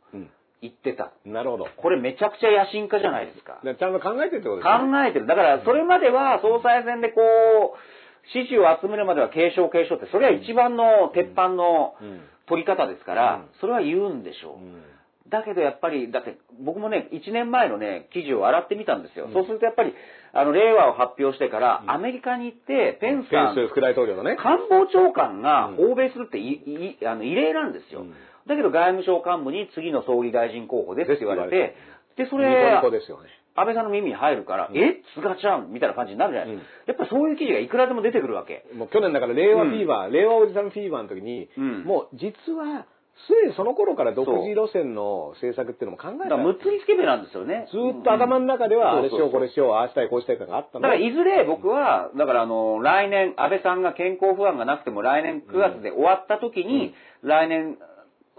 Speaker 2: 言ってた。
Speaker 3: うん。なるほど。
Speaker 2: これめちゃくちゃ野心家じゃないですか。
Speaker 3: でちゃんと考えてるってことですね。
Speaker 2: 考えてる。だから、それまでは総裁選でこう、支持を集めるまでは継承継承って、それは一番の鉄板の
Speaker 3: うん
Speaker 2: 取り方ですから、それは言うんでしょう。
Speaker 3: うん
Speaker 2: だけどやっぱり、だって僕もね、1年前のね、記事を洗ってみたんですよ。そうするとやっぱり、あの、令和を発表してから、アメリカに行って、ペンス
Speaker 3: ペン
Speaker 2: さん
Speaker 3: ス副大統領のね。
Speaker 2: 官房長官が
Speaker 3: うん
Speaker 2: 訪米するっていいいあの異例なんですよ、
Speaker 3: うん
Speaker 2: だけど外務省幹部に次の総理大臣候補ですって言われて、で、そ
Speaker 3: ニコ
Speaker 2: れ
Speaker 3: ニコ、ですよね。
Speaker 2: 安倍さんの耳に入るから、え菅ちゃんみたいな感じになるじゃないですか。やっぱそういう記事がいくらでも出てくるわけ。
Speaker 3: もう去年だから令和フィーバー、令和おじさんフィーバーの時に、
Speaker 2: うん
Speaker 3: もう実はすでにその頃から独自路線の政策っていうのも考え
Speaker 2: だ
Speaker 3: た
Speaker 2: から、むっつりつけべなんですよね。
Speaker 3: ずーっと頭の中では、
Speaker 2: うん
Speaker 3: あれしよう、これしよう、ああしたい、こうしたいとかあった
Speaker 2: だ
Speaker 3: の
Speaker 2: から、いずれ僕は、だから、あの、来年、安倍さんが健康不安がなくても、来年9月で終わった時に、来年、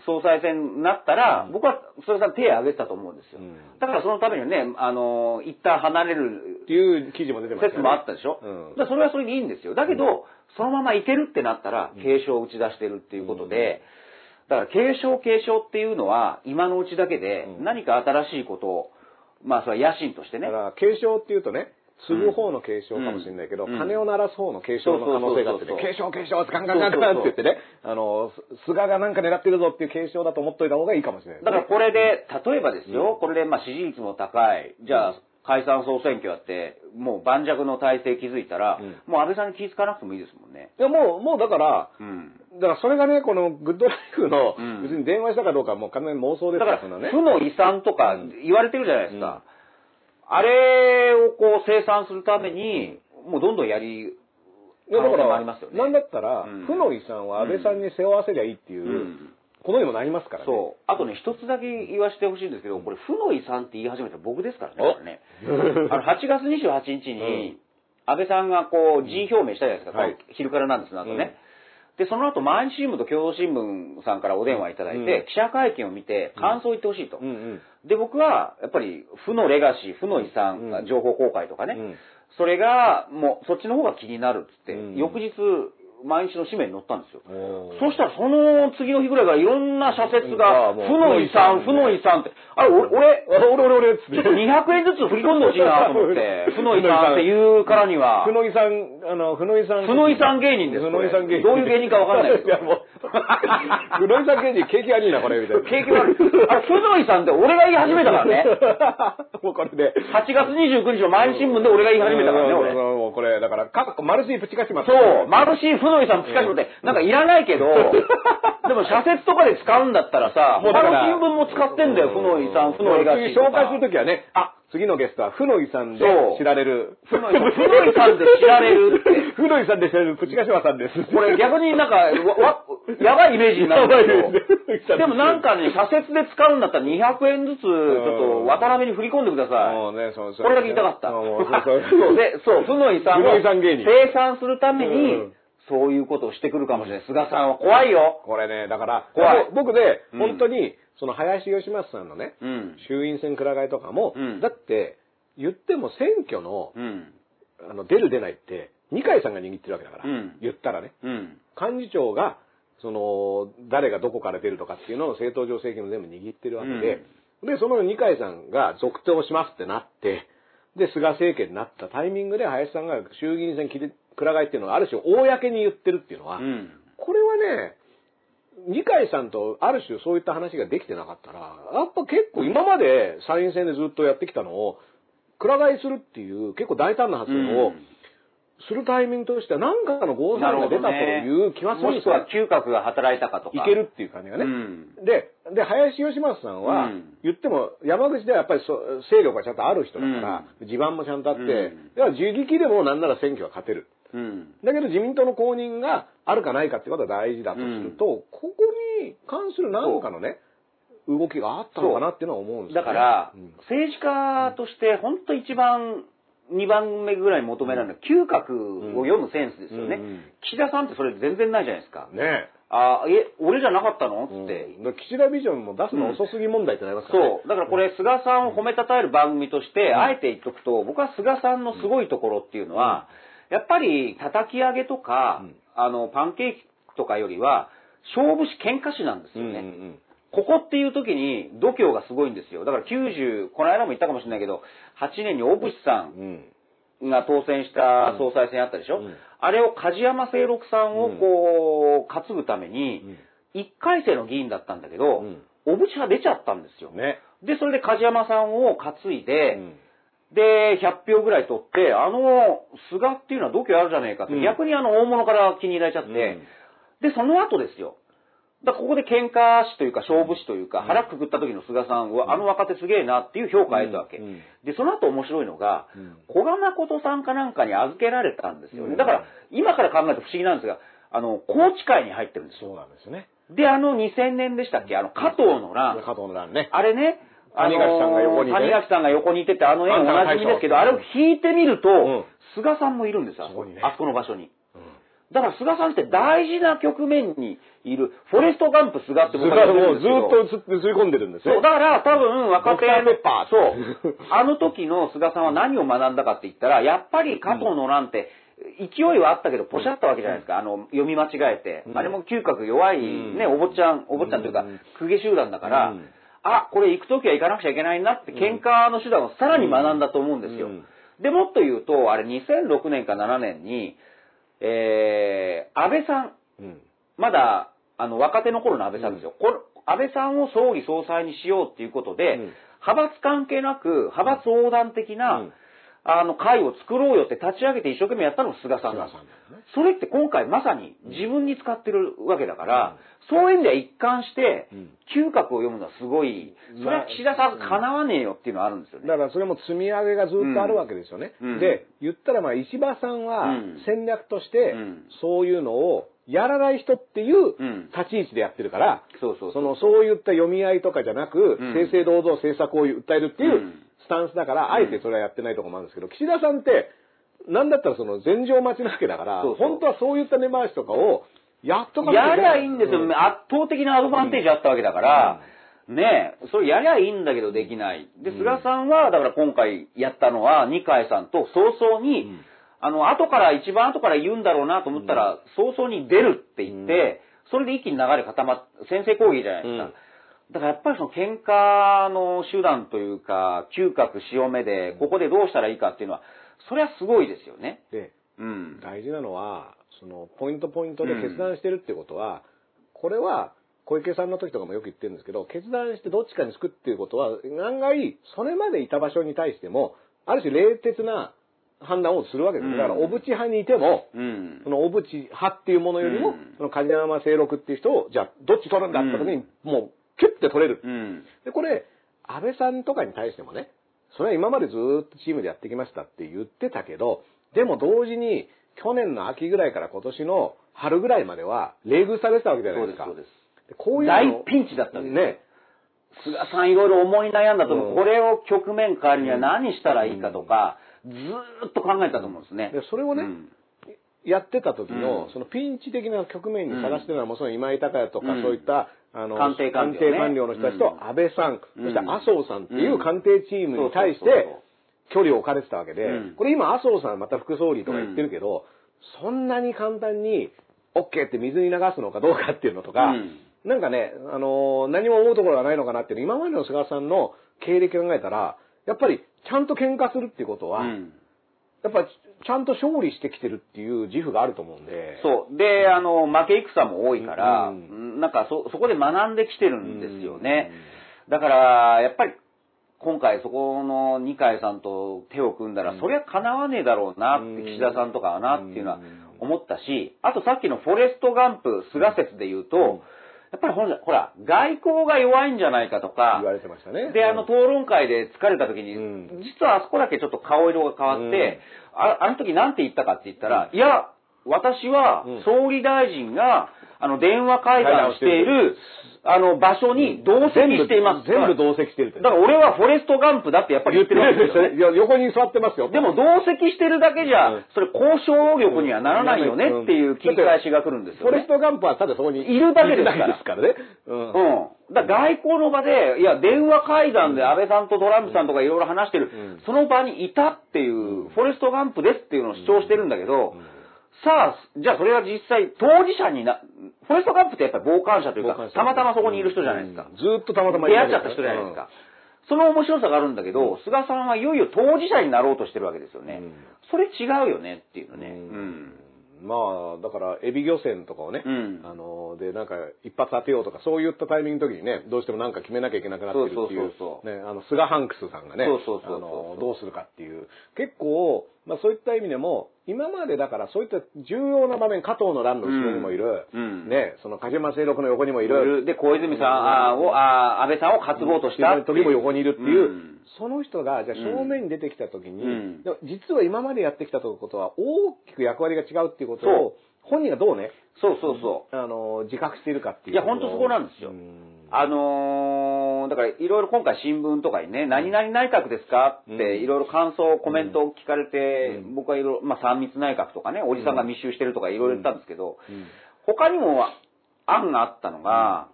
Speaker 2: 総裁選になったら、僕は、それさん手を挙げてたと思うんですよ
Speaker 3: うん。
Speaker 2: だから、そのためにはね、あの、一旦離れる
Speaker 3: っていう記事も出てました
Speaker 2: 説もあったでしょ、
Speaker 3: うん
Speaker 2: だからそれはそれでいいんですよ。だけど、そのままいけるってなったら、継承を打ち出してるっていうことで、だから継承継承っていうのは、今のうちだけで、
Speaker 3: うん
Speaker 2: 何か新しいことを、まあ、それは野心としてね
Speaker 3: だか。ら、継承っていうとね、継ぐ方の継承かもしれないけど、
Speaker 2: うん
Speaker 3: 金を鳴らす方の継承の可能性があってね
Speaker 2: そうそうそうそう
Speaker 3: 継承継承ってガンガンガンガンって言ってね、あの、す菅がなんか狙ってるぞっていう継承だと思っといた方がいいかもしれない。
Speaker 2: だからこれで、例えばですよ、これでまあ支持率も高い、じゃあ解散総選挙やって、もう盤石の体制築いたら、
Speaker 3: うん
Speaker 2: もう安倍さんに気づかなくてもいいですもんね。
Speaker 3: いや、もう、もうだから、
Speaker 2: うん。
Speaker 3: だからそれがね、このグッドライフの
Speaker 2: うん、
Speaker 3: 別に電話したかどうかはもう完全に妄想で
Speaker 2: だ
Speaker 3: す
Speaker 2: か
Speaker 3: からら、そんなね。
Speaker 2: 負の遺産とか言われてるじゃないですか。あれをこう生産するために、もうどんどんやり、
Speaker 3: いやだか
Speaker 2: 可能性も
Speaker 3: ら、
Speaker 2: ありますよね
Speaker 3: なんだったら、
Speaker 2: うん
Speaker 3: 負の遺産は安倍さんに背負わせりゃいいっていう、
Speaker 2: うん
Speaker 3: ことにもなりますからね。
Speaker 2: そう。あとね、一つだけ言わせてほしいんですけど、これ、負の遺産って言い始めたの僕ですからね、
Speaker 3: お
Speaker 2: これね
Speaker 3: <laughs>
Speaker 2: あの8月28日
Speaker 3: うん
Speaker 2: に、安倍さんがこう、辞意表明したじゃないですか、
Speaker 3: はい
Speaker 2: こう昼からなんです、なんかね。で、その後、毎日新聞と共同新聞さんからお電話いただいて、
Speaker 3: うん
Speaker 2: 記者会見を見て、感想を言ってほしいと。
Speaker 3: うんうん。
Speaker 2: で、僕は、やっぱり、負のレガシー、負の遺産、
Speaker 3: うん
Speaker 2: 情報公開とかね、
Speaker 3: うん
Speaker 2: それが、もう、そっちの方が気になるっつって、
Speaker 3: うん
Speaker 2: 翌日、毎日の紙面に載ったんですよ。
Speaker 3: おー
Speaker 2: そしたらその次の日ぐらいからいろんな社説が、
Speaker 3: うん
Speaker 2: 負
Speaker 3: ああ
Speaker 2: の遺産、
Speaker 3: も
Speaker 2: 負
Speaker 3: う
Speaker 2: の遺産って、あれ、俺、俺、
Speaker 3: あ俺俺俺っつって。
Speaker 2: 200円ずつ振り込んでほしいなと
Speaker 3: <laughs>
Speaker 2: 思って、負の遺産って言うからには
Speaker 3: ふ、のいさん、あの、ふのいさん。
Speaker 2: 負の遺産芸人です
Speaker 3: ふのいさん芸人。
Speaker 2: これどういう芸人かわかんないけど
Speaker 3: や、
Speaker 2: <laughs>
Speaker 3: もう。ふのいさん芸人、景気悪いな、これ、みたいな。
Speaker 2: 景気悪い。あれ、負の遺産って俺が言い始めたからね。
Speaker 3: <laughs> もうこれで。
Speaker 2: 8月29日の毎日新聞で俺が言い始めたからね、
Speaker 3: うん
Speaker 2: 俺。
Speaker 3: もうこれ、だから、かっこ、マルシープチカシマ
Speaker 2: そう、マルシー・負の遺産使ってもって、なんかいらない
Speaker 3: <laughs>
Speaker 2: けど、でも社説とかで使うんだったらさ、
Speaker 3: もうだ
Speaker 2: 他
Speaker 3: から
Speaker 2: の新聞も使ってんだよ、負の遺産、負の遺産。
Speaker 3: 次紹介するときはね、あ、次のゲストは、ふのいさんで
Speaker 2: そう
Speaker 3: 知られる。
Speaker 2: 負の遺産負の遺産で知られるって。
Speaker 3: <laughs> ふのいさんで知られる、プチカシマさんです。
Speaker 2: これ逆になんか、
Speaker 3: <laughs>
Speaker 2: わ、わ、やばいイメージになるんだけど。でもなんかね、左折で使うんだったら200円ずつ、ちょっと渡辺に振り込んでくださ
Speaker 3: もう
Speaker 2: い。
Speaker 3: ね、そうそう。
Speaker 2: これだけ言いたかった。
Speaker 3: もうそうそう
Speaker 2: <laughs> そうで、そう、負の遺産
Speaker 3: 負の
Speaker 2: を
Speaker 3: 遺産芸人
Speaker 2: 生産するため
Speaker 3: う
Speaker 2: に
Speaker 3: ん、
Speaker 2: そういうことをしてくるかもしれない。菅さんは怖いよ。
Speaker 3: これね、だから、
Speaker 2: 怖い
Speaker 3: ぼ僕ね、
Speaker 2: うん
Speaker 3: 本当に、その林義正さんのね、
Speaker 2: うん。
Speaker 3: 衆院選くら替えとかも、
Speaker 2: うん
Speaker 3: だって、言っても選挙の、
Speaker 2: うん。
Speaker 3: あの、出る出ないって、二階さんが握ってるわけだから、
Speaker 2: うん
Speaker 3: 言ったらね、
Speaker 2: うん。
Speaker 3: 幹事長が、その、誰がどこから出るとかっていうのを政党上制限も全部握ってるわけで、で、その二階さんが続投しますってなって、で、菅政権になったタイミングで林さんが衆議院選切りくら替えっていうのをある種公に言ってるっていうのは、
Speaker 2: うん。
Speaker 3: これはね、二階さんとある種そういった話ができてなかったら、やっぱ結構今まで参院選でずっとやってきたのを、くら替えするっていう結構大胆な発言をするタイミングとしては何かの合算が出たという気はするん
Speaker 2: も
Speaker 3: で
Speaker 2: し
Speaker 3: す
Speaker 2: く
Speaker 3: よ。
Speaker 2: は嗅覚が働いたかとか。
Speaker 3: いけるっていう感じがね。
Speaker 2: うん
Speaker 3: で、で、林義正さんは
Speaker 2: うん、
Speaker 3: 言っても、山口ではやっぱりそう勢力がちゃんとある人だから、地盤もちゃんとあって、
Speaker 2: う
Speaker 3: い
Speaker 2: ん
Speaker 3: や自力でもなんなら選挙は勝てる。
Speaker 2: うん。
Speaker 3: だけど自民党の公認があるかないかってことは大事だとすると、ここに関する何かのね、動きがあったのかなっていうのは思うんですよ
Speaker 2: だ
Speaker 3: ね、
Speaker 2: から
Speaker 3: うん、
Speaker 2: 政治家として本当一番、2番目ぐらいに求められるのは、嗅覚を読むセンスですよね
Speaker 3: うんうん。
Speaker 2: 岸田さんってそれ全然ないじゃないですか。
Speaker 3: ね
Speaker 2: あーえ、俺じゃなかったの
Speaker 3: え、う
Speaker 2: っ
Speaker 3: ん、
Speaker 2: て。
Speaker 3: だから岸田ビジョンも出すの遅すぎ問題ってなりますからね。
Speaker 2: そう。だからこれ、菅さんを褒めたたえる番組として、あえて言っとくと、僕は菅さんのすごいところっていうのは、やっぱり叩き上げとか
Speaker 3: うん、
Speaker 2: あの、パンケーキとかよりは、勝負師、喧嘩師なんですよ
Speaker 3: ん
Speaker 2: ね。
Speaker 3: ん
Speaker 2: ここっていう時に度胸がすごいんですよ。だから90、この間も言ったかもしれないけど、8年に大渕さ
Speaker 3: うん。うん。
Speaker 2: んが当選した総裁選あったでしょ、
Speaker 3: うん
Speaker 2: あれを梶山清六さんをこう、担ぐために、1回生の議員だったんだけど、
Speaker 3: うん
Speaker 2: 小渕派出ちゃったんですよ。
Speaker 3: ね。
Speaker 2: で、それで梶山さんを担いうで、
Speaker 3: ん
Speaker 2: で、100票ぐらい取って、あの、菅っていうのは度胸あるじゃねえかって、
Speaker 3: うん
Speaker 2: 逆にあの大物から気に入られちゃって、
Speaker 3: うん
Speaker 2: で、その後ですよ。だからここで喧嘩師というか勝負師というか、腹くくった時の菅さんは、あの若手すげえなっていう評価を得たわけ。
Speaker 3: うんうん
Speaker 2: で、その後面白いのが、
Speaker 3: うん
Speaker 2: 古賀誠さんかなんかに預けられたんですよ
Speaker 3: う
Speaker 2: ね。
Speaker 3: ん
Speaker 2: だから、今から考えると不思議なんですが、あの、宏池会に入ってるんですよ。
Speaker 3: そうなんですよね。
Speaker 2: で、あの2000年でしたっけあの、加藤の乱。
Speaker 3: 加藤の欄ね。
Speaker 2: あれね、あの
Speaker 3: 谷垣さんが横にいて
Speaker 2: 谷垣さんが横にいてって、あの絵おなじみですけど、あ
Speaker 3: あん
Speaker 2: れ
Speaker 3: た
Speaker 2: を
Speaker 3: が
Speaker 2: 引いてみると、
Speaker 3: うん
Speaker 2: 菅さんもいるんですよ、あ
Speaker 3: そ
Speaker 2: そこ
Speaker 3: こにね
Speaker 2: あそこの場所に。だから菅さんって大事な局面にいる、フォレストガンプ菅って
Speaker 3: ずっ
Speaker 2: 僕は呼んでるんですけど
Speaker 3: とずっと映り込んでるんです
Speaker 2: そう、
Speaker 3: よ。
Speaker 2: だから多分若手
Speaker 3: ドクターペッパー
Speaker 2: そう。 <laughs> あの時の菅さんは何を学んだかって言ったら、やっぱり加藤の乱って、勢いはあったけど、ポシャったわけじゃないですか。あの、読み間違えて。
Speaker 3: うん
Speaker 2: あれも嗅覚弱いね、
Speaker 3: うん
Speaker 2: お坊ちゃん、お坊ちゃんというか
Speaker 3: うん、
Speaker 2: 公家集団だから
Speaker 3: うん、
Speaker 2: あ、これ行く時は行かなくちゃいけないなって、喧嘩の手段をさらに学んだと思うんですよ
Speaker 3: うん。
Speaker 2: で、もっと言うと、あれ2006年か7年に、えー、安倍さん、
Speaker 3: うん。
Speaker 2: まだ、あの、若手の頃の安倍さんですよ。これ安倍さんを総理総裁にしようっていうこと
Speaker 3: う
Speaker 2: で、
Speaker 3: ん
Speaker 2: 派閥関係なく、派閥横断的な、
Speaker 3: うん
Speaker 2: あの、会を作ろうよって立ち上げて一生懸命やったのが菅さんなんで
Speaker 3: 菅
Speaker 2: す
Speaker 3: さんなんだね
Speaker 2: それって今回まさに自分に使ってるわけだから、そういう意味では一貫して
Speaker 3: うん、
Speaker 2: 嗅覚を読むのはすごい、それは岸田さんかなわねえよっていうのはあるんですよね。
Speaker 3: だからそれも積み上げがずっとあるわけですよね。
Speaker 2: うん
Speaker 3: で、言ったらまあ石破さんは
Speaker 2: うん
Speaker 3: 戦略として
Speaker 2: うん
Speaker 3: そういうのをやらない人っていう
Speaker 2: うん
Speaker 3: 立ち位置でやってるから、
Speaker 2: そうそうそう
Speaker 3: そのそういった読み合いとかじゃなく、
Speaker 2: うん
Speaker 3: 正々堂々政策を訴えるっていううんスタンスだから、あえてそれはやってないところもあるんですけど、岸田さんって、なんだったらその前場待ちなわけだから、
Speaker 2: そうそう
Speaker 3: 本当はそういった根回しとかをやっとかなきゃ
Speaker 2: や
Speaker 3: け
Speaker 2: り
Speaker 3: な
Speaker 2: ゃいいんですよ、
Speaker 3: うん
Speaker 2: 圧倒的なアドバンテージあったわけだから、ねえ、それやりゃいいんだけどできない。で、菅さんは、だから今回やったのは、二階さんと早々に、あの、後から、一番後から言うんだろうなと思ったら、早々に出るって言って、それで一気に流れ固まっ、先制攻撃じゃないですか。
Speaker 3: うん
Speaker 2: だからやっぱりその喧嘩の手段というか、嗅覚潮目で、ここでどうしたらいいかっていうのは、それはすごいですよね。
Speaker 3: で
Speaker 2: うん。
Speaker 3: 大事なのはそのポイントポイントで決断してるってことは、これは小池さんの時とかもよく言ってるんですけど決断してどっちかにつくっていうことは案外それまでいた場所に対してもある種冷徹な判断をするわけですよ、
Speaker 2: うん
Speaker 3: だから小渕派にいても
Speaker 2: うん
Speaker 3: そ。の小渕派っていうものよりも、
Speaker 2: うん
Speaker 3: その梶山清六っていう人をじゃあどっち取るんだって時に、もうキュッて取れる
Speaker 2: うん。
Speaker 3: で、これ、安倍さんとかに対してもね、それは今までずーっとチームでやってきましたって言ってたけど、でも同時に、去年の秋ぐらいから今年の春ぐらいまでは、冷遇されてたわけじゃな
Speaker 2: そ
Speaker 3: いうで
Speaker 2: ですす、
Speaker 3: か。
Speaker 2: そうです。
Speaker 3: でこういう
Speaker 2: 大ピンチだったんですよ
Speaker 3: ね。
Speaker 2: 菅さんいろいろ思い悩んだと思う、
Speaker 3: うん
Speaker 2: これを局面変わるには何したらいいかとか、ずーっと考えたと思うんですね。
Speaker 3: でそれをね
Speaker 2: うん
Speaker 3: やってた時の、
Speaker 2: うん
Speaker 3: そのピンチ的な局面に探してるのは、もちろん今井隆也とか、
Speaker 2: うん
Speaker 3: そういった、あの、
Speaker 2: 官邸官僚ね
Speaker 3: 官邸官僚の人たちと、
Speaker 2: うん
Speaker 3: 安倍さん、
Speaker 2: うん
Speaker 3: そして麻生さんってい
Speaker 2: うん
Speaker 3: う官邸チームに対し
Speaker 2: そうそうそう
Speaker 3: て、距離を置かれてたわけで、
Speaker 2: うん
Speaker 3: これ今麻生さんまた副総理とか言ってるけど、そんなに簡単に、OK って水に流すのかどうかっていうのとか、
Speaker 2: うん
Speaker 3: なんかね、あのー何も思うところがないのかなっていうの今までの菅さんの経歴考えたら、やっぱりちゃんと喧嘩するっていうことは、
Speaker 2: うん
Speaker 3: やっぱちゃんと勝利してきてるっていう自負があると思うんで。
Speaker 2: そう。で、あの、負け戦も多いから、
Speaker 3: うん
Speaker 2: なんかそ、そこで学んできてるんですよね。だから、やっぱり、今回そこの二階さんと手を組んだら、そりゃ叶わねえだろうなって、
Speaker 3: うん
Speaker 2: 岸田さんとかはなっていうのは
Speaker 3: うん
Speaker 2: 思ったし、あとさっきのフォレストガンプ、菅説で言うと、やっぱりほら、ほら外交が弱いんじゃないかとか
Speaker 3: 言、われてましたね。
Speaker 2: で、あの、
Speaker 3: うん
Speaker 2: 討論会で疲れた時に、
Speaker 3: うん
Speaker 2: 実はあそこだけちょっと顔色が変わって、ああの時なんて言ったかって言ったら、いや、私は
Speaker 3: うん
Speaker 2: 総理大臣が、あの、電話会談をしている、あの、場所に同席しています。
Speaker 3: 全部全部同席してるって
Speaker 2: だから俺はフォレストガンプだってやっぱり言ってるわけですよね。
Speaker 3: いや横に座ってますよ。
Speaker 2: でも同席してるだけじ
Speaker 3: う
Speaker 2: ゃ
Speaker 3: ん、
Speaker 2: それ交渉力にはならないよねっていう切り返しが来るんです
Speaker 3: フォレ
Speaker 2: よ
Speaker 3: ス。
Speaker 2: ね
Speaker 3: トガンプはただそこに
Speaker 2: いるだけですから
Speaker 3: いないですからね。うん
Speaker 2: うん。だから外交の場で、いや、電話会談で安倍さんとトランプさんとかいろいろ話して
Speaker 3: う
Speaker 2: る、
Speaker 3: ん
Speaker 2: その場にいたっていう、フォレストガンプですっていうのを主張してるんだけど、さあ、じゃあそれは実際、当事者にな、フォレストガンプってやっぱり傍観者というか、たまたまそこにいる人じゃないですか。
Speaker 3: うんずーっとたまたまい
Speaker 2: 出
Speaker 3: るわ
Speaker 2: 会
Speaker 3: け
Speaker 2: っち
Speaker 3: だから
Speaker 2: ゃった人じゃないですか。その面白さがあるんだけど、菅さんはいよいよ当事者になろうとしてるわけですよね。
Speaker 3: うん
Speaker 2: それ違うよねっていうのね。うん。
Speaker 3: うんまあ、だから、エビ漁船とかをね、
Speaker 2: うん
Speaker 3: あの、で、なんか、一発当てようとか、そういったタイミングの時にね、どうしてもなんか決めなきゃいけなくなってるっていう、
Speaker 2: そうそうそうそう
Speaker 3: ね、あの、菅ハンクスさんがね、
Speaker 2: そうそうそうそう
Speaker 3: あの、どうするかっていう、結構、まあそういった意味でも、今までだから、そういった重要な場面、加藤の乱の後ろにもいる、
Speaker 2: うんうん
Speaker 3: ね、その、梶山清六の横にもい
Speaker 2: いろい
Speaker 3: る、
Speaker 2: ろで、小泉さんあーを、あー安倍さんを渇望としたっていう
Speaker 3: 時も横にいるっていう、
Speaker 2: うん
Speaker 3: その人が、じゃあ正面に出てきた時に、
Speaker 2: うん
Speaker 3: でも実は今までやってきたとことは大きく役割が違うっていうこと
Speaker 2: そう
Speaker 3: を、本人がどうね、
Speaker 2: そうそうそう。
Speaker 3: あの、自覚しているかっていう。
Speaker 2: いやほんとそこなんですよ
Speaker 3: うん
Speaker 2: あのーだからいろいろ今回新聞とかにね、何々内閣ですかって
Speaker 3: うん
Speaker 2: いろいろ感想、コメントを聞かれ
Speaker 3: う
Speaker 2: て、
Speaker 3: ん
Speaker 2: 僕はいろいろ、まあ三密内閣とかね、おじさんが密集してるとかいろいろ言ったんですけど、
Speaker 3: うん
Speaker 2: 他にも案があったのが、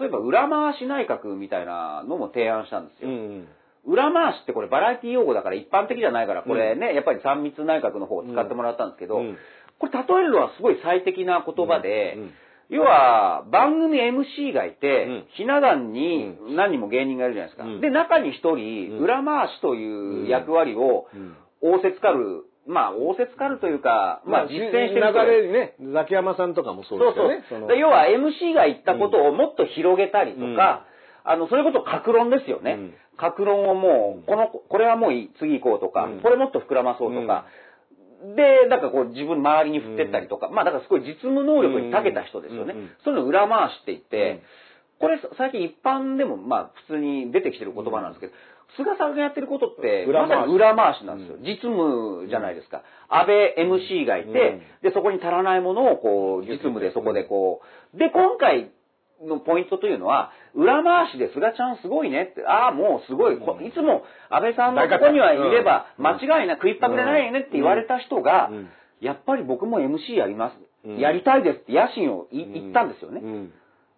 Speaker 2: 例えば裏回し内閣みたいなのも提案したんです
Speaker 3: う
Speaker 2: よ。
Speaker 3: ん。
Speaker 2: 裏回しってこれバラエティ用語だから一般的じゃないから、これね、やっぱり三密内閣の方を使ってもらったんですけど、
Speaker 3: うん
Speaker 2: これ例えるのはすごい最適な言葉で、
Speaker 3: うんうん
Speaker 2: 要は番組 MC がいて、
Speaker 3: うん
Speaker 2: ひな壇に何人も芸人がいるじゃないですか。
Speaker 3: うん
Speaker 2: で、中に一人、
Speaker 3: うん
Speaker 2: 裏回しという役割を
Speaker 3: うん
Speaker 2: 仰せつかる、まあ仰せつかるというか、まあ実践してる人が
Speaker 3: 流れにね、ザキヤマさんとかもそう
Speaker 2: そう
Speaker 3: です
Speaker 2: そう
Speaker 3: よね。の
Speaker 2: で要は MC が言ったことをもっと広げたりとか、あの、それこそ格論ですよね。
Speaker 3: うん
Speaker 2: 格論をもう、この、これはもういい次行こうとか、
Speaker 3: うん
Speaker 2: これもっと膨らまそうとか、で、なんかこう自分周りに振ってったりとか、まあだからすごい実務能力に長けた人ですよね。
Speaker 3: うんうん
Speaker 2: そういうのを裏回しって言って、これ最近一般でもまあ普通に出てきてる言葉なんですけど、菅さんがやってることって、
Speaker 3: 裏
Speaker 2: ま
Speaker 3: 回し
Speaker 2: さに裏回しなんですよ。実務じゃないですか。安倍 MC がいて、で、そこに足らないものをこう、実務でそこでこう。で、今回のポイントというのは、裏回しで菅ちゃんすごいねって、ああ、もうすごい、こいつも安倍さんのここにはいれば、
Speaker 3: うん
Speaker 2: 間違いない、食いっぱぐれないよねって言われた人が
Speaker 3: うん、
Speaker 2: やっぱり僕も MC やります
Speaker 3: うん。
Speaker 2: やりたいですって野心をい
Speaker 3: うん
Speaker 2: 言ったんですよね
Speaker 3: う。ん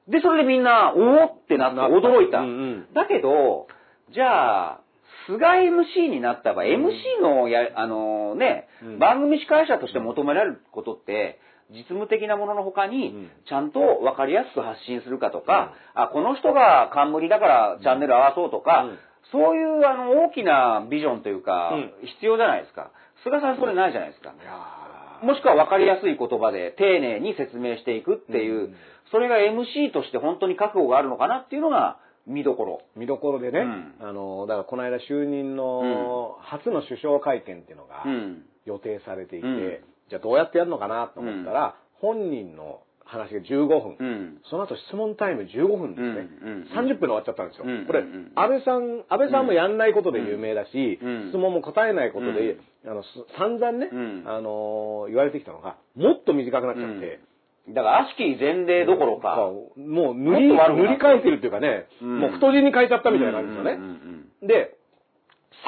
Speaker 2: で、それでみんな、おおってなって驚いた。
Speaker 3: うんうん
Speaker 2: だけど、じゃあ、菅 MC になった場合、MC のや、あのね、
Speaker 3: うん
Speaker 2: 番組司会者として求められることって、実務的なものの他に
Speaker 3: うん、
Speaker 2: ちゃんと分かりやすく発信するかとか、あ、この人が冠だからチャンネル合わそうとか、
Speaker 3: うん
Speaker 2: そういうあの大きなビジョンというか、
Speaker 3: うん
Speaker 2: 必要じゃないですか。菅さんそれないじゃないですか。
Speaker 3: いやー
Speaker 2: もしくは分かりやすい言葉で丁寧に説明していくっていう、
Speaker 3: うん
Speaker 2: それが MC として本当に覚悟があるのかなっていうのが見どころ。
Speaker 3: 見どころでね、
Speaker 2: うん
Speaker 3: あの、だからこの間就任の初の首相会見っていうのが
Speaker 2: うん。
Speaker 3: 予定されていて、
Speaker 2: うん
Speaker 3: じゃあどうやってやるのかなと思ったら、本人の話が15分、
Speaker 2: うん。
Speaker 3: その後質問タイム15分ですね、
Speaker 2: うんうん
Speaker 3: 30分で終わっちゃったんですよ、
Speaker 2: うん
Speaker 3: これ
Speaker 2: うん
Speaker 3: 安倍さん安倍さんもやんないことで有名だし、
Speaker 2: うん
Speaker 3: 質問も答えないことで、あのす散々ね、
Speaker 2: うん
Speaker 3: あのー言われてきたのがもっと短くなっちゃって、
Speaker 2: だから、悪しき前例どころか。
Speaker 3: そうもう塗り
Speaker 2: もっと悪くな
Speaker 3: 塗
Speaker 2: った
Speaker 3: り替えてるっていうかね、
Speaker 2: うん
Speaker 3: もう太字に変えちゃったみたいな感じですよね、
Speaker 2: うん
Speaker 3: で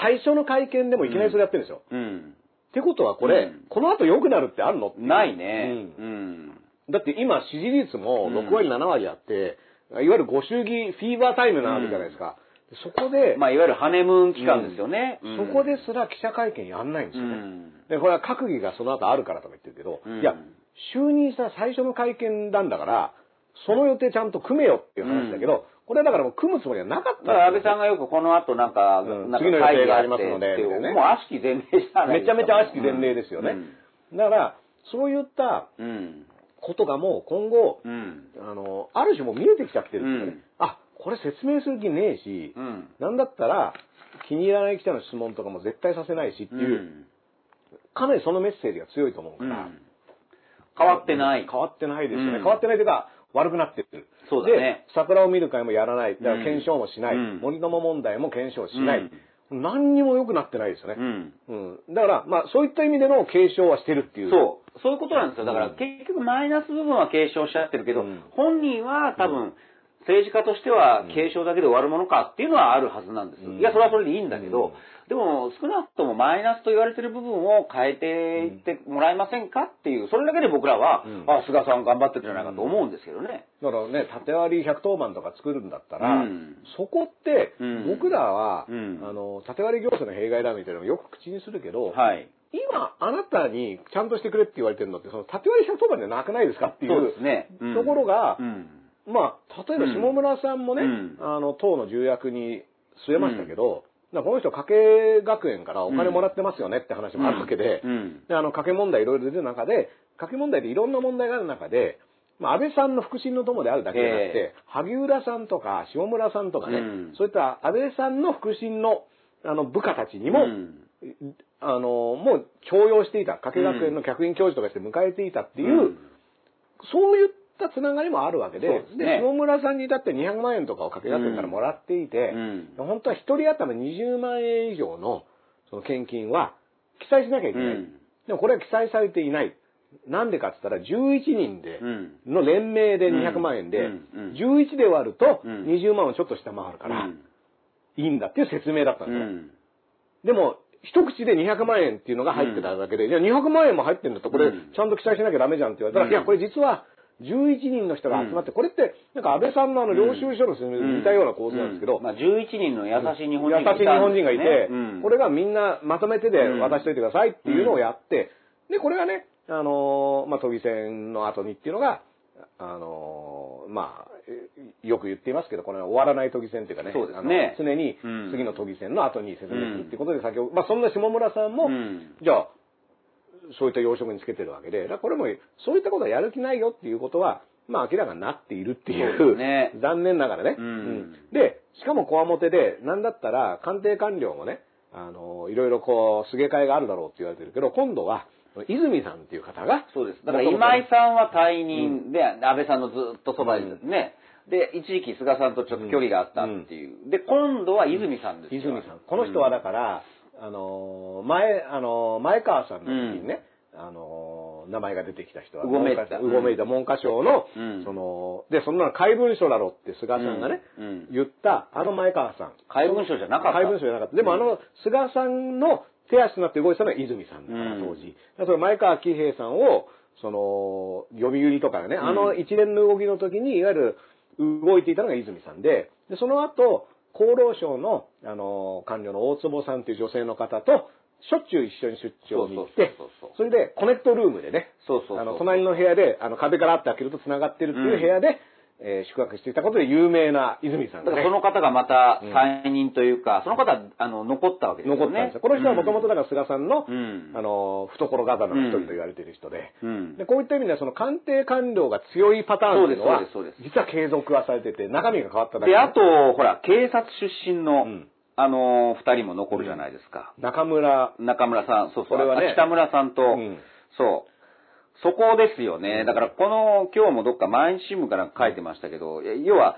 Speaker 3: 最初の会見でもいきなりそれやってるんですよ、
Speaker 2: うんうん。
Speaker 3: ってことはこれ、
Speaker 2: うん
Speaker 3: この後良くなるってあるのって
Speaker 2: う。
Speaker 3: いうん
Speaker 2: ないね。
Speaker 3: う
Speaker 2: うんん。
Speaker 3: だって今支持率も
Speaker 2: うん
Speaker 3: 6割7割あって、いわゆるご祝儀フィーバータイムなわけじゃないですか、そこで、
Speaker 2: まあ、いわゆるハネムーン期間ですよね。うん
Speaker 3: そこですら記者会見やんないんですよね、
Speaker 2: うん
Speaker 3: でこれは閣議がその後あるからとか言ってるけど、
Speaker 2: うん
Speaker 3: いや就任した最初の会見なんだからその予定ちゃんと組めよっていう話だけど、これはだからもう組むつもりはなかったん
Speaker 2: だ
Speaker 3: です
Speaker 2: か
Speaker 3: よ
Speaker 2: ら安倍さんがよくこの後なんか、
Speaker 3: うん
Speaker 2: なんか
Speaker 3: 次の予定があります
Speaker 2: 会議
Speaker 3: の
Speaker 2: があ
Speaker 3: で
Speaker 2: ってっていう
Speaker 3: みたいなね
Speaker 2: もう悪しき前例じゃない
Speaker 3: めちゃめちゃ悪しき前例ですよね、だからそういった
Speaker 2: うん。うん。
Speaker 3: ことがもう今後
Speaker 2: うん。
Speaker 3: あのある種もう見えてきちゃってるんですよね、
Speaker 2: うん
Speaker 3: あこれ説明する気ねえし、
Speaker 2: うん。
Speaker 3: なんだったら、気に入らない記者の質問とかも絶対させないしっていう、かなりそのメッセージが強いと思う
Speaker 2: う
Speaker 3: か
Speaker 2: ん
Speaker 3: ら、
Speaker 2: 変わってない。
Speaker 3: 変わってないですよね。
Speaker 2: うん
Speaker 3: 変わってないというか、悪くなってる。
Speaker 2: そうだね
Speaker 3: で、桜を見る会もやらない。だから検証もしない。
Speaker 2: うん
Speaker 3: 森友問題も検証しない。何にも良くなってないですよね
Speaker 2: う。ん。
Speaker 3: うん。だから、まあ、そういった意味での継承はしてるっていう。
Speaker 2: そう。そういうことなんですよ。だから
Speaker 3: うん
Speaker 2: 結局マイナス部分は継承しちゃってるけど、
Speaker 3: うん
Speaker 2: 本人は多分、政治家としては継承だけで終わるものかっていうのはあるはずなんです。
Speaker 3: うん
Speaker 2: いや、それはそれでいいんだけど、
Speaker 3: うん
Speaker 2: でも少なくともマイナスと言われてる部分を変えていってもらえませんかっていう、それだけで僕らは、
Speaker 3: うん
Speaker 2: あ、菅さん頑張ってるんじゃないかと思うんですけどね。
Speaker 3: だからね、縦割り110番とか作るんだったら、
Speaker 2: うん
Speaker 3: そこって
Speaker 2: うん、
Speaker 3: 僕らは、
Speaker 2: うん
Speaker 3: あの、縦割り行政の弊害だみたいなのをよく口にするけど、
Speaker 2: はい。
Speaker 3: 今、あなたにちゃんとしてくれって言われてるのって、その縦割り110番じゃなくないですかってい
Speaker 2: そう
Speaker 3: う
Speaker 2: ですね。うん
Speaker 3: ところが、
Speaker 2: うん
Speaker 3: まあ、例えば下村さんもね、
Speaker 2: うん
Speaker 3: あの、党の重役に据えましたけど、だからこの人、家計学園からお金もらってますよねって話もあるわけで、
Speaker 2: うん
Speaker 3: であの、家計問題いろいろ出てる中で、家計問題でいろんな問題がある中で、まあ、安倍さんの腹心の友であるだけじゃなく
Speaker 2: え
Speaker 3: て、萩生田さんとか下村さんとかね、
Speaker 2: うん
Speaker 3: そういった安倍さんの腹心の、あの、部下たちにも、
Speaker 2: うん
Speaker 3: あの、もう強要していた、加計学園の客員教授とかして迎えていたっていう、
Speaker 2: うん
Speaker 3: そういったつながりもあるわけで、
Speaker 2: そうですね
Speaker 3: 下村さんにだって200万円とかを加計学園からもらっていて、
Speaker 2: うん
Speaker 3: 本当は1人頭20万円以上のその献金は記載しなきゃいけない。
Speaker 2: うん
Speaker 3: でもこれは記載されていない。なんでかって言ったら、11人で
Speaker 2: うん、
Speaker 3: の連名で200万円
Speaker 2: う
Speaker 3: で
Speaker 2: んうん、
Speaker 3: 11で割ると
Speaker 2: うん
Speaker 3: 20万をちょっと下回るから、いいんだっていう説明だったん
Speaker 2: う
Speaker 3: ですよ。
Speaker 2: ん。
Speaker 3: でも、一口で200万円っていうのが入ってただけで、いや、200万円も入ってんだと、こ
Speaker 2: う
Speaker 3: れ、
Speaker 2: ん
Speaker 3: ちゃんと記載しなきゃダメじゃんって言われたら、
Speaker 2: うん
Speaker 3: いや、これ実は、11人の人が集まって、これって、なんか安倍さんのあの、領収書の説明と似たような構図なんですけど、
Speaker 2: まあ、11人の優しい日本人
Speaker 3: 優
Speaker 2: が
Speaker 3: しい日本人がいて、これ
Speaker 2: が、
Speaker 3: がみんなまとめてで渡しといてくださいっていうのをやって、で、これがね、あのーまあ、都議選の後にっていうのが、あのーまあ、えよく言っていますけど、この終わらない都議選っていうかね、
Speaker 2: そうですね
Speaker 3: あの常に
Speaker 2: うん
Speaker 3: 次の都議選の後に説明するっていうことで、先ほど、まあ、そんな下村さんも、
Speaker 2: うん
Speaker 3: じゃあ、そういった要職につけてるわけで、だからこれも、そういったことはやる気ないよっていうことは、まあ明らかになっているってい
Speaker 2: そうで
Speaker 3: う、
Speaker 2: すね
Speaker 3: 残念ながらね。
Speaker 2: うん
Speaker 3: で、しかもこわもてで、なんだったら、官邸官僚もね、あの、いろいろこう、すげ替えがあるだろうって言われてるけど、今度は、泉さんっていう方が、
Speaker 2: そうです。だから今井さんは退任で、安倍さんのずっとそばにいてね、で、一時期菅さんとちょっと距離があったっていう。で、今度は泉さんですよ。
Speaker 3: 泉さん。この人はだから、あの、前、あの、前川さんの時にね、あの、名前が出てきた人は、
Speaker 2: うごめいた
Speaker 3: 文科うごめいた文科省の、
Speaker 2: うん
Speaker 3: その、で、そんなの怪文書だろって菅さんがね、
Speaker 2: うんうん
Speaker 3: 言った、あの前川さん。
Speaker 2: 怪文書じゃなかった
Speaker 3: 怪文書じゃなかった。でもあの、菅さんの手足になって動いてたのは泉さんだから、
Speaker 2: うん
Speaker 3: 当時。だからそれ前川喜平さんを、その、読売とかね、あの一連の動きの時に、いわゆる動いていたのが泉さんで、で、その後、厚労省の、あの、官僚の大坪さんという女性の方と、しょっちゅう一緒に出張に行って
Speaker 2: そうそうそうそう、
Speaker 3: それでコネクトルームでね、
Speaker 2: そうそうそう
Speaker 3: あの、隣の部屋で、あの、壁からって開けると繋がってるっていう部屋で、えー宿泊していたことで有名な泉さん
Speaker 2: だ
Speaker 3: が、
Speaker 2: か
Speaker 3: ね。
Speaker 2: らその方がまた退任というか、その方はあの残ったわけですよね。
Speaker 3: 残ったんですよ。この人はもともとだから菅さんの、
Speaker 2: うん
Speaker 3: あの、懐刀の一人と言われている人で、
Speaker 2: うん
Speaker 3: で、こういった意味ではその官邸官僚が強いパターンっていうのは
Speaker 2: そうですそうですそう、で
Speaker 3: 実は継続はされてて、中身が変わっただけ
Speaker 2: で、あと、ほら、警察出身の、
Speaker 3: うん
Speaker 2: あのー二人も残るじゃないですか。
Speaker 3: 中村、
Speaker 2: 中村さん、そうそう、
Speaker 3: これはね
Speaker 2: あ北村さんと、
Speaker 3: うん
Speaker 2: そう。そこですよね。だから、この、今日もどっか毎日新聞から書いてましたけど、え要は、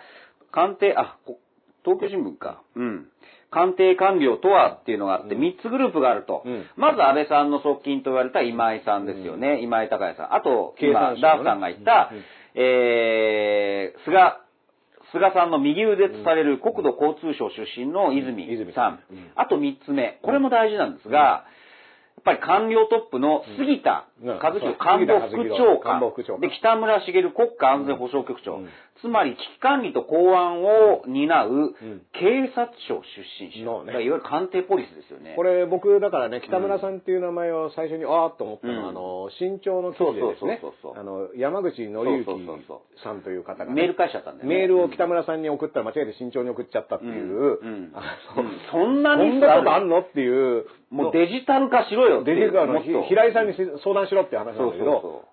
Speaker 2: 官邸、あ、こ東京新聞か。うん。官邸官僚とはっていうのがあって、三つグループがあると。
Speaker 3: うん
Speaker 2: まず安倍さんの側近と言われた今井さんですよね。今井隆也さん。あと、
Speaker 3: 経
Speaker 2: 今、
Speaker 3: 産省のね
Speaker 2: ダーフさんが言った、
Speaker 3: うん
Speaker 2: えー、菅、菅さんの右腕とされる国土交通省出身の泉
Speaker 3: 泉
Speaker 2: さ
Speaker 3: さ
Speaker 2: ん
Speaker 3: ん。
Speaker 2: あと3つ目。これも大事なんですが、やっぱり官僚トップの杉田
Speaker 3: うん
Speaker 2: 和弘
Speaker 3: そう
Speaker 2: 官房副
Speaker 3: 杉
Speaker 2: 長
Speaker 3: 田和弘官
Speaker 2: 官
Speaker 3: 房副長官
Speaker 2: で北村茂国家安全保障局長、
Speaker 3: うん
Speaker 2: つまり危機管理と公安を担う
Speaker 3: うん
Speaker 2: 警察庁出身者、
Speaker 3: のね
Speaker 2: だからいわゆる官邸ポリスですよね。
Speaker 3: これ僕だからね、北村さんっていう名前を最初に、あーっと思ったのは、
Speaker 2: うん
Speaker 3: あの、新潮の記事でですね
Speaker 2: そうそうそうそう、
Speaker 3: あの、山口紀之
Speaker 2: そうそうそう
Speaker 3: さんという方がね、
Speaker 2: メール返しちゃったんだよね。
Speaker 3: メールを北村さんに送ったら間違えて慎重に送っちゃったっていう、
Speaker 2: うんう
Speaker 3: <laughs>
Speaker 2: ん
Speaker 3: あ
Speaker 2: う
Speaker 3: の
Speaker 2: んそんなミ
Speaker 3: そん
Speaker 2: ス
Speaker 3: な
Speaker 2: ある
Speaker 3: ことあんのっていう、
Speaker 2: もうデジタル化しろよって
Speaker 3: デ
Speaker 2: い
Speaker 3: ジ
Speaker 2: う。
Speaker 3: カルの
Speaker 2: もっと
Speaker 3: ひ平井さんにし相談しろっていう話なんだけ
Speaker 2: そう
Speaker 3: ど、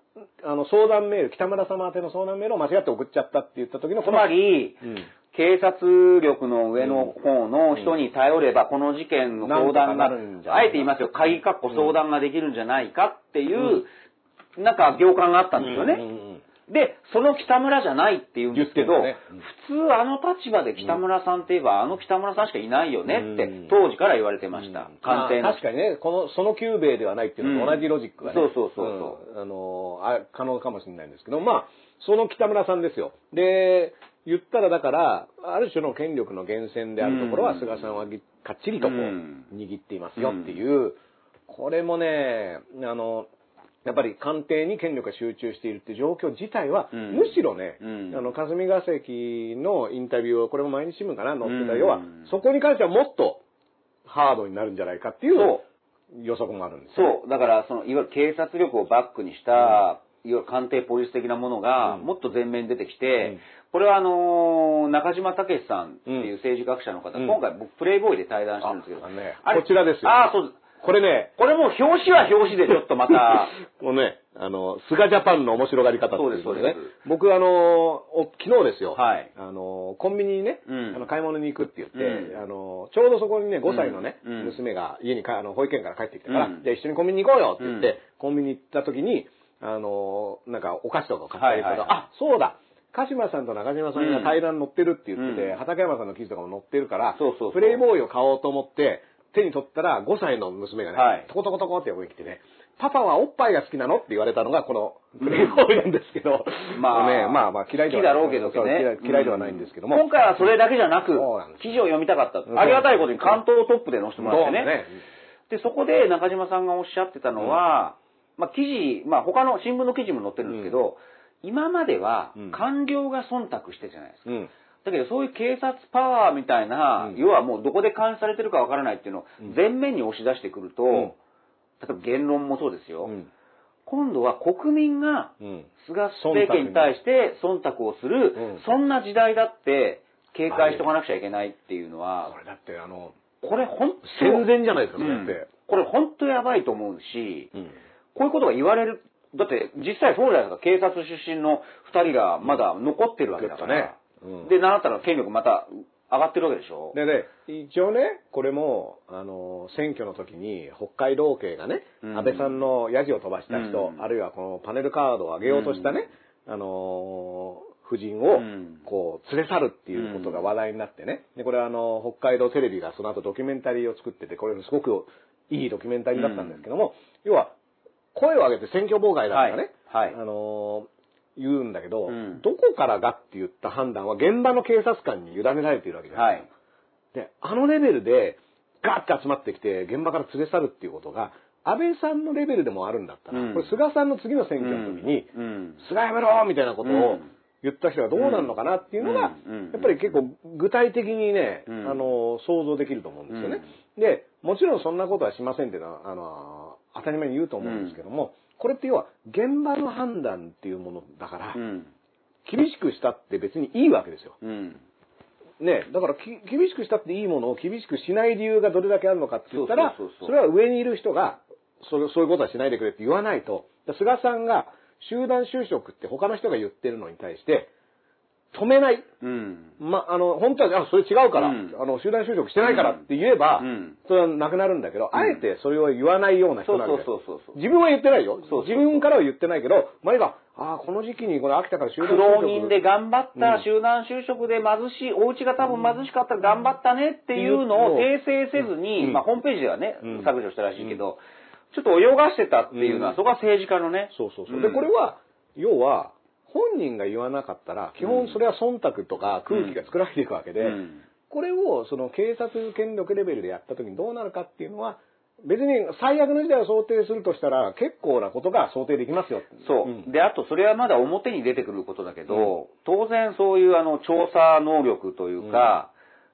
Speaker 3: あの相談メール、北村様宛ての相談メールを間違って送っちゃったって言った時の、
Speaker 2: つま
Speaker 3: こ
Speaker 2: り、
Speaker 3: うん
Speaker 2: 警察力の上の方の人に頼れば、この事件の相談が、
Speaker 3: なんとかなるんじゃな
Speaker 2: あ
Speaker 3: い
Speaker 2: えて言いますよ、鍵括弧相談ができるんじゃないかっていう、なんか行間があったんですよね。
Speaker 3: うんうんうん
Speaker 2: で、その北村じゃないって言うんですけど、
Speaker 3: 言ってんだねうん
Speaker 2: 普通あの立場で北村さんって言えば、あの北村さんしかいないよねって、
Speaker 3: うん
Speaker 2: 当時から言われてまし
Speaker 3: の
Speaker 2: た。
Speaker 3: ま
Speaker 2: 官
Speaker 3: あ
Speaker 2: 邸の
Speaker 3: 確かにね、この、その久兵衛ではないっていうのと同じロジックがね、
Speaker 2: うんそうそうそうそ
Speaker 3: うんあのあ、可能かもしれないんですけど、まあ、その北村さんですよ。で、言ったらだから、ある種の権力の源泉であるところ
Speaker 2: う
Speaker 3: は、
Speaker 2: ん
Speaker 3: 菅さんはぎかっちりとこう
Speaker 2: うん、
Speaker 3: 握っていますよっていう、これもね、あの、やっぱり官邸に権力が集中しているっていう状況自体は、
Speaker 2: うん
Speaker 3: むしろね、
Speaker 2: うん
Speaker 3: あの、霞が関のインタビューを、これも毎日新聞かな、載って
Speaker 2: う
Speaker 3: た。
Speaker 2: ん
Speaker 3: 要は、そこに関してはもっとハードになるんじゃないかっていう
Speaker 2: そ
Speaker 3: 予測もあるんですよ。
Speaker 2: そう、だから、その、いわゆる警察力をバックにした、いわゆる官邸ポリス的なものが、
Speaker 3: うん
Speaker 2: もっと前面に出てきて、
Speaker 3: うん
Speaker 2: これはあのー中島武史さんっていう政治学者の方、
Speaker 3: うん
Speaker 2: 今回僕、プレイボーイで対談してるんですけど、
Speaker 3: ああのね
Speaker 2: れ
Speaker 3: こちらですよ
Speaker 2: ああ、そうです。
Speaker 3: これね、
Speaker 2: これもう表紙は表紙
Speaker 3: <laughs>
Speaker 2: でちょっとまた、
Speaker 3: もうね、あの、菅ジャパンの面白がり方っていう
Speaker 2: そう
Speaker 3: の
Speaker 2: で
Speaker 3: です
Speaker 2: そう
Speaker 3: ね
Speaker 2: で、
Speaker 3: 僕あの、お昨日ですよ、
Speaker 2: はい
Speaker 3: あの、コンビニにね、
Speaker 2: うん
Speaker 3: あの買い物に行くって言って、
Speaker 2: うん
Speaker 3: あの、ちょうどそこにね、5歳のね、
Speaker 2: うん
Speaker 3: 娘が家にかあの保育園から帰ってきたから、
Speaker 2: うん
Speaker 3: じゃあ一緒にコンビニ行こうよって言って、
Speaker 2: うん
Speaker 3: コンビニ行った時に、あの、なんかお菓子とかを買ってあげたら、
Speaker 2: はいはい
Speaker 3: あ、そうだ鹿島さんと中島さんが対談載ってるって言ってて、
Speaker 2: うん
Speaker 3: 畠山さんの記事とかも載ってるから、
Speaker 2: そうそうそう
Speaker 3: プレイボーイを買おうと思って、手に取ったら5歳の娘がね、
Speaker 2: はい
Speaker 3: トコトコトコって横に来てね、パパはおっぱいが好きなのって言われたのが、このプレイボーイなんですけど、
Speaker 2: まあ
Speaker 3: ね、まあまあ嫌いでは
Speaker 2: 好きだろうけど
Speaker 3: そう
Speaker 2: ね
Speaker 3: 嫌い嫌いではないんですけども、
Speaker 2: 今回はそれだけじゃなく
Speaker 3: そうなんで、す
Speaker 2: 記事を読みたかった
Speaker 3: うん。
Speaker 2: ありがたいことに関東トップで載せてもらって
Speaker 3: そう
Speaker 2: ね。で、そこで中島さんがおっしゃってたのは、まあ記事、まあ他の新聞の記事も載ってるんですけど、今までは
Speaker 3: うん
Speaker 2: 官僚が忖度してじゃないですか。
Speaker 3: うん。
Speaker 2: だけどそういう警察パワーみたいな、
Speaker 3: うん
Speaker 2: 要はもうどこで監視されてるかわからないっていうのを前面に押し出してくると、
Speaker 3: ん
Speaker 2: 例えば言論もそうですよ。
Speaker 3: うん。
Speaker 2: 今度は国民が
Speaker 3: うん。
Speaker 2: 菅政権に対して忖度をする、
Speaker 3: うん
Speaker 2: そんな時代だって警戒しておかなくちゃいけないっていうのは
Speaker 3: こ、れだって、あの、
Speaker 2: これ本当、
Speaker 3: 戦前じゃないです
Speaker 2: う
Speaker 3: か、それっ
Speaker 2: ん
Speaker 3: て。
Speaker 2: これ本当やばいと思うし、
Speaker 3: うん。
Speaker 2: こういうことが言われる、だって実際そうじゃないですか、警察出身の2人がまだ残ってるわけだから、
Speaker 3: うんうん
Speaker 2: で、習ったら権力また上がってるわけでしょ。
Speaker 3: でね、一応ね、これも、あの、選挙の時に、北海道警がね、
Speaker 2: うん
Speaker 3: 安倍さんのヤジを飛ばした人、
Speaker 2: うん
Speaker 3: あるいはこのパネルカードを上げようとしたね、あの、夫人を
Speaker 2: うん、
Speaker 3: こう、連れ去るっていうことが話題になってね。で、これはあの、北海道テレビがその後ドキュメンタリーを作ってて、これすごくいいドキュメンタリーだったんですけども、要は、声を上げて選挙妨害だとかね、
Speaker 2: はいはい
Speaker 3: あの言うんだけど、
Speaker 2: うん
Speaker 3: どこからがって言った判断は現場の警察官に委ねられているわけじゃないですか。
Speaker 2: はい。
Speaker 3: で、あのレベルで、ガーって集まってきて、現場から連れ去るっていうことが、安倍さんのレベルでもあるんだったら、
Speaker 2: うん
Speaker 3: これ菅さんの次の選挙の時に、
Speaker 2: うんうん
Speaker 3: 菅やめろみたいなこと
Speaker 2: う
Speaker 3: を
Speaker 2: ん
Speaker 3: 言った人がどうなるのかなっていうのが、
Speaker 2: うんうん
Speaker 3: やっぱり結構具体的にね、
Speaker 2: うん
Speaker 3: あの、想像できると思うんですよね。で、もちろんそんなことはしませんっていうのは、あの、当たり前に言うと思うんですけども、これって要は、現場の判断っていうものだから
Speaker 2: う、ん。
Speaker 3: 厳しくしたって別にいいわけですよ。
Speaker 2: うん。
Speaker 3: ね、だからき厳しくしたっていいものを厳しくしない理由がどれだけあるのかって言ったら
Speaker 2: そうそうそうそう
Speaker 3: それは上にいる人がそれそういうことはしないでくれって言わないとだから菅さんが集団就職って他の人が言ってるのに対して止めない、
Speaker 2: うん。
Speaker 3: ま、あの本当はあそれ違うから、
Speaker 2: うん
Speaker 3: あの集団就職してないからって言えば、
Speaker 2: うん
Speaker 3: それはなくなるんだけど、あえてそれを言わないような人なので
Speaker 2: そうそうそうそうそう
Speaker 3: 自分は言ってないよ
Speaker 2: そうそう
Speaker 3: 自分からは言ってないけど前がああこの時期にこれ秋田から集
Speaker 2: 苦
Speaker 3: 団
Speaker 2: 労
Speaker 3: 就
Speaker 2: 人
Speaker 3: 職
Speaker 2: で頑張っ
Speaker 3: う
Speaker 2: た
Speaker 3: ん、
Speaker 2: 集団就職で貧しい、お家が多分貧しかったら頑張ったねっていうのを訂正せずに、
Speaker 3: うん
Speaker 2: まあホームページではね
Speaker 3: うん、
Speaker 2: 削除したらしいけど、ちょっと泳がしてたっていうの
Speaker 3: うん
Speaker 2: は、そこは政治家のね。
Speaker 3: そうそうそう。
Speaker 2: ん
Speaker 3: で、これ、は、要は、本人が言わなかったら、基本それは忖度とか空気が作られていくわけで、
Speaker 2: うん
Speaker 3: これをその警察権力レベルでやった時にどうなるかっていうのは、別に最悪の事態を想定するとしたら、結構なことが想定できますよ。
Speaker 2: そう。
Speaker 3: ん
Speaker 2: で、あと、それはまだ表に出てくることだけど、当然そういう、あの、調査能力というか、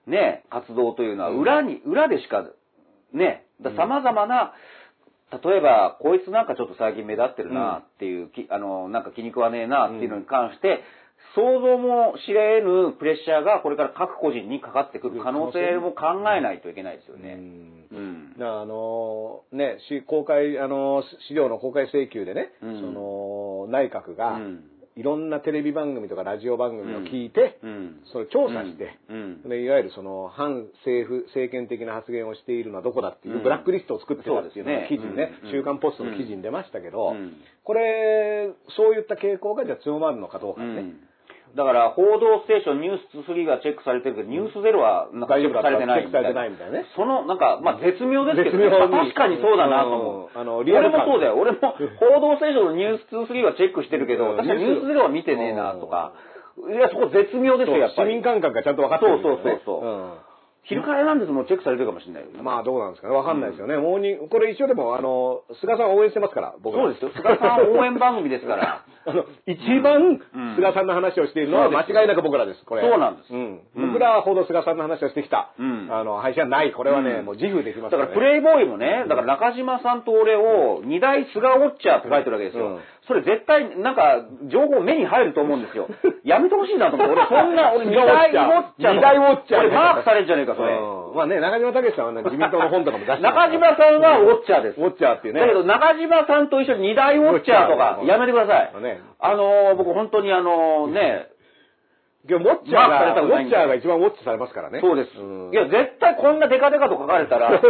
Speaker 2: ね、活動というのは、裏に、裏でしか、ね、だ様々な、例えば、こいつなんかちょっと最近目立ってるなっていう、きあの、なんか気に食わねえなっていうのに関して、想像も知れぬプレッシャーがこれから各個人にかかってくる可能性も考えないといけないですよ
Speaker 3: う
Speaker 2: ね。
Speaker 3: ん
Speaker 2: うん。
Speaker 3: なあのね、し公開、あの資料の公開請求でね、
Speaker 2: うん
Speaker 3: その内閣が、
Speaker 2: うん
Speaker 3: いろんなテレビ番組とかラジオ番組を聞いて、
Speaker 2: うん。
Speaker 3: それ調査して、
Speaker 2: うん
Speaker 3: でいわゆるその反政府政権的な発言をしているのはどこだっていう、
Speaker 2: うん
Speaker 3: ブラックリストを作ってたっていうのが
Speaker 2: そう
Speaker 3: 記
Speaker 2: で
Speaker 3: 事
Speaker 2: すね
Speaker 3: にね、
Speaker 2: うん
Speaker 3: 週刊ポストの記事に出ましたけど、
Speaker 2: うん
Speaker 3: これそういった傾向がじゃあ強まるのかどうか
Speaker 2: う
Speaker 3: ね、
Speaker 2: んだから、報道ステーション、ニュース3がチェックされてるけど、ニュース0はなんか
Speaker 3: 大
Speaker 2: チ
Speaker 3: 丈夫だった
Speaker 2: ェックされてない
Speaker 3: チェックされてないみたいなね
Speaker 2: その、なんか、まあ、絶妙ですけ
Speaker 3: 絶
Speaker 2: ど、ね、
Speaker 3: 妙に
Speaker 2: まあ確かにそうだなと思う。
Speaker 3: うんあのリアル
Speaker 2: 俺も
Speaker 3: 感
Speaker 2: そうだよ。俺も、報道ステーションのニュース2、3はチェックしてるけ
Speaker 3: うん
Speaker 2: ど、確かにニュース0は見てねえなとか。いや、そこ絶妙で
Speaker 3: そ
Speaker 2: す
Speaker 3: う
Speaker 2: よ、やっ
Speaker 3: 市
Speaker 2: ぱり。
Speaker 3: 民感覚がちゃんと分かってるんだよね
Speaker 2: そうそうそう昼からなんですもんチェックされてるかもしれないよ
Speaker 3: うんまあどうなんですかね分かんないですよね、モーニングこれ一応でもあの菅さん応援してますから僕ら
Speaker 2: そうですよ。菅さん応援番組ですから。
Speaker 3: <laughs> あの、一番
Speaker 2: うん
Speaker 3: 菅さんの話をしているのは
Speaker 2: そう
Speaker 3: 間
Speaker 2: です
Speaker 3: 違いなく僕らです、これ。
Speaker 2: そうなんです
Speaker 3: うん。
Speaker 2: うん
Speaker 3: 僕らほど菅さんの話をしてきた、
Speaker 2: うん
Speaker 3: あの、配信はない。これはね、
Speaker 2: うん
Speaker 3: もう自負できます
Speaker 2: だからプレイボーイもね、だから中島さんと俺を二大菅ウォッチャーって書いてるわけです
Speaker 3: う
Speaker 2: よ
Speaker 3: ん。
Speaker 2: それ絶対なんか情報目に入ると思うんですよ。
Speaker 3: <laughs>
Speaker 2: やめてほしいなと思って、俺そんな、俺二大ウォッチャー。
Speaker 3: 二大ウォッチャー
Speaker 2: 俺マークされるんじゃねえか、それ。
Speaker 3: うんまあね、中島武さんはね、自民党の本とかも出してますから
Speaker 2: 中島さんはウォッチャーです。
Speaker 3: ウォッチャーっていうね
Speaker 2: だけど中島さんと一緒に二大ウォッチャーとか
Speaker 3: ウォッチャー
Speaker 2: やめてください
Speaker 3: ね。
Speaker 2: あのー、僕本当にあのー、ね、
Speaker 3: いや、ウォッチャーが、
Speaker 2: マークされたく
Speaker 3: ウォ
Speaker 2: ないん
Speaker 3: ッ
Speaker 2: で
Speaker 3: チャーが一番ウォッチされますからね。
Speaker 2: そうです。
Speaker 3: うん
Speaker 2: いや、絶対こんなデカデカと書かれた
Speaker 3: <laughs>
Speaker 2: ら、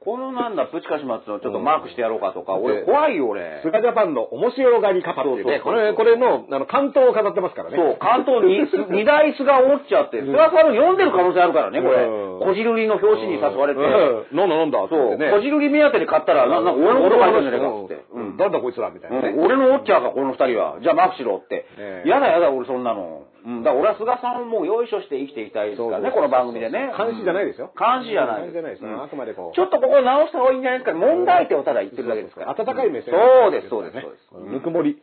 Speaker 2: このなんだ、プチカシマツのちょっとマークしてやろうかとか、
Speaker 3: うん
Speaker 2: 俺怖いよ、俺。
Speaker 3: スガジャパンの面白がり方っていうね、
Speaker 2: そ
Speaker 3: こ
Speaker 2: うそうそう
Speaker 3: れ、これの、あの、関東を飾ってますからね。
Speaker 2: そう、関東にす二大巣がおっちゃって、菅さんの読んでる可能性あるからね、これ
Speaker 3: うん。
Speaker 2: こじるりの表紙に誘われて。
Speaker 3: うん飲んだ飲んだって
Speaker 2: そう、
Speaker 3: ね。
Speaker 2: こじるり目当てで買ったら、ななんか俺のこと書いてるんじゃないかっつって。
Speaker 3: う
Speaker 2: うん
Speaker 3: ん。なんだこいつらみたいなね。
Speaker 2: うん俺のウォッチャーか、この二人は。じゃあマークしろって
Speaker 3: え。え
Speaker 2: やだやだ、俺そんなの。うん、だから俺は菅さんをもうよいしょして生きていきたいですからね、
Speaker 3: そ
Speaker 2: こ
Speaker 3: うそうそうそう
Speaker 2: の番組でね。
Speaker 3: 監視じゃないですよ
Speaker 2: 監視じゃない。
Speaker 3: 監視じゃないです
Speaker 2: うん
Speaker 3: あくまでこう
Speaker 2: ちょっとここ直した方がいいんじゃないですか。問題点をただ言ってるだけですから。
Speaker 3: 温かい目線
Speaker 2: そうです、そうです、そうです。
Speaker 3: んぬくもり。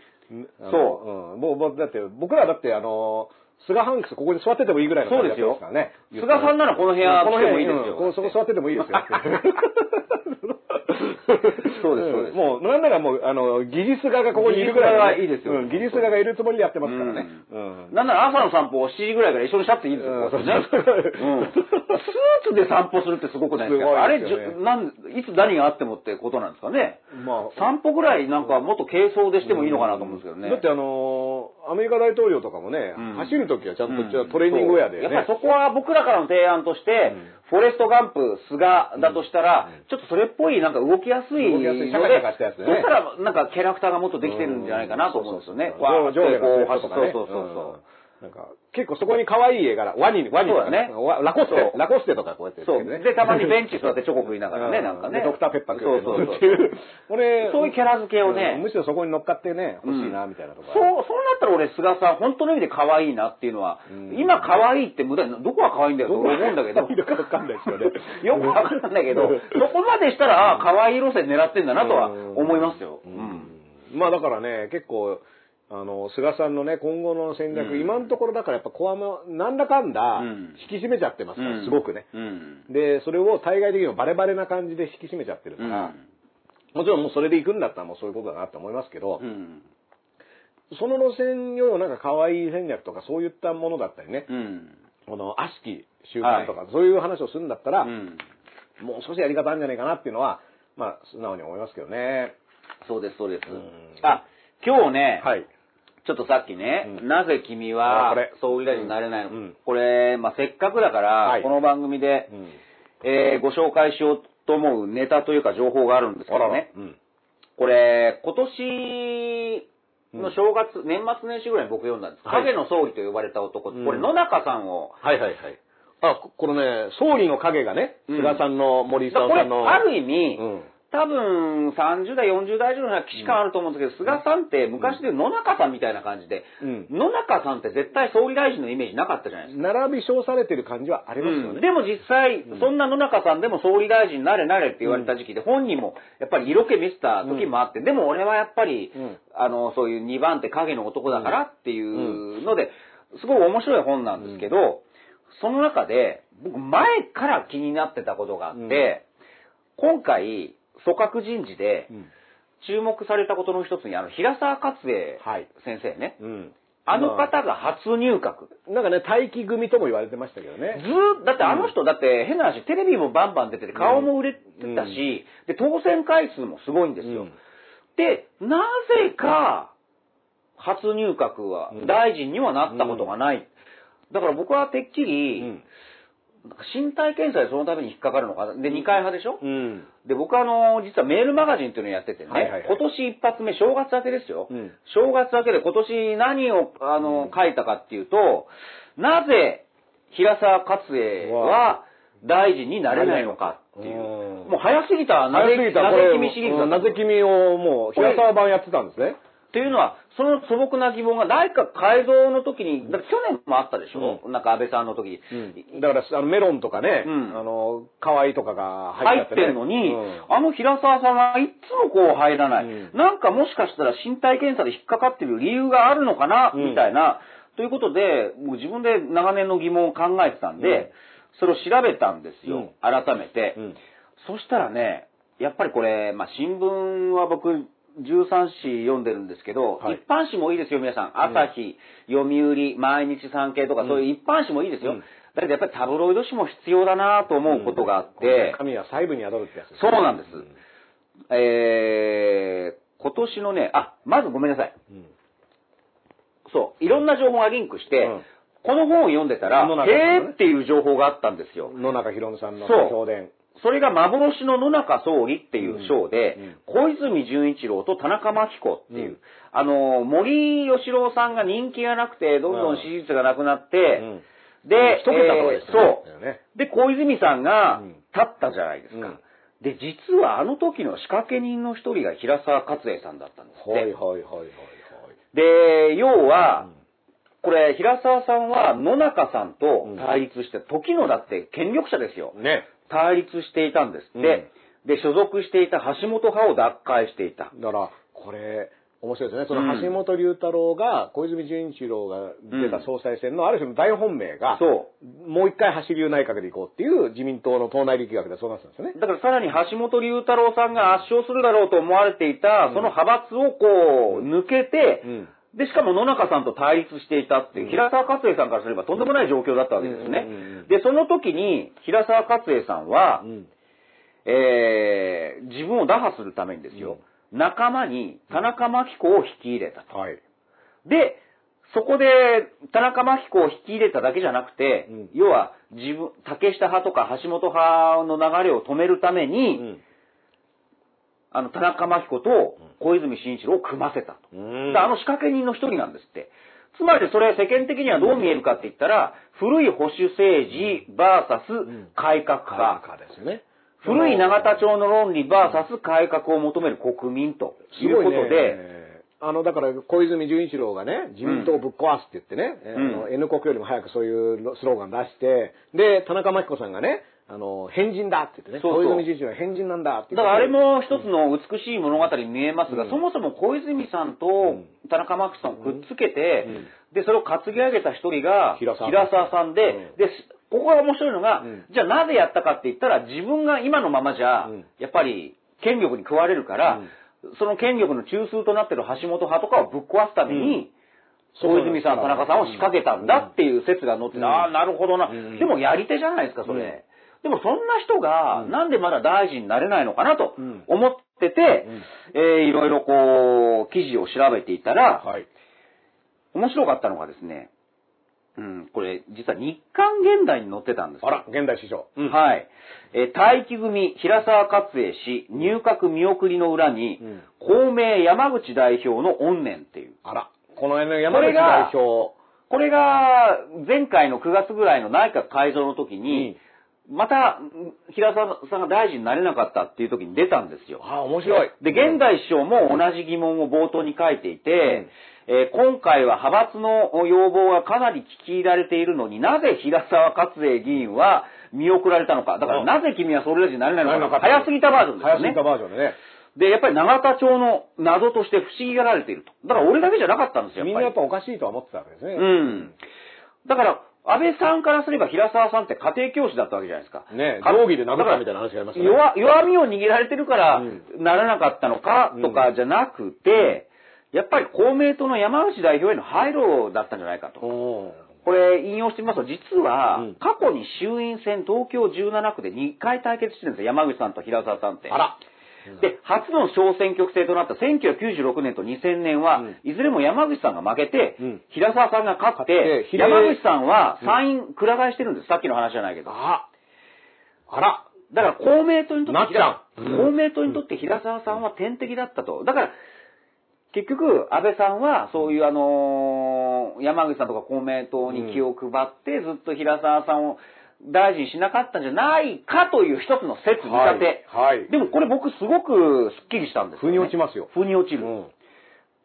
Speaker 3: あの
Speaker 2: そう
Speaker 3: うん。もう、もう、だって、僕らだって、あの、菅ハンクスここに座っててもいいぐらいの
Speaker 2: そう
Speaker 3: 感
Speaker 2: です
Speaker 3: じだ
Speaker 2: よ
Speaker 3: ったからね。。
Speaker 2: 菅さんならこの部屋
Speaker 3: この
Speaker 2: 来て
Speaker 3: 辺
Speaker 2: もいいですよ。
Speaker 3: こうそこ座っててもいいです
Speaker 2: <laughs>
Speaker 3: よ。
Speaker 2: そうですそうです
Speaker 3: もう、なんならもう、あの、技術側がここにいるぐらいのね。
Speaker 2: 技術側がいいですよ
Speaker 3: うん技術側がいるつもりでやってますからね。うん
Speaker 2: なんなら朝の散歩を7時ぐらいから一緒にしたっていいですよ、こうやってね
Speaker 3: うん
Speaker 2: うんスーツで散歩するってすごくないですかあ
Speaker 3: すごい
Speaker 2: れ、
Speaker 3: で
Speaker 2: じ
Speaker 3: すよね
Speaker 2: ゅなん、いつ何があってもってことなんですかね。
Speaker 3: まあ
Speaker 2: 散歩ぐらいなんかもっと軽装でしてもいいのかなと思うんですけどね。
Speaker 3: だってあのーアメリカ大統領とかもね、
Speaker 2: うん
Speaker 3: 走るときはちゃん
Speaker 2: うん
Speaker 3: とトレーニングウェアで
Speaker 2: そう
Speaker 3: ね。
Speaker 2: やっぱりそこは僕らからの提案として、フォレストガンプ、菅だとしたら、ちょっとそれっぽいなんか動きやすい
Speaker 3: 動
Speaker 2: の
Speaker 3: きやす
Speaker 2: で、
Speaker 3: いシャカシャカしたやつね
Speaker 2: そしたらなんかキャラクターがもっとできてるんじゃないかなと思うんですよね。わーって
Speaker 3: 上上下の
Speaker 2: こう
Speaker 3: とかね。
Speaker 2: そうそうそうそ
Speaker 3: うん
Speaker 2: う。
Speaker 3: なんか、結構そこに可愛い絵柄、ワニ、ワニとか
Speaker 2: そうだね
Speaker 3: わラコス
Speaker 2: そ
Speaker 3: テ、
Speaker 2: う
Speaker 3: ラコステとかこうやってや
Speaker 2: そ
Speaker 3: っ
Speaker 2: う。
Speaker 3: てね
Speaker 2: で、たまにベンチ座ってチョコ食いながらね、
Speaker 3: う
Speaker 2: なんかね。
Speaker 3: でドクターペッパー食
Speaker 2: そう
Speaker 3: うっ
Speaker 2: うそうそう。
Speaker 3: ていう。俺、
Speaker 2: そういうキャラ付けをね
Speaker 3: うんむしろそこに乗っかってね、欲しいな、みたいなとか。
Speaker 2: そう、そうなったら俺、菅さん、本当の意味で可愛いなっていうのは、
Speaker 3: うん
Speaker 2: 今可愛いって無駄に、どこが可愛いんだよって
Speaker 3: どこ
Speaker 2: 俺
Speaker 3: が
Speaker 2: 思うんだけど、
Speaker 3: 可愛いのかわかんないですよね
Speaker 2: <laughs> よくわかんないけど、そこまでしたら、ああ、可愛い路線狙ってんだなとは思いますよ。うん。
Speaker 3: まあだからね、結構、あの、菅さんのね、今後の戦略、
Speaker 2: うん
Speaker 3: 今のところだからやっぱコアも、なんだかんだ
Speaker 2: うん、
Speaker 3: 引き締めちゃってますから、
Speaker 2: うん
Speaker 3: すごくね。
Speaker 2: うん。
Speaker 3: で、それを対外的にもバレバレな感じで引き締めちゃってるか
Speaker 2: う
Speaker 3: ら、
Speaker 2: ん。
Speaker 3: もちろんもうそれで行くんだったらもうそういうことだなって思いますけど、
Speaker 2: うん。
Speaker 3: その路線よりもなんか可愛い戦略とかそういったものだったりね、
Speaker 2: うん。
Speaker 3: この悪しき習慣とか、そういう話をするんだったら、
Speaker 2: うん
Speaker 3: もう少しやり方あるんじゃないかなっていうのは、まあ素直に思いますけどね。
Speaker 2: そうです、そうです
Speaker 3: うん。
Speaker 2: あ、今日ね、
Speaker 3: はい。
Speaker 2: ちょっとさっきね、
Speaker 3: うん
Speaker 2: なぜ君
Speaker 3: あ
Speaker 2: は
Speaker 3: これ
Speaker 2: 総理大臣になれないの、
Speaker 3: うん
Speaker 2: これ、まあ、せっかくだから、
Speaker 3: はい
Speaker 2: この番組で、
Speaker 3: うん
Speaker 2: えーご紹介しようと思うネタというか情報があるんですけどね、
Speaker 3: うん。
Speaker 2: これ、今年の正月、年末年始ぐらいに僕読んだんです、
Speaker 3: はい
Speaker 2: 影の総理と呼ばれた男、
Speaker 3: うん
Speaker 2: これ、野中さんを、
Speaker 3: はいはいはい。あ、ここのね、総理の影がね、
Speaker 2: うん
Speaker 3: 菅さんの森
Speaker 2: だ
Speaker 3: 沢
Speaker 2: から
Speaker 3: さ
Speaker 2: こ
Speaker 3: ん
Speaker 2: れ、
Speaker 3: の。
Speaker 2: ある意味、
Speaker 3: うん
Speaker 2: 多分30代、40代以上の人は既視感あると思うんですけど、菅さんって昔で野中さんみたいな感じで、
Speaker 3: うん
Speaker 2: 野中さんって絶対総理大臣のイメージなかったじゃないですか。
Speaker 3: 並び称されてる感じはありますよ
Speaker 2: うん
Speaker 3: ね。
Speaker 2: でも実際、そんな野中さんでも総理大臣になれなれって言われた時期で、本人もやっぱり色気見せた時もあって、でも俺はやっぱり、
Speaker 3: うん
Speaker 2: あの、そういう2番手影の男だからっていうので、すごい面白い本なんですけど、その中で、僕前から気になってたことがあって、今回、組閣人事で
Speaker 3: うん
Speaker 2: 注目されたことの一つに、あの、平沢勝栄
Speaker 3: はい
Speaker 2: 先生ね、
Speaker 3: うん
Speaker 2: あの方が初入閣。
Speaker 3: なんかね、待機組とも言われてましたけど
Speaker 2: ず
Speaker 3: ね。
Speaker 2: ーっとだってあの人、だって変な話、テレビもバンバン出てて、顔も売れてたし、で、当選回数もすごいんですよ。
Speaker 3: うん
Speaker 2: で、なぜか、初入閣は
Speaker 3: う、ん
Speaker 2: 大臣にはなったことがない。だから僕はてっきり、
Speaker 3: うん
Speaker 2: なんか身体検査でそのために引っかかるのかな。で、2回派でしょ、
Speaker 3: うん。
Speaker 2: で、僕はあの、実はメールマガジンっていうのをやっててね、
Speaker 3: はいはいはい
Speaker 2: 今年一発目、正月明けですよ。
Speaker 3: うん
Speaker 2: 正月明けで今年何を、あの、書いたかっていうと、なぜ平沢勝栄は大臣になれないのかっていう。
Speaker 3: うん
Speaker 2: もう早すぎた、なぜ、
Speaker 3: なぜ
Speaker 2: なぜ君シリーズだ
Speaker 3: う
Speaker 2: っ
Speaker 3: ん
Speaker 2: た
Speaker 3: なぜ君をもう、平沢版やってたんですね。
Speaker 2: っていうのは、その素朴な疑問が内閣改造の時に、だって去年もあったでしょ、なんか安倍さんの時、
Speaker 3: だから、あの、メロンとかね、
Speaker 2: うん
Speaker 3: あの、河合とかが
Speaker 2: 入
Speaker 3: 入っ
Speaker 2: ってて
Speaker 3: たね
Speaker 2: るのに、
Speaker 3: うん
Speaker 2: あの平沢さんはいっつもこう入らない、
Speaker 3: うん
Speaker 2: なんかもしかしたら身体検査で引っかかってる理由があるのかな、
Speaker 3: うん
Speaker 2: みたいな、ということで、もう自分で長年の疑問を考えてたんで、
Speaker 3: うん
Speaker 2: それを調べたんですよ、
Speaker 3: うん
Speaker 2: 改めて、
Speaker 3: うん
Speaker 2: そしたらね、やっぱりこれ、まあ、新聞は僕、13紙読んでるんですけど、
Speaker 3: はい
Speaker 2: 一般紙もいいですよ、皆さん。朝日、読売、毎日産経とか、そういう一般紙もいいです
Speaker 3: う
Speaker 2: よ。
Speaker 3: ん
Speaker 2: だけどやっぱりタブロイド紙も必要だなと思うことがあって、
Speaker 3: 神は細部に宿るってやつですね
Speaker 2: そうなんです。えー、今年のね、あ、まずごめんなさい。
Speaker 3: うん
Speaker 2: そう、いろんな情報がリンクして、
Speaker 3: うん
Speaker 2: この本を読んでたら
Speaker 3: 野、中さんのね
Speaker 2: へーっていう情報があったんですよ。
Speaker 3: 野中博美さんの
Speaker 2: そう
Speaker 3: 評伝。
Speaker 2: それが幻の野中総理っていう章で、小泉純一郎と田中真紀子っていう、
Speaker 3: うん
Speaker 2: あの、森喜朗さんが人気がなくて、どんどん支持率がなくなって、で、
Speaker 3: 一桁とかですよ
Speaker 2: えーそう。
Speaker 3: ね。
Speaker 2: で、小泉さんが
Speaker 3: うん
Speaker 2: 立ったじゃないですか。
Speaker 3: うん
Speaker 2: で、実はあの時の仕掛け人の一人が平沢勝栄さんだったんです
Speaker 3: そう。はいはい
Speaker 2: って。
Speaker 3: はいはいはい。
Speaker 2: で、要は、これ、平沢さんは野中さんと対立して、時のだって権力者ですよ。
Speaker 3: ね。
Speaker 2: 対立していたんですっ
Speaker 3: う
Speaker 2: て、
Speaker 3: ん
Speaker 2: で、所属していた橋本派を脱会していた。
Speaker 3: だから、これ、面白いですね。その橋本龍太郎が、小泉純一郎が出た総裁選のある種の大本命が、
Speaker 2: そ
Speaker 3: もう一回橋流内閣で行こうっていう自民党の党内力学でそうなってたんですよね。
Speaker 2: だからさらに橋本龍太郎さんが圧勝するだろうと思われていた、その派閥をこう、抜けて、
Speaker 3: うん
Speaker 2: で、しかも野中さんと対立していたっていう、平沢勝栄さんからすればとんでもない状況だったわけですね。
Speaker 3: うんうんうんうん
Speaker 2: で、その時に、平沢勝栄さんは、
Speaker 3: うん
Speaker 2: えー自分を打破するためにですよ、仲間に田中真紀子を引き入れたと。
Speaker 3: はい。
Speaker 2: で、そこで田中真紀子を引き入れただけじゃなくて、
Speaker 3: うん
Speaker 2: 要は自分、竹下派とか橋本派の流れを止めるために、あの、田中真紀子と小泉進一郎を組ませたと。
Speaker 3: うん
Speaker 2: であの仕掛け人の一人なんですって。つまりそれ世間的にはどう見えるかって言ったら、古い保守政治 VS 改革
Speaker 3: カ
Speaker 2: 派。
Speaker 3: ですよね。
Speaker 2: 古い永田町の論理 VS 改革を求める国民と
Speaker 3: す
Speaker 2: いう
Speaker 3: ごい
Speaker 2: こ
Speaker 3: ことと
Speaker 2: で、
Speaker 3: で、あの、だから、小泉純一郎がね、自民党をぶっ壊すって言ってね、えーあの N 国よりも早くそういうスローガン出して、で、田中真紀子さんがね、あの、変人だって言ってね、
Speaker 2: そうそう
Speaker 3: 小泉純一郎は変人なんだって
Speaker 2: だ
Speaker 3: 言って。
Speaker 2: からあれ、も一つの美しい物語に見えますが、そもそも小泉さんと田中真紀さんをくっつけて、で、それを担ぎ上げた一人が
Speaker 3: 平沢
Speaker 2: さんで、
Speaker 3: うん
Speaker 2: で、ここが面白いのが、
Speaker 3: うん
Speaker 2: じゃあなぜやったかって言ったら、自分が今のままじゃ
Speaker 3: うん、
Speaker 2: やっぱり権力に食われるから、その権力の中枢となってる橋本派とかをぶっ壊すために、小泉さん、田中さんを仕掛けたんだっていう説が載ってて、ああ、なるほどな。
Speaker 3: ん
Speaker 2: でもやり手じゃないですか、それ。でもそんな人が、なんでまだ大臣になれないのかなと
Speaker 3: うん
Speaker 2: 思ってて、えーいろいろこう、記事を調べていたら、
Speaker 3: はい。
Speaker 2: 面白かったのがですね、うん、これ、実は日刊現代に載ってたんです
Speaker 3: あ
Speaker 2: よ
Speaker 3: ら、現代師匠。
Speaker 2: はい。えー待機組平沢勝栄氏入閣見送りの裏に、
Speaker 3: うん
Speaker 2: 公明山口代表の怨念っていう。
Speaker 3: あら、この辺の山
Speaker 2: これ
Speaker 3: 口
Speaker 2: が
Speaker 3: 代表。
Speaker 2: これが、前回の9月ぐらいの内閣改造の時に、また、平沢さんが大臣になれなかったっていう時に出たんですよ。
Speaker 3: あ、面白い。
Speaker 2: で、現代首相も同じ疑問を冒頭に書いていて、えー今回は派閥の要望がかなり聞き入られているのになぜ平沢勝栄議員は見送られたのか。だから
Speaker 3: うん
Speaker 2: なぜ君は総理大臣になれない
Speaker 3: なれ
Speaker 2: の
Speaker 3: なか
Speaker 2: か。
Speaker 3: った
Speaker 2: 早すぎたバージョンですよ
Speaker 3: 早
Speaker 2: ね。
Speaker 3: すぎたバージョンでね。
Speaker 2: で、やっぱり永田町の謎として不思議がられていると。だから俺だけじゃなかったんですよ。
Speaker 3: みん
Speaker 2: やっぱ
Speaker 3: なやっ
Speaker 2: り
Speaker 3: ぱおかしいとは思ってたわけですね。
Speaker 2: うん。だから、安倍さんからすれば平沢さんって家庭教師だったわけじゃないですか。
Speaker 3: ね
Speaker 2: か
Speaker 3: 道義で殴ったみたいな話がありましたね
Speaker 2: だから弱弱みを握られてるから、
Speaker 3: うん
Speaker 2: ならなかったのかとかじゃなくて、やっぱり公明党の山口代表への配慮だったんじゃないかと。
Speaker 3: おー
Speaker 2: これ、引用してみますと、実は
Speaker 3: うん、
Speaker 2: 過去に衆院選東京17区で2回対決してるんですよ。山口さんと平沢さんって。
Speaker 3: あら。
Speaker 2: で、初の小選挙区制となった1996年と2000年は、
Speaker 3: うん
Speaker 2: いずれも山口さんが負けて、
Speaker 3: うん
Speaker 2: 平沢さんが勝っ
Speaker 3: 勝って
Speaker 2: て、
Speaker 3: 比例
Speaker 2: 山口さんは参院くら替えしてるんです。さっきの話じゃないけど。
Speaker 3: ああら。
Speaker 2: だから公明党にと
Speaker 3: な
Speaker 2: っ
Speaker 3: ってちゃ
Speaker 2: 平、
Speaker 3: う
Speaker 2: 公明党にとって平沢さんは天敵だったと。だから、結局、安倍さんは、そういう、あのー山口さんとか公明党に気を配って、ずっと平沢さんを大臣にしなかったんじゃないかという一つの説、見立て。
Speaker 3: はいはい
Speaker 2: でもこれ僕すごくスッキリしたんですよ、ね。
Speaker 3: 腑に落ちますよ
Speaker 2: 腑に落ち
Speaker 3: う
Speaker 2: る。
Speaker 3: ん。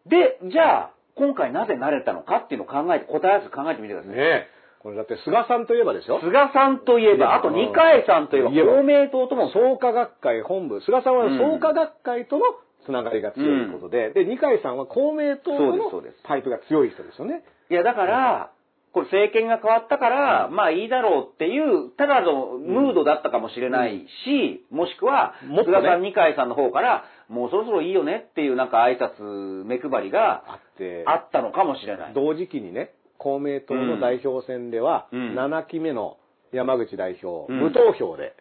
Speaker 2: で、じゃあ、今回なぜ慣れたのかっていうのを考えて、答え合わせ考えてみてくださ
Speaker 3: ね
Speaker 2: い。
Speaker 3: え。これだって菅さんといえばですよ。
Speaker 2: 菅さんといえば、あと二階さんといえば、
Speaker 3: いえば
Speaker 2: 公明党とも
Speaker 3: 創価学会本部、菅さんは
Speaker 2: う
Speaker 3: 創
Speaker 2: ん
Speaker 3: 価学会とのつながりが強いということで、で、二階さんは公明党と
Speaker 2: そう
Speaker 3: の
Speaker 2: ですそうです
Speaker 3: パイプが強い人ですよね。
Speaker 2: いや、だから、これ政権が変わったから、まあいいだろうっていう、ただのムードだったかもしれないし、もしくは、
Speaker 3: もっとね
Speaker 2: 菅さん、二階さんの方から、もうそろそろいいよねっていうなんか挨拶目配り
Speaker 3: あ
Speaker 2: が
Speaker 3: って、
Speaker 2: あったのかもしれない。
Speaker 3: 同時期にね、公明党の代表選では、
Speaker 2: うん
Speaker 3: 7期目の山口代表、
Speaker 2: うん
Speaker 3: 無投票で、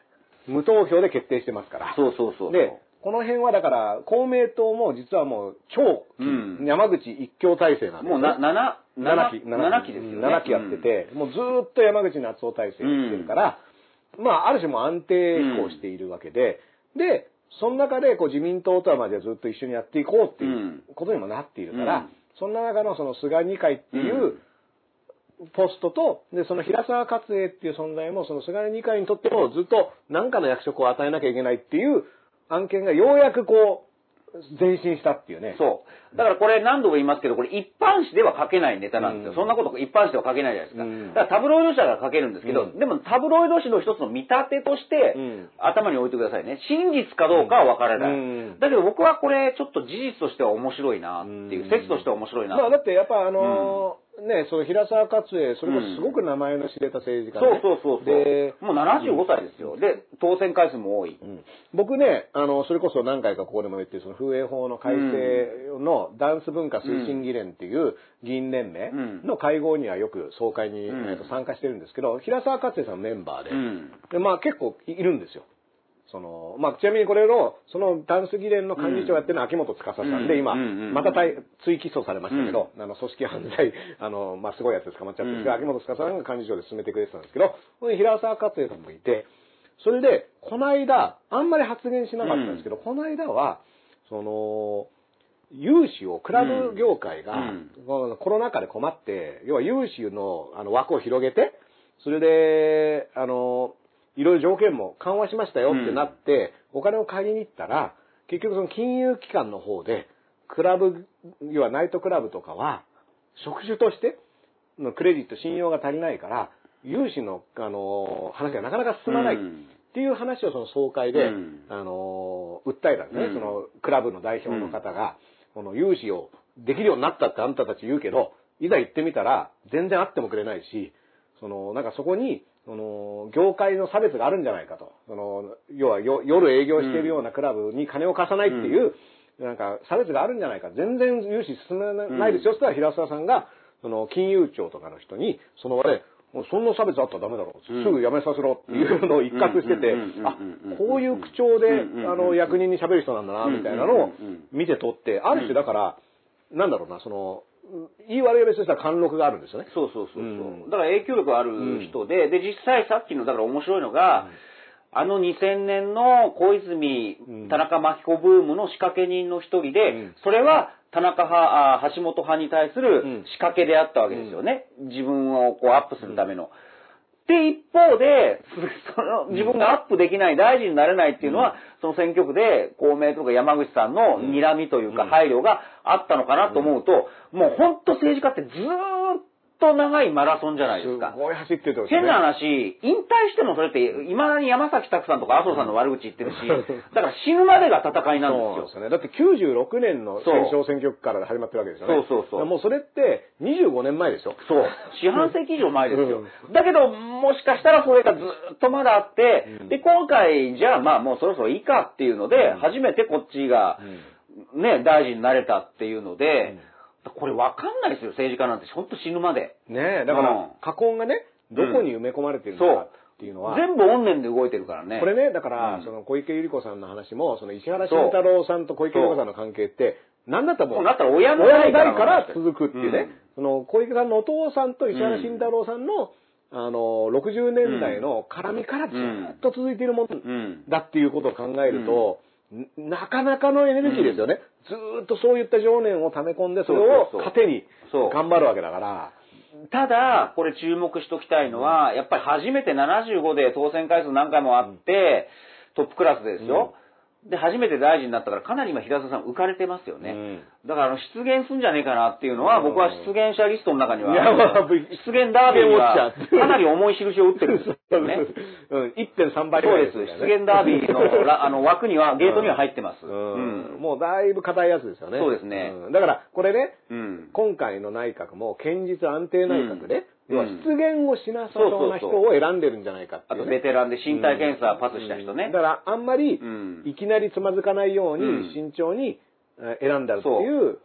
Speaker 3: 無投票で決定してますから。
Speaker 2: そうそうそうそう。
Speaker 3: で、この辺はだから、公明党も実はもう超、
Speaker 2: うん
Speaker 3: 山口一強体制なんです
Speaker 2: もうな、 7
Speaker 3: 7期、
Speaker 2: 7期ですよね
Speaker 3: 7期やってて、もうずーっと山口夏夫体制をしてるから、まあ、ある種もう安定移行しているわけで、で、その中でこう自民党とはまあじゃあずっと一緒にやっていこうっていうことにもなっているから、
Speaker 2: うん
Speaker 3: そんな中のその菅二階っていうポストと、で、その平沢勝栄っていう存在も、その菅二階にとってもずっと何かの役職を与えなきゃいけないっていう案件がようやくこう、前進したっていうね。
Speaker 2: そう。だからこれ何度も言いますけど、これ一般紙では書けないネタなんですよ。
Speaker 3: うん
Speaker 2: そんなこと一般紙では書けないじゃないですか。
Speaker 3: うん
Speaker 2: だからタブロイド紙が書けるんですけど、
Speaker 3: うん
Speaker 2: でもタブロイド紙の一つの見立てとして、
Speaker 3: うん
Speaker 2: 頭に置いてくださいね。真実かどうかはわからない、
Speaker 3: うん
Speaker 2: だけど僕はこれちょっと事実としては面白いなっていう、
Speaker 3: うん
Speaker 2: 説としては面白いな。
Speaker 3: まあだってやっぱあのーね、その平沢勝栄、それこそすごく名前の知れた政治家、
Speaker 2: そう
Speaker 3: ね
Speaker 2: そうそうそう。
Speaker 3: で、
Speaker 2: もう75歳ですよ。で、当選回数も多い。
Speaker 3: うん僕ね、あの、それこそ何回かここでも言ってる、その風営法の改正のダンス文化推進議連っていう議員連盟の会合にはよく総会に、
Speaker 2: うん
Speaker 3: えっと参加してるんですけど、平沢勝栄さんメンバーで、
Speaker 2: うん
Speaker 3: でまあ結構いるんですよ。その、まあちなみにこれの、そのダンス議連の幹事長やってるのは秋元司さんで、
Speaker 2: うん
Speaker 3: 今、
Speaker 2: うんうんうん
Speaker 3: また対追起訴されましたけど、あの、組織犯罪、 <laughs> あの、まあすごいやつで捕まっちゃったんですけど、
Speaker 2: うん
Speaker 3: 秋元司さんが幹事長で進めてくれてたんですけど、これ平沢克也さんもいて、それで、この間、あんまり発言しなかったんですけど、この間は、その、融資を、クラブ業界が、
Speaker 2: うん
Speaker 3: このコロナ禍で困って、要は融資のあの枠を広げて、それで、あの、いろいろ条件も緩和しましたよってなって、お金を借りに行ったら、結局その金融機関の方で、クラブ、要はナイトクラブとかは、職種としてのクレジット信用が足りないから、融資の、あの、話がなかなか進まない。
Speaker 2: うん
Speaker 3: っていう話をその総会で、
Speaker 2: うん
Speaker 3: あのー訴えたんですね、
Speaker 2: うん
Speaker 3: そのクラブの代表の方が、この融資をできるようになったってあんたたち言うけど、いざ行ってみたら全然会ってもくれないし、そのなんかそこに、その業界の差別があるんじゃないかと、その要はよ夜営業しているようなクラブに金を貸さないっていう、なんか差別があるんじゃないか、全然融資進めないですよ、そしたら平沢さんが、その金融庁とかの人に、その場で、もうそんな差別あったらダメだろう、
Speaker 2: うん
Speaker 3: すぐやめさせろっていうのを一括してて
Speaker 2: うんうんうんうん、
Speaker 3: あ、こういう口調で、
Speaker 2: うんうんうん
Speaker 3: あの、役人に喋る人なんだな、みたいなのを
Speaker 2: うんうんうん
Speaker 3: 見て取って、ある種だから、なんだろうな、その、言い悪い別としたら貫禄があるんですよね。
Speaker 2: そうそうそうそう、
Speaker 3: うん
Speaker 2: だから影響力ある人で、で、実際さっきの、だから面白いのが、あの2000年の小泉
Speaker 3: うん、
Speaker 2: 田中真紀子ブームの仕掛け人の一人で、
Speaker 3: うん
Speaker 2: それは田中派、あ橋本派に対す
Speaker 3: うん
Speaker 2: る仕掛けであったわけですよね。自分をこうアップするための。で、一方で、その自分がアップできない、大臣になれないっていうのは、その選挙区で公明とか山口さんの睨みというか配慮があったのかなと思うと、もう本当政治家ってずーっと長いマラソンじゃないですか
Speaker 3: す。ごい走ってるってことですね
Speaker 2: 変な話、引退してもそれって、いまだに山崎拓さんとか麻生さんの悪口言 <laughs> ってるし
Speaker 3: うん、
Speaker 2: だから死ぬまでが戦いなん
Speaker 3: そう
Speaker 2: で
Speaker 3: ですす
Speaker 2: よ。
Speaker 3: よね。だって96年の
Speaker 2: そう
Speaker 3: 戦勝選挙区から始まってるわけですよね。
Speaker 2: そうそうそう
Speaker 3: もうそれって25年前でしょ。
Speaker 2: そう。四半世紀以上前ですよ
Speaker 3: う。
Speaker 2: だけど、もしかしたらそれがずっとまだあって
Speaker 3: うん、
Speaker 2: で、今回、じゃあまあもうそろそろいいかっていうので
Speaker 3: うん、
Speaker 2: 初めてこっちが、ね、大臣になれたっていうので、これわかんないですよ、政治家なんて。ほんと死ぬまで。
Speaker 3: ねえ、だか
Speaker 2: うん
Speaker 3: ら、禍根がね、どこに埋め込まれてるの
Speaker 2: うん
Speaker 3: か
Speaker 2: そう
Speaker 3: っていうのは、
Speaker 2: 全部怨念で動いてるからね。
Speaker 3: これね、だから、
Speaker 2: うん
Speaker 3: その小池百合子さんの話も、その石原慎太郎さんと小池百合子さんの関係って、なんだったらも
Speaker 2: も
Speaker 3: う、
Speaker 2: うなったら親の
Speaker 3: 親
Speaker 2: 代
Speaker 3: 代
Speaker 2: から
Speaker 3: から続くっていうね、
Speaker 2: うん
Speaker 3: その小池さんのお父さんと石原慎太郎さんの、あの、60年代の絡みからずっと続いているもの
Speaker 2: うん。
Speaker 3: だっていうことを考えると、んなかなかのエネルギーですよね。ずーっとそういった情念を溜め込んで、それを
Speaker 2: そうそうそう
Speaker 3: 糧に
Speaker 2: そう
Speaker 3: 頑張るわけだから。
Speaker 2: ただ、これ注目しておきたいのは、やっぱり初めて75で当選回数何回もあって、トップクラスですよ。で、初めて大臣になったから、かなり今平田さん浮かれてますよね。だからあの、出現すんじゃねえかなっていうのは、
Speaker 3: うん
Speaker 2: 僕は出現者リストの中には、
Speaker 3: いやまあ
Speaker 2: 出現ダービーには
Speaker 3: 出現ウォッチャー
Speaker 2: かなり重い印を打ってるんですよね。
Speaker 3: うん、1.3倍ぐ
Speaker 2: そう
Speaker 3: らい
Speaker 2: です。
Speaker 3: よね <laughs>
Speaker 2: 出現ダービーのら <laughs> あの枠には、ゲートには入ってます。
Speaker 3: うん
Speaker 2: うん
Speaker 3: もうだいぶ硬いやつですよね。
Speaker 2: そうですね
Speaker 3: うんだから、これね、
Speaker 2: うん
Speaker 3: 今回の内閣も、堅実安定内閣で、
Speaker 2: うん
Speaker 3: 要は出現をしなさそうな人を選んでるんじゃないかって
Speaker 2: あ
Speaker 3: いう
Speaker 2: と、
Speaker 3: ね、
Speaker 2: ベテランで身体検査パスした人ね。
Speaker 3: うんだから、あんまり
Speaker 2: うん、
Speaker 3: いきなりつまずかないよう
Speaker 2: う
Speaker 3: に、
Speaker 2: ん
Speaker 3: 慎重にえー選んだっていう、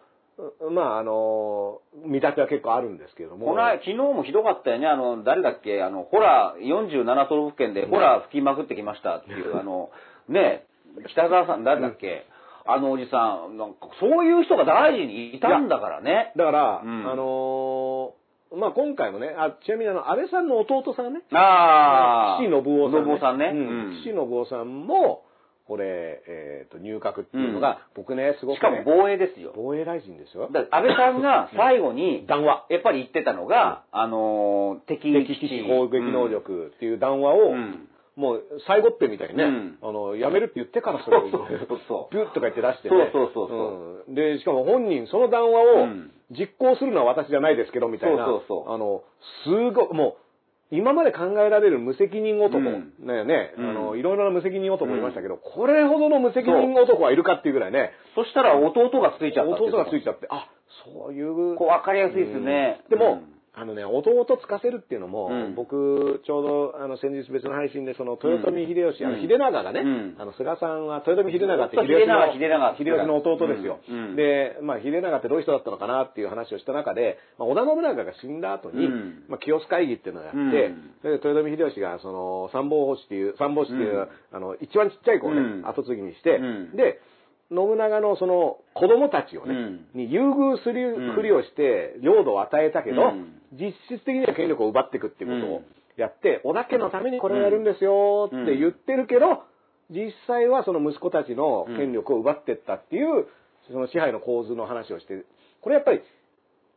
Speaker 3: うまあ、あのー、見立ては結構あるんですけども。
Speaker 2: この間、昨日もひどかったよね。あの、誰だっけ、あの、ホラー、47都道府県でホラー吹きまくってきましたっていう、あの、ね、北沢さん、誰だっけ、あのおじさん、なんか、そういう人が大臣にいたんだからね。
Speaker 3: だから、
Speaker 2: うん
Speaker 3: あのーまあ今回もね、あちなみにあの、安倍さんの弟さんね、
Speaker 2: ああ。
Speaker 3: 岸信夫さん、
Speaker 2: 信夫さんね。
Speaker 3: う岸信夫さんも、これ、えっ、と、入閣っていうのが、僕ね、すご
Speaker 2: し
Speaker 3: く、
Speaker 2: かも
Speaker 3: ね、
Speaker 2: 防衛ですよ。
Speaker 3: 防衛大臣ですよ。
Speaker 2: だから安倍さんが最後に、
Speaker 3: 談話。
Speaker 2: やっぱり言ってたのが、あのー、敵
Speaker 3: 敵基地攻撃能力っていう談話を、
Speaker 2: うん
Speaker 3: もう最後っぺみたいにね、
Speaker 2: うん
Speaker 3: あの、やめるって言ってからそれを、
Speaker 2: そうそうそう
Speaker 3: ビュッとか言って出してね。、
Speaker 2: そうそうそうそう
Speaker 3: ん。で、しかも本人、その談話
Speaker 2: う
Speaker 3: を
Speaker 2: ん
Speaker 3: 実行するのは私じゃないですけど、みたいな。
Speaker 2: そうそうそう
Speaker 3: あの、すごい、もう、今まで考えられる無責任男、
Speaker 2: うん
Speaker 3: だよね、
Speaker 2: うん
Speaker 3: あの、いろいろな無責任男いましたけど、これほどの無責任男はいるかっていうぐらいね、
Speaker 2: そしたら弟がついちゃったっていう
Speaker 3: 弟がついちゃって、あ、そういう。
Speaker 2: こう分かりやすいですね
Speaker 3: うんで
Speaker 2: う
Speaker 3: も、
Speaker 2: ん
Speaker 3: あのね、弟つかせるっていうのも、
Speaker 2: うん
Speaker 3: 僕、ちょうど、あの、先日別の配信で、その、豊臣秀吉、
Speaker 2: うん
Speaker 3: あの、秀長がね、
Speaker 2: うん
Speaker 3: あの、菅さんは、豊臣秀長って
Speaker 2: そう
Speaker 3: 秀吉の、
Speaker 2: 秀長秀長
Speaker 3: 秀吉の弟ですよ、
Speaker 2: うんうん
Speaker 3: で、まあ、秀長ってどういう人だったのかなっていう話をした中で、まあ、織田信長が死んだ後に、
Speaker 2: うん
Speaker 3: まあ、清須会議っていうのをやって、
Speaker 2: うん
Speaker 3: で豊臣秀吉が、その、三宝法師っていう、三宝師っていう、
Speaker 2: うん
Speaker 3: あの、一番ちっちゃい子をね、
Speaker 2: うん
Speaker 3: 後継ぎにして、
Speaker 2: うん
Speaker 3: で、信長のその子供たちをね、
Speaker 2: うん
Speaker 3: に優遇する
Speaker 2: うん
Speaker 3: ふりをして領土を与えたけど、
Speaker 2: うん
Speaker 3: 実質的には権力を奪っていくっていうこと
Speaker 2: う
Speaker 3: を
Speaker 2: ん
Speaker 3: やって、織田家のためにこれをやるんですよって言ってるけど、実際はその息子たちの権力を奪っていったっていう、その支配の構図の話をして、これやっぱり、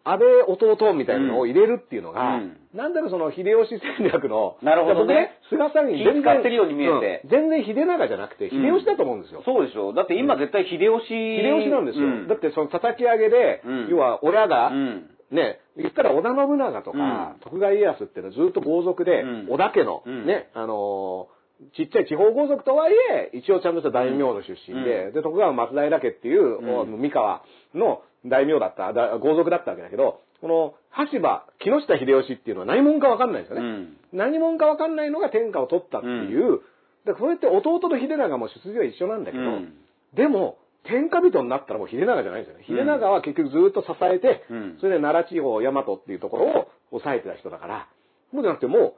Speaker 3: 安倍弟みたいなのを入れるっていうのが、
Speaker 2: うん
Speaker 3: なんだろうその秀吉戦略の、
Speaker 2: なるほどね
Speaker 3: 僕菅さんに
Speaker 2: 気使ってるように見えて
Speaker 3: うん全然秀長じゃなくて、秀吉だと思うんですよ。
Speaker 2: そうでしょだって今絶対秀吉、
Speaker 3: 秀吉なんですよ。
Speaker 2: うん
Speaker 3: だってその叩き上げで、
Speaker 2: うん
Speaker 3: 要は親が、
Speaker 2: うん
Speaker 3: ね、言ったら織田信長とか、
Speaker 2: うん
Speaker 3: 徳川家康っていうのはずっと豪族で、
Speaker 2: うん
Speaker 3: 織田家の、
Speaker 2: うん
Speaker 3: ね、あのーちっちゃい地方豪族とはいえ、一応ちゃんとした大名の出身で、
Speaker 2: うん
Speaker 3: で、徳川松平家っていう、
Speaker 2: うん
Speaker 3: お三河の大名だった、だ豪族だったわけだけど、この、羽柴、木下秀吉っていうのは何者かわかんないですよね。
Speaker 2: うん
Speaker 3: 何者かわかんないのが天下を取ったっていう、だからそれって弟と秀長も出自は一緒なんだけど、
Speaker 2: うん
Speaker 3: でも、天下人になったらもう秀長じゃないんですよね。秀長は結局ずっと支えて、
Speaker 2: うん
Speaker 3: それで奈良地方、大和っていうところを抑えてた人だから、そうじゃなくてもう、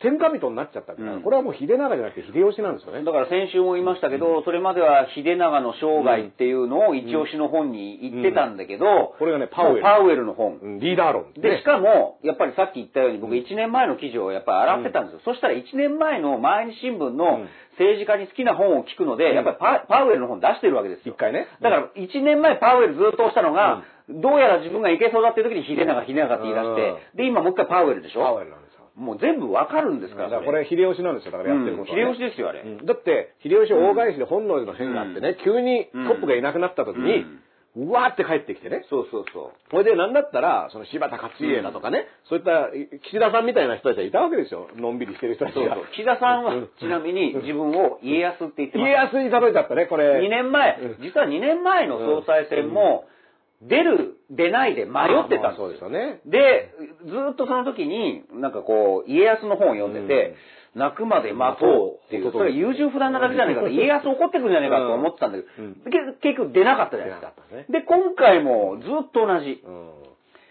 Speaker 3: 天下人になっちゃったから、
Speaker 2: うん
Speaker 3: これはもう秀長じゃなくて秀吉なんですよね。
Speaker 2: だから先週も言いましたけど、それまでは秀長の生涯っていうのを一押しの本に言ってたんだけど、
Speaker 3: これがねパウエル
Speaker 2: パウエルの本。
Speaker 3: うんリーダー論。
Speaker 2: で、しかも、やっぱりさっき言ったように、僕1年前の記事をやっぱり洗ってたんですよ。そしたら1年前の毎日新聞
Speaker 3: う
Speaker 2: の
Speaker 3: ん
Speaker 2: 政治家に好きな本を聞くので、やっぱりパパウエルの本出してるわけですよ。
Speaker 3: 一回ね
Speaker 2: だから1年前パウエルずっと押したのが、どうやら自分がいけそうだっていう時に秀長秀長って言い出して、で、今もう一回パウエルでし
Speaker 3: パウエ
Speaker 2: ょ
Speaker 3: ルなんですよ。
Speaker 2: もう全部わかるんです
Speaker 3: だ
Speaker 2: から、
Speaker 3: からこれ秀吉なんですよ、だからやってることはね、
Speaker 2: うん秀吉ですよあれ
Speaker 3: うんだって、秀吉大返しで本能寺の変があってね、急にトップがいなくなった時に、うわーって帰ってきてね。
Speaker 2: そうそうそう。
Speaker 3: それで、なんだったら、その柴田勝家だとかね、そういった岸田さんみたいな人たちがいたわけですよ。のんびりしてる人たち
Speaker 2: そう
Speaker 3: が
Speaker 2: そう。。岸田さんは
Speaker 3: うん、
Speaker 2: ちなみに自分を家康って言ってま
Speaker 3: 家
Speaker 2: す。
Speaker 3: 康に例えちゃったね、これ。
Speaker 2: 2年前
Speaker 3: う、ん
Speaker 2: 実は2年前の総裁選も、出る、出ないで迷ってたん
Speaker 3: まあそう
Speaker 2: で
Speaker 3: ですす
Speaker 2: よ
Speaker 3: よ。ね。
Speaker 2: で、ずーっとその時に、なんかこう、家康の本を読んでて、泣くまで待とうってい
Speaker 3: そ
Speaker 2: う、
Speaker 3: う
Speaker 2: それ優柔不断なだけじゃないかと、家康怒ってくるんじゃないかと思ってたんだけ
Speaker 3: うん
Speaker 2: ど、け結局出なかったじゃないです
Speaker 3: 出
Speaker 2: か
Speaker 3: なかったね。
Speaker 2: で、今回もずっと同じ。
Speaker 3: うん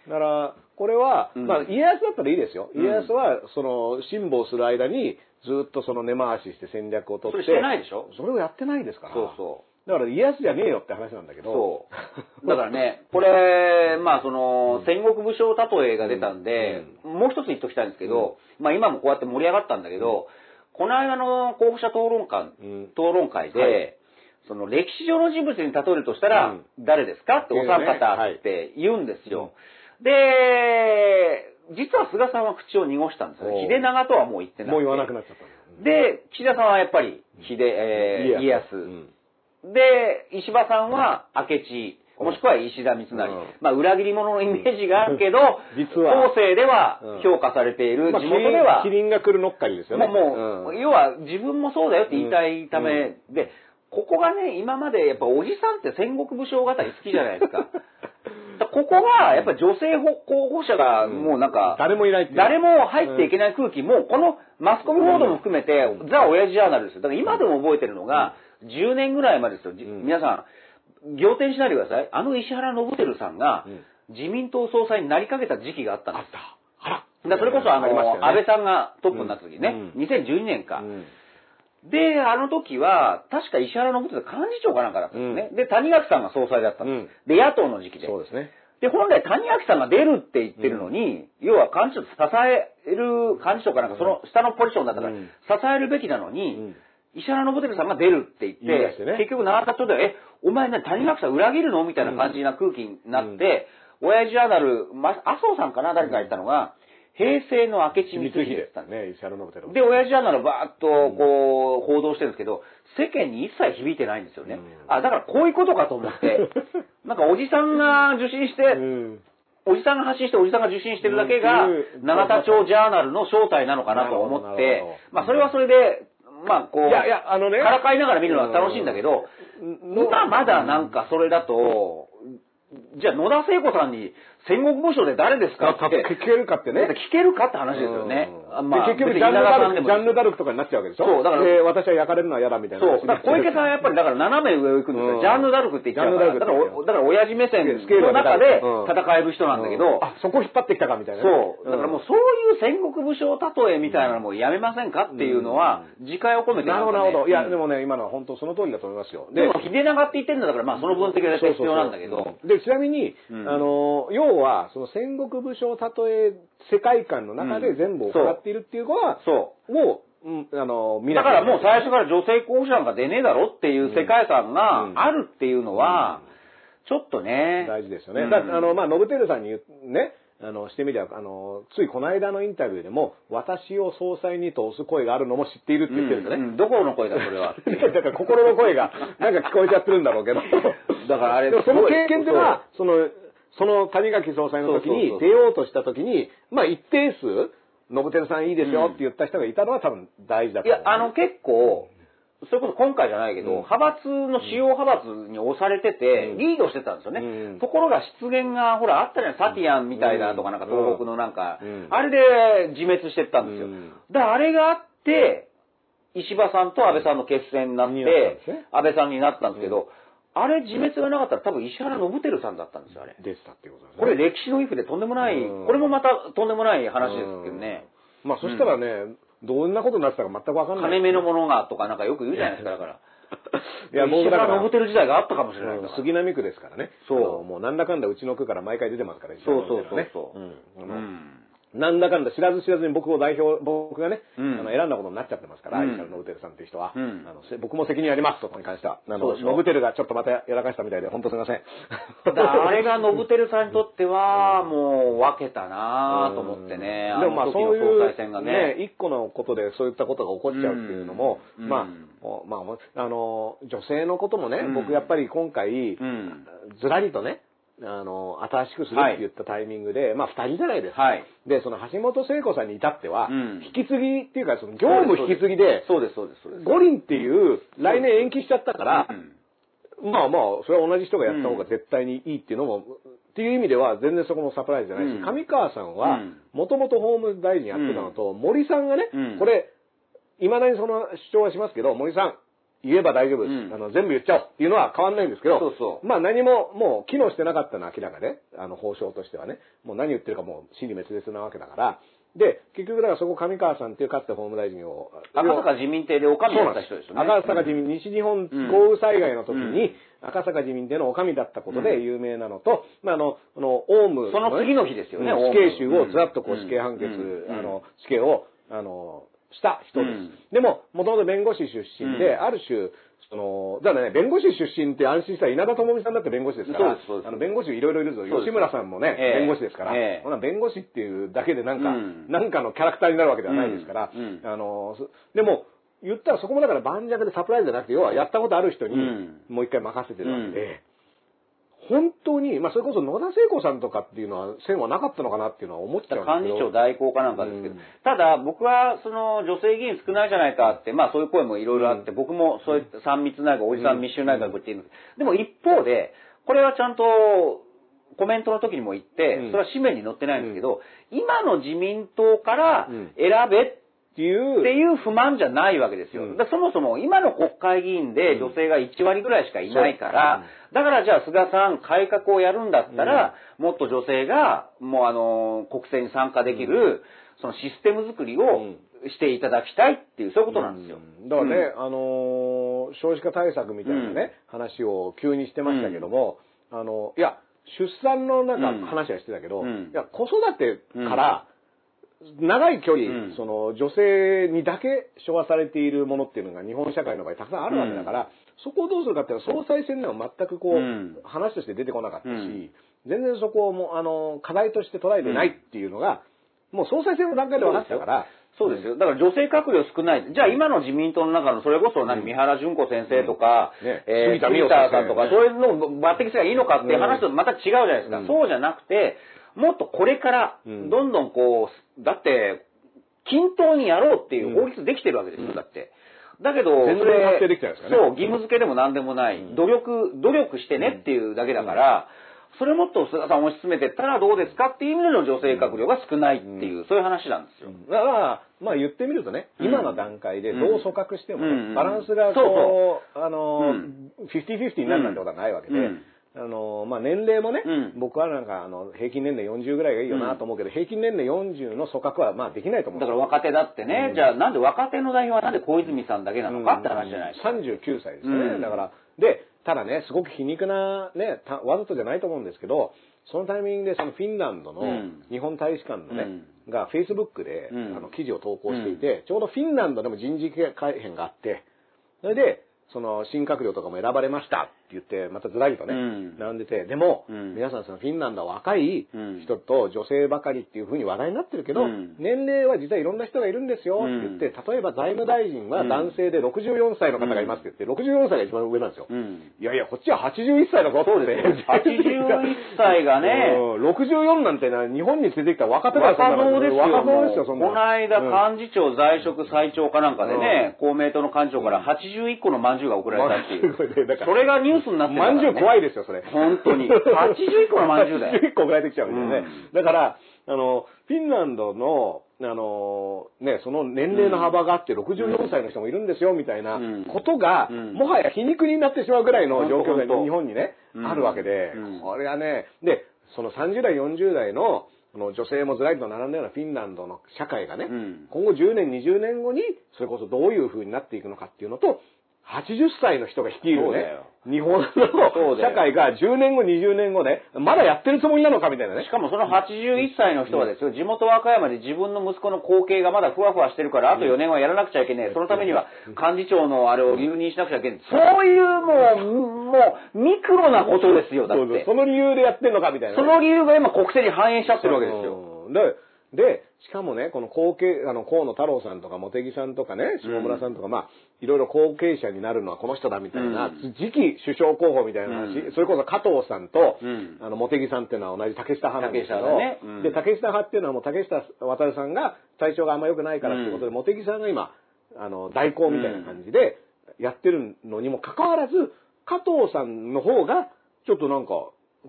Speaker 3: だから、これは、
Speaker 2: うん
Speaker 3: まあ、家康だったらいいですよ。
Speaker 2: うん
Speaker 3: 家康は、その、辛抱する間に、ずっとその根回しして戦略を取って。
Speaker 2: それしてないでしょ
Speaker 3: それをやってないですから。
Speaker 2: そうそう。
Speaker 3: だから、家康じゃねえよって話なんだけど。
Speaker 2: そう。だからね、これ、まあその、戦国武将例えが出たんで、もう一つ言っときたいんですけど、まあ今もこうやって盛り上がったんだけど、この間の候補者討論会、
Speaker 3: うん
Speaker 2: 討論会で、
Speaker 3: はい
Speaker 2: その歴史上の人物に例えるとしたら、誰ですかってお三
Speaker 3: っていうね
Speaker 2: 方
Speaker 3: はい
Speaker 2: って言うんですよ。で、実は菅さんは口を濁したんですよ
Speaker 3: お
Speaker 2: ね。
Speaker 3: う
Speaker 2: 秀長とはもう言ってない。
Speaker 3: もう言わなくなっちゃったんだうん
Speaker 2: で、岸田さんはやっぱり、秀、えー、家康。
Speaker 3: うん
Speaker 2: で、石破さんは明智、もしくは石田三成。
Speaker 3: うん
Speaker 2: まあ、裏切り者のイメージがあるけど、
Speaker 3: 実は
Speaker 2: 後世では
Speaker 3: うん
Speaker 2: 評価されている、
Speaker 3: まあ
Speaker 2: 地元では、
Speaker 3: キリンキリンが来るのっかりですよね。
Speaker 2: もう、もう
Speaker 3: うん
Speaker 2: 要は自分もそうだよって言いたいため、で、ここがね、今までやっぱおじさんって戦国武将語り好きじゃないで
Speaker 3: <laughs>
Speaker 2: すか。だからここが、やっぱ女性候補者がもうなんか、
Speaker 3: 誰もいないっていう
Speaker 2: 誰も入っていけない空気、もうこのマスコミ報道も含めて、ザ・親父ジャーナルですよ。だから今でも覚えてるのが、10年ぐらい前ですよ。じ
Speaker 3: うん
Speaker 2: 皆さん、仰天しないでください。あの石原伸晃さんが
Speaker 3: うん、
Speaker 2: 自民党総裁になりかけた時期があったんです
Speaker 3: あった。あら。
Speaker 2: だからそれこそあの、
Speaker 3: りましたよね
Speaker 2: 安倍さんがトップになった時ね、
Speaker 3: うん
Speaker 2: 2012年か、
Speaker 3: うん
Speaker 2: で、あの時は、確か石原信夫幹事長かなんかだったんですね。で、谷垣さんが総裁だったんです。で、野党の時期で。
Speaker 3: そうですね。
Speaker 2: で、本来谷垣さんが出るって言ってるのに、要は幹事長、支える幹事長かなんか、その下のポジションだったから、
Speaker 3: う
Speaker 2: 支
Speaker 3: ん
Speaker 2: えるべきなの
Speaker 3: う
Speaker 2: に
Speaker 3: ん、
Speaker 2: 石原信輝さんが出るって言って、
Speaker 3: 言い出してね
Speaker 2: 結局永田町では、え、お前何、谷垣さん裏切るのみたいな感じな空気になって、親父アナル、ま、麻生さんかな誰かが言ったのが、平成の明智光
Speaker 3: 光
Speaker 2: 秀って言っ
Speaker 3: 秀
Speaker 2: てたんで
Speaker 3: ね
Speaker 2: す。
Speaker 3: 石原信輝
Speaker 2: で、親父アナのバーッと、こう、報道してるんですけど、世間に一切響いてないんですよね。
Speaker 3: うん
Speaker 2: あ、だからこういうことかと
Speaker 3: <laughs>
Speaker 2: 思って、なんかおじさんが受信して、
Speaker 3: うん
Speaker 2: おじさんが発信して、おじさんが受信してるだけが
Speaker 3: う、ん
Speaker 2: 永田町ジャーナルの正体なのかなと思
Speaker 3: なるほど
Speaker 2: っ
Speaker 3: な
Speaker 2: て
Speaker 3: るほど、
Speaker 2: まあ、それはそれで、まあ、こう、
Speaker 3: いやいやあのね
Speaker 2: からかいながら見るのは楽しいんだけど、
Speaker 3: うん
Speaker 2: 今まだなんかそれだと、じゃあ野田聖子さんに戦国武将で誰ですか
Speaker 3: が
Speaker 2: っ
Speaker 3: か
Speaker 2: て、
Speaker 3: 聞けるかってね
Speaker 2: 聞けるかって話ですよね。
Speaker 3: うん
Speaker 2: まあ
Speaker 3: で結局
Speaker 2: 別
Speaker 3: ジャ
Speaker 2: に
Speaker 3: ン
Speaker 2: 稲
Speaker 3: ヌ
Speaker 2: 田
Speaker 3: ダ
Speaker 2: さ
Speaker 3: ル
Speaker 2: ん
Speaker 3: ク
Speaker 2: でも
Speaker 3: ジャンヌダルクとかになっちゃうわけでしょ
Speaker 2: そうだから
Speaker 3: で私は焼かれるのは嫌だみたいな
Speaker 2: そう、だから小池さんはやっぱりだから斜め上を行くんですよ。
Speaker 3: うん
Speaker 2: ジャンヌ・ダルクって言っちゃうから。
Speaker 3: ジャン
Speaker 2: だ
Speaker 3: ヌ
Speaker 2: か
Speaker 3: ダ
Speaker 2: ら
Speaker 3: ルクって言っちゃう
Speaker 2: お、だから親父目線の
Speaker 3: スケールが
Speaker 2: 中
Speaker 3: で
Speaker 2: で
Speaker 3: かいうん
Speaker 2: 戦える人なんだけど、
Speaker 3: あそこ引っ張ってきたかみたいなね
Speaker 2: そう、だからもうそういう戦国武将例えみたいなのもやめませんかっていうのは、自戒を込めて
Speaker 3: なるほど、なるほど。いや、でも
Speaker 2: も、
Speaker 3: ね、今のは本当その通りだと思いますよ。
Speaker 2: でも秀長って言ってるんだから、まあその分析は絶対必要なんだけど、
Speaker 3: で、ちなみに、
Speaker 2: うん
Speaker 3: あの、要は、その戦国武将たとえ世界観の中で全部行っているっていうことは、
Speaker 2: そ
Speaker 3: もう、うん、あの、
Speaker 2: う。
Speaker 3: 見
Speaker 2: だ
Speaker 3: な
Speaker 2: からもう
Speaker 3: さ
Speaker 2: 最初から女性候補者なんか出ねえだろっていう世界観
Speaker 3: う
Speaker 2: が
Speaker 3: ん
Speaker 2: あるっていうのは、ちょっとね。
Speaker 3: 大事ですよね。
Speaker 2: うん
Speaker 3: だあの、まあ、ノブテルさんに言うね、あの、してみりゃ、あの、ついこの間のインタビューでも、私を総裁にと押す声があるのも知っているって言ってるんだね。
Speaker 2: うんうんどこの声だ、それは。
Speaker 3: <laughs> だから心の声が、なんか聞こえちゃってるんだろうけど。
Speaker 2: だからあれ
Speaker 3: でもその経験っていうのは
Speaker 2: そ、
Speaker 3: その、その谷垣総裁の時に
Speaker 2: そうそうそう
Speaker 3: 出ようとした時に、まあ一定数、信輝さんいいですよって言った人がいたのは多分大事だ
Speaker 2: い
Speaker 3: と思
Speaker 2: や
Speaker 3: う、
Speaker 2: あの結構、それこそ今回じゃないけど、
Speaker 3: うん
Speaker 2: 派閥の主要派閥に押されてて、
Speaker 3: うん
Speaker 2: リードしてたんですよね。
Speaker 3: うん
Speaker 2: ところが失言が、ほら、あったじゃない、サティアンみたいなとか、なんか
Speaker 3: うん
Speaker 2: 東北のなんか、
Speaker 3: うん
Speaker 2: あれで自滅してったんですよ。
Speaker 3: うん
Speaker 2: だからあれがあって、石破さんと安倍さんの決戦になって、
Speaker 3: になったんですね
Speaker 2: 安倍さんになったんですけど、あれ自滅がなかったら多分石原信輝さんだったんですよ、あれ。
Speaker 3: 出てたっていうことですね。
Speaker 2: これ歴史のイフでとんでもない、
Speaker 3: うん
Speaker 2: これもまたとんでもない話ですけどね。
Speaker 3: うん。まあそしたらね、どんなことになってたか全くわかんない。
Speaker 2: 金目のものがとかなんかよく言うじゃないですか、だから。
Speaker 3: いやもう
Speaker 2: 石
Speaker 3: だから
Speaker 2: 原信輝時代があったかもしれない
Speaker 3: うん
Speaker 2: から。
Speaker 3: 杉並区ですからね。
Speaker 2: そう
Speaker 3: あのもうなんだかんだうちの区から毎回出てますから、
Speaker 2: そうそうそう
Speaker 3: ね
Speaker 2: そう。
Speaker 3: ん
Speaker 2: う
Speaker 3: あの
Speaker 2: ん
Speaker 3: なんだかんだ知らず知らずに僕を代表、僕がね、
Speaker 2: うん
Speaker 3: あの選んだことになっちゃってますから、
Speaker 2: うん
Speaker 3: 石原信輝さんっていう人は、
Speaker 2: うん
Speaker 3: あのせ僕も責任あります、そこに関しては。あ
Speaker 2: そう
Speaker 3: の、
Speaker 2: でしょ
Speaker 3: 信輝がちょっとまたやらかしたみたいで、本当すいません。
Speaker 2: ただ、あれが信輝さんにとっては、もう分けたなぁと思ってね。
Speaker 3: うんでもまあ
Speaker 2: の時
Speaker 3: そう
Speaker 2: の総
Speaker 3: い
Speaker 2: 裁選が
Speaker 3: う、ね
Speaker 2: ね。、
Speaker 3: 一個のことでそういったことが起こっちゃうっていうのも、
Speaker 2: うん
Speaker 3: まあ
Speaker 2: うん、
Speaker 3: おまあお、あの、女性のこともね、
Speaker 2: うん
Speaker 3: 僕やっぱり今回、
Speaker 2: うん。
Speaker 3: ずらりとね、あの、新しくするって言ったタイミングで、まあ二人じゃないですか。
Speaker 2: はい。
Speaker 3: で、その橋本聖子さんに至っては、
Speaker 2: うん
Speaker 3: 引き継ぎっていうか、その業務引き継ぎで、
Speaker 2: そうです、そうです、そうです。
Speaker 3: 五輪っていう、来年延期しちゃったから
Speaker 2: う、ん
Speaker 3: まあまあ、それは同じ人がやった方が絶対にいいっていうのも、っていう意味では全然そこもサプライズじゃないし、
Speaker 2: うん
Speaker 3: 上川さん
Speaker 2: う
Speaker 3: は
Speaker 2: ん、
Speaker 3: もともと法務大臣やってたのと、森さんがね、
Speaker 2: うん
Speaker 3: これ、いまだにその主張はしますけど、森さん、言えば大丈夫です、
Speaker 2: うん
Speaker 3: あの、全部言っちゃおうっていうのは変わんないんですけど、
Speaker 2: そうそう
Speaker 3: まあ何ももう機能してなかったのは明らかで、あの、法相としてはね、もう何言ってるかもう真理滅裂なわけだから、で、結局だからそこ上川さんっていうかつて法務大臣を、
Speaker 2: 赤坂自民邸でおかみだった人ですよね。
Speaker 3: 赤坂自民、西日本豪雨災害の時に、赤坂自民でのお上だったことで有名なのと、まあ、あの、あの、オウム、
Speaker 2: その次の日ですよね
Speaker 3: うん
Speaker 2: オウム
Speaker 3: 死刑囚をずらっとこ
Speaker 2: う
Speaker 3: う、
Speaker 2: ん
Speaker 3: 死刑判決、
Speaker 2: うん
Speaker 3: あの、死刑を、あの、した人です。
Speaker 2: うん
Speaker 3: でも、もともと弁護士出身で、
Speaker 2: うん
Speaker 3: ある種、その、だからね、弁護士出身って安心した稲田朋美さんだって弁護士ですから、
Speaker 2: そうですそうです
Speaker 3: あの、弁護士いろいろいるぞ。
Speaker 2: そうです
Speaker 3: 吉村さんもね、
Speaker 2: ええ
Speaker 3: 弁護士ですから、
Speaker 2: ええ
Speaker 3: ほな弁護士っていうだけでなんか、
Speaker 2: うん
Speaker 3: なんかのキャラクターになるわけではないですから、
Speaker 2: うんうん
Speaker 3: あの、そでも、言ったらそこもだから盤石でサプライズじゃなくて、要はやったことある人に
Speaker 2: うん
Speaker 3: もう一回任せてるわけで、本当に、まあそれこそ野田聖子さんとかっていうのは線はなかったのかなっていうのは思っちゃうんですけど。
Speaker 2: 幹事長代行かなんかですけど、
Speaker 3: うん
Speaker 2: ただ僕はその女性議員少ないじゃないかって、まあそういう声もいろいろあって、僕もそういった三密内閣、おじさん密集内閣って言うんですけど、でも一方で、これはちゃんとコメントの時にも言って
Speaker 3: うん、
Speaker 2: それは紙面に載ってないんですけど、今の自民党から
Speaker 3: うん
Speaker 2: 選べっ
Speaker 3: っていう。
Speaker 2: ていう不満じゃないわけですよ。
Speaker 3: うん
Speaker 2: だからそもそも今の国会議員で女性が1割ぐらいしかいないから、だからじゃあ菅さん改革をやるんだったら、もっと女性がもうあのー、国政に参加できる、そのシステム作りをしていただきたいっていう、そういうことなんですよ。
Speaker 3: うんだからね、あのー少子化対策みたいなね、話を急にしてましたけども、あの、いや、出産のな
Speaker 2: うんん
Speaker 3: か話はしてたけど、
Speaker 2: うん
Speaker 3: いや子育てから長い距離、
Speaker 2: うん
Speaker 3: その女性にだけ昭和されているものっていうのが日本社会の場合たくさんあるわけだから、そこをどうするかっていうのは総裁選では全くこう、
Speaker 2: うん
Speaker 3: 話として出てこなかったし、
Speaker 2: うん
Speaker 3: 全然そこをもうあの課題として捉えてないっていうのが、もう総裁選の段階で分かってたから、
Speaker 2: そうですよ。だから女性閣僚少ない。じゃあ今の自民党の中の、それこそ何、三原淳子先生とか、
Speaker 3: うんね
Speaker 2: えー、
Speaker 3: 杉田水
Speaker 2: 杉
Speaker 3: 脈先
Speaker 2: 田
Speaker 3: 生
Speaker 2: さんとか、
Speaker 3: ね
Speaker 2: そういうのを抜擢すればいいのかっていう話とまた違うじゃないですか。
Speaker 3: うん
Speaker 2: そうじゃなくて、もっとこれから、ど
Speaker 3: うん
Speaker 2: んどんこう、だって、均等にやろうっていう法律できてるわけですよ、だって。だけど、
Speaker 3: 全然
Speaker 2: それ
Speaker 3: 達成できてないですからね
Speaker 2: そう、義務付けでも何でもない、
Speaker 3: ん
Speaker 2: 努力、努力してねっていうだけだから、それもっと菅さんを推し進めてったらどうですかっていう意味での女性閣僚が少ないっていう、そういう話なんですよ。
Speaker 3: だから、まあ言ってみるとね、
Speaker 2: うん
Speaker 3: 今の段階でどう組閣してもね、
Speaker 2: うん
Speaker 3: バランスがこう、あの
Speaker 2: う
Speaker 3: ー、
Speaker 2: ん
Speaker 3: 50-50になるなんてことはないわけで、
Speaker 2: うん
Speaker 3: あのー、まあ年齢もね、
Speaker 2: うん
Speaker 3: 僕はなんかあの、平均年齢40ぐらいがいいよなと思うけど、平均年齢40の組閣はまあできないと思う。
Speaker 2: だから若手だってね、
Speaker 3: うん
Speaker 2: じゃあなんで若手の代表はなんで小泉さんだけなのかって話じゃないですか。
Speaker 3: 39歳ですね、
Speaker 2: うん
Speaker 3: だからでただねすごく皮肉なねたわざとじゃないと思うんですけどそのタイミングでそのフィンランドの
Speaker 2: うん
Speaker 3: 日本大使館のね、がフェイスブックで、
Speaker 2: うん
Speaker 3: あの記事を投稿していて、ちょうどフィンランドでも人事改編があってそれでその新閣僚とかも選ばれましたって言ってまたずらりとね、
Speaker 2: うん
Speaker 3: 並んでてでも、
Speaker 2: うん
Speaker 3: 皆さんそのフィンランドは若い
Speaker 2: うん
Speaker 3: 人と女性ばかりっていうふうに話題になってるけど、
Speaker 2: うん
Speaker 3: 年齢は実はいろんな人がいるんですよって言って、
Speaker 2: うん
Speaker 3: 例えば財務大臣は
Speaker 2: うん
Speaker 3: 男性で64歳の方がいますって言って、64歳が一番上なんですよ。
Speaker 2: うん。
Speaker 3: いやいや、こっちは81歳だぞって。そう <laughs>
Speaker 2: ですよ81歳がね
Speaker 3: 64なんてな、日本に連れてきた若手だよ
Speaker 2: 若造ですよ。
Speaker 3: 若造ですよ、そんな
Speaker 2: この間、
Speaker 3: うん
Speaker 2: 幹事長在職最長かなんかでね、公明党の幹事長から81個の饅頭が送られたって
Speaker 3: <laughs>
Speaker 2: いう。
Speaker 3: まあすごいねだから
Speaker 2: それがニュースになってるから、
Speaker 3: まん
Speaker 2: ね。
Speaker 3: じゅう怖いですよ、それ。
Speaker 2: 本当に81個のまんじゅうだよ
Speaker 3: 81個送られてきちゃうんだよね。
Speaker 2: うん
Speaker 3: だから、あの、フィンランドの、あの、ね、その年齢の幅があって64歳の人もいるんですよ、みたいな
Speaker 2: うん
Speaker 3: ことが、
Speaker 2: うん
Speaker 3: もはや皮肉になってしまうぐらいの状況が
Speaker 2: 本当本当
Speaker 3: 日本にね、
Speaker 2: うん
Speaker 3: あるわけで、
Speaker 2: うん
Speaker 3: これはね、で、その30代、40代の、その女性もずらりと並んだようなフィンランドの社会がね、
Speaker 2: うん
Speaker 3: 今後10年、20年後に、それこそどういう風になっていくのかっていうのと、80歳の人が率い
Speaker 2: そう
Speaker 3: る
Speaker 2: だよ
Speaker 3: ね、日本の
Speaker 2: そうだよ
Speaker 3: 社会が10年後、20年後ね、まだやってるつもりなのかみたいなね
Speaker 2: し。かもその81歳の人はですよ、地元和歌山で自分の息子の後継がまだふわふわしてるから、あと4年はやらなくちゃいけねえ。そのためには幹事長のあれを留任しなくちゃいけねえ。そういうもう、もう、ミクロなことですよ、だっ
Speaker 3: そうそう
Speaker 2: て
Speaker 3: そ。の理由でやってんのかみたいなね。
Speaker 2: その理由が今国政に反映しちゃってるわけですよ。
Speaker 3: うんで、で、しかもね、この後継、あの、河野太郎さんとか、茂木さんとかね、下村さんとか、まあ、いろいろ後継者になるのはこの人だみたいな、
Speaker 2: うん
Speaker 3: 次期首相候補みたいな話、
Speaker 2: うん
Speaker 3: それこそ加藤さんと、
Speaker 2: うん
Speaker 3: あの、茂木さんっていうのは同じ竹下派なんですけど、
Speaker 2: 竹下だねうん
Speaker 3: で、竹下派っていうのはもう竹下渡さんが体調があんま良くないからっていうことで、
Speaker 2: うん
Speaker 3: 茂木さんが今、あの、代行みたいな感じでやってるのにもかかわらず、加藤さんの方が、ちょっとなんか、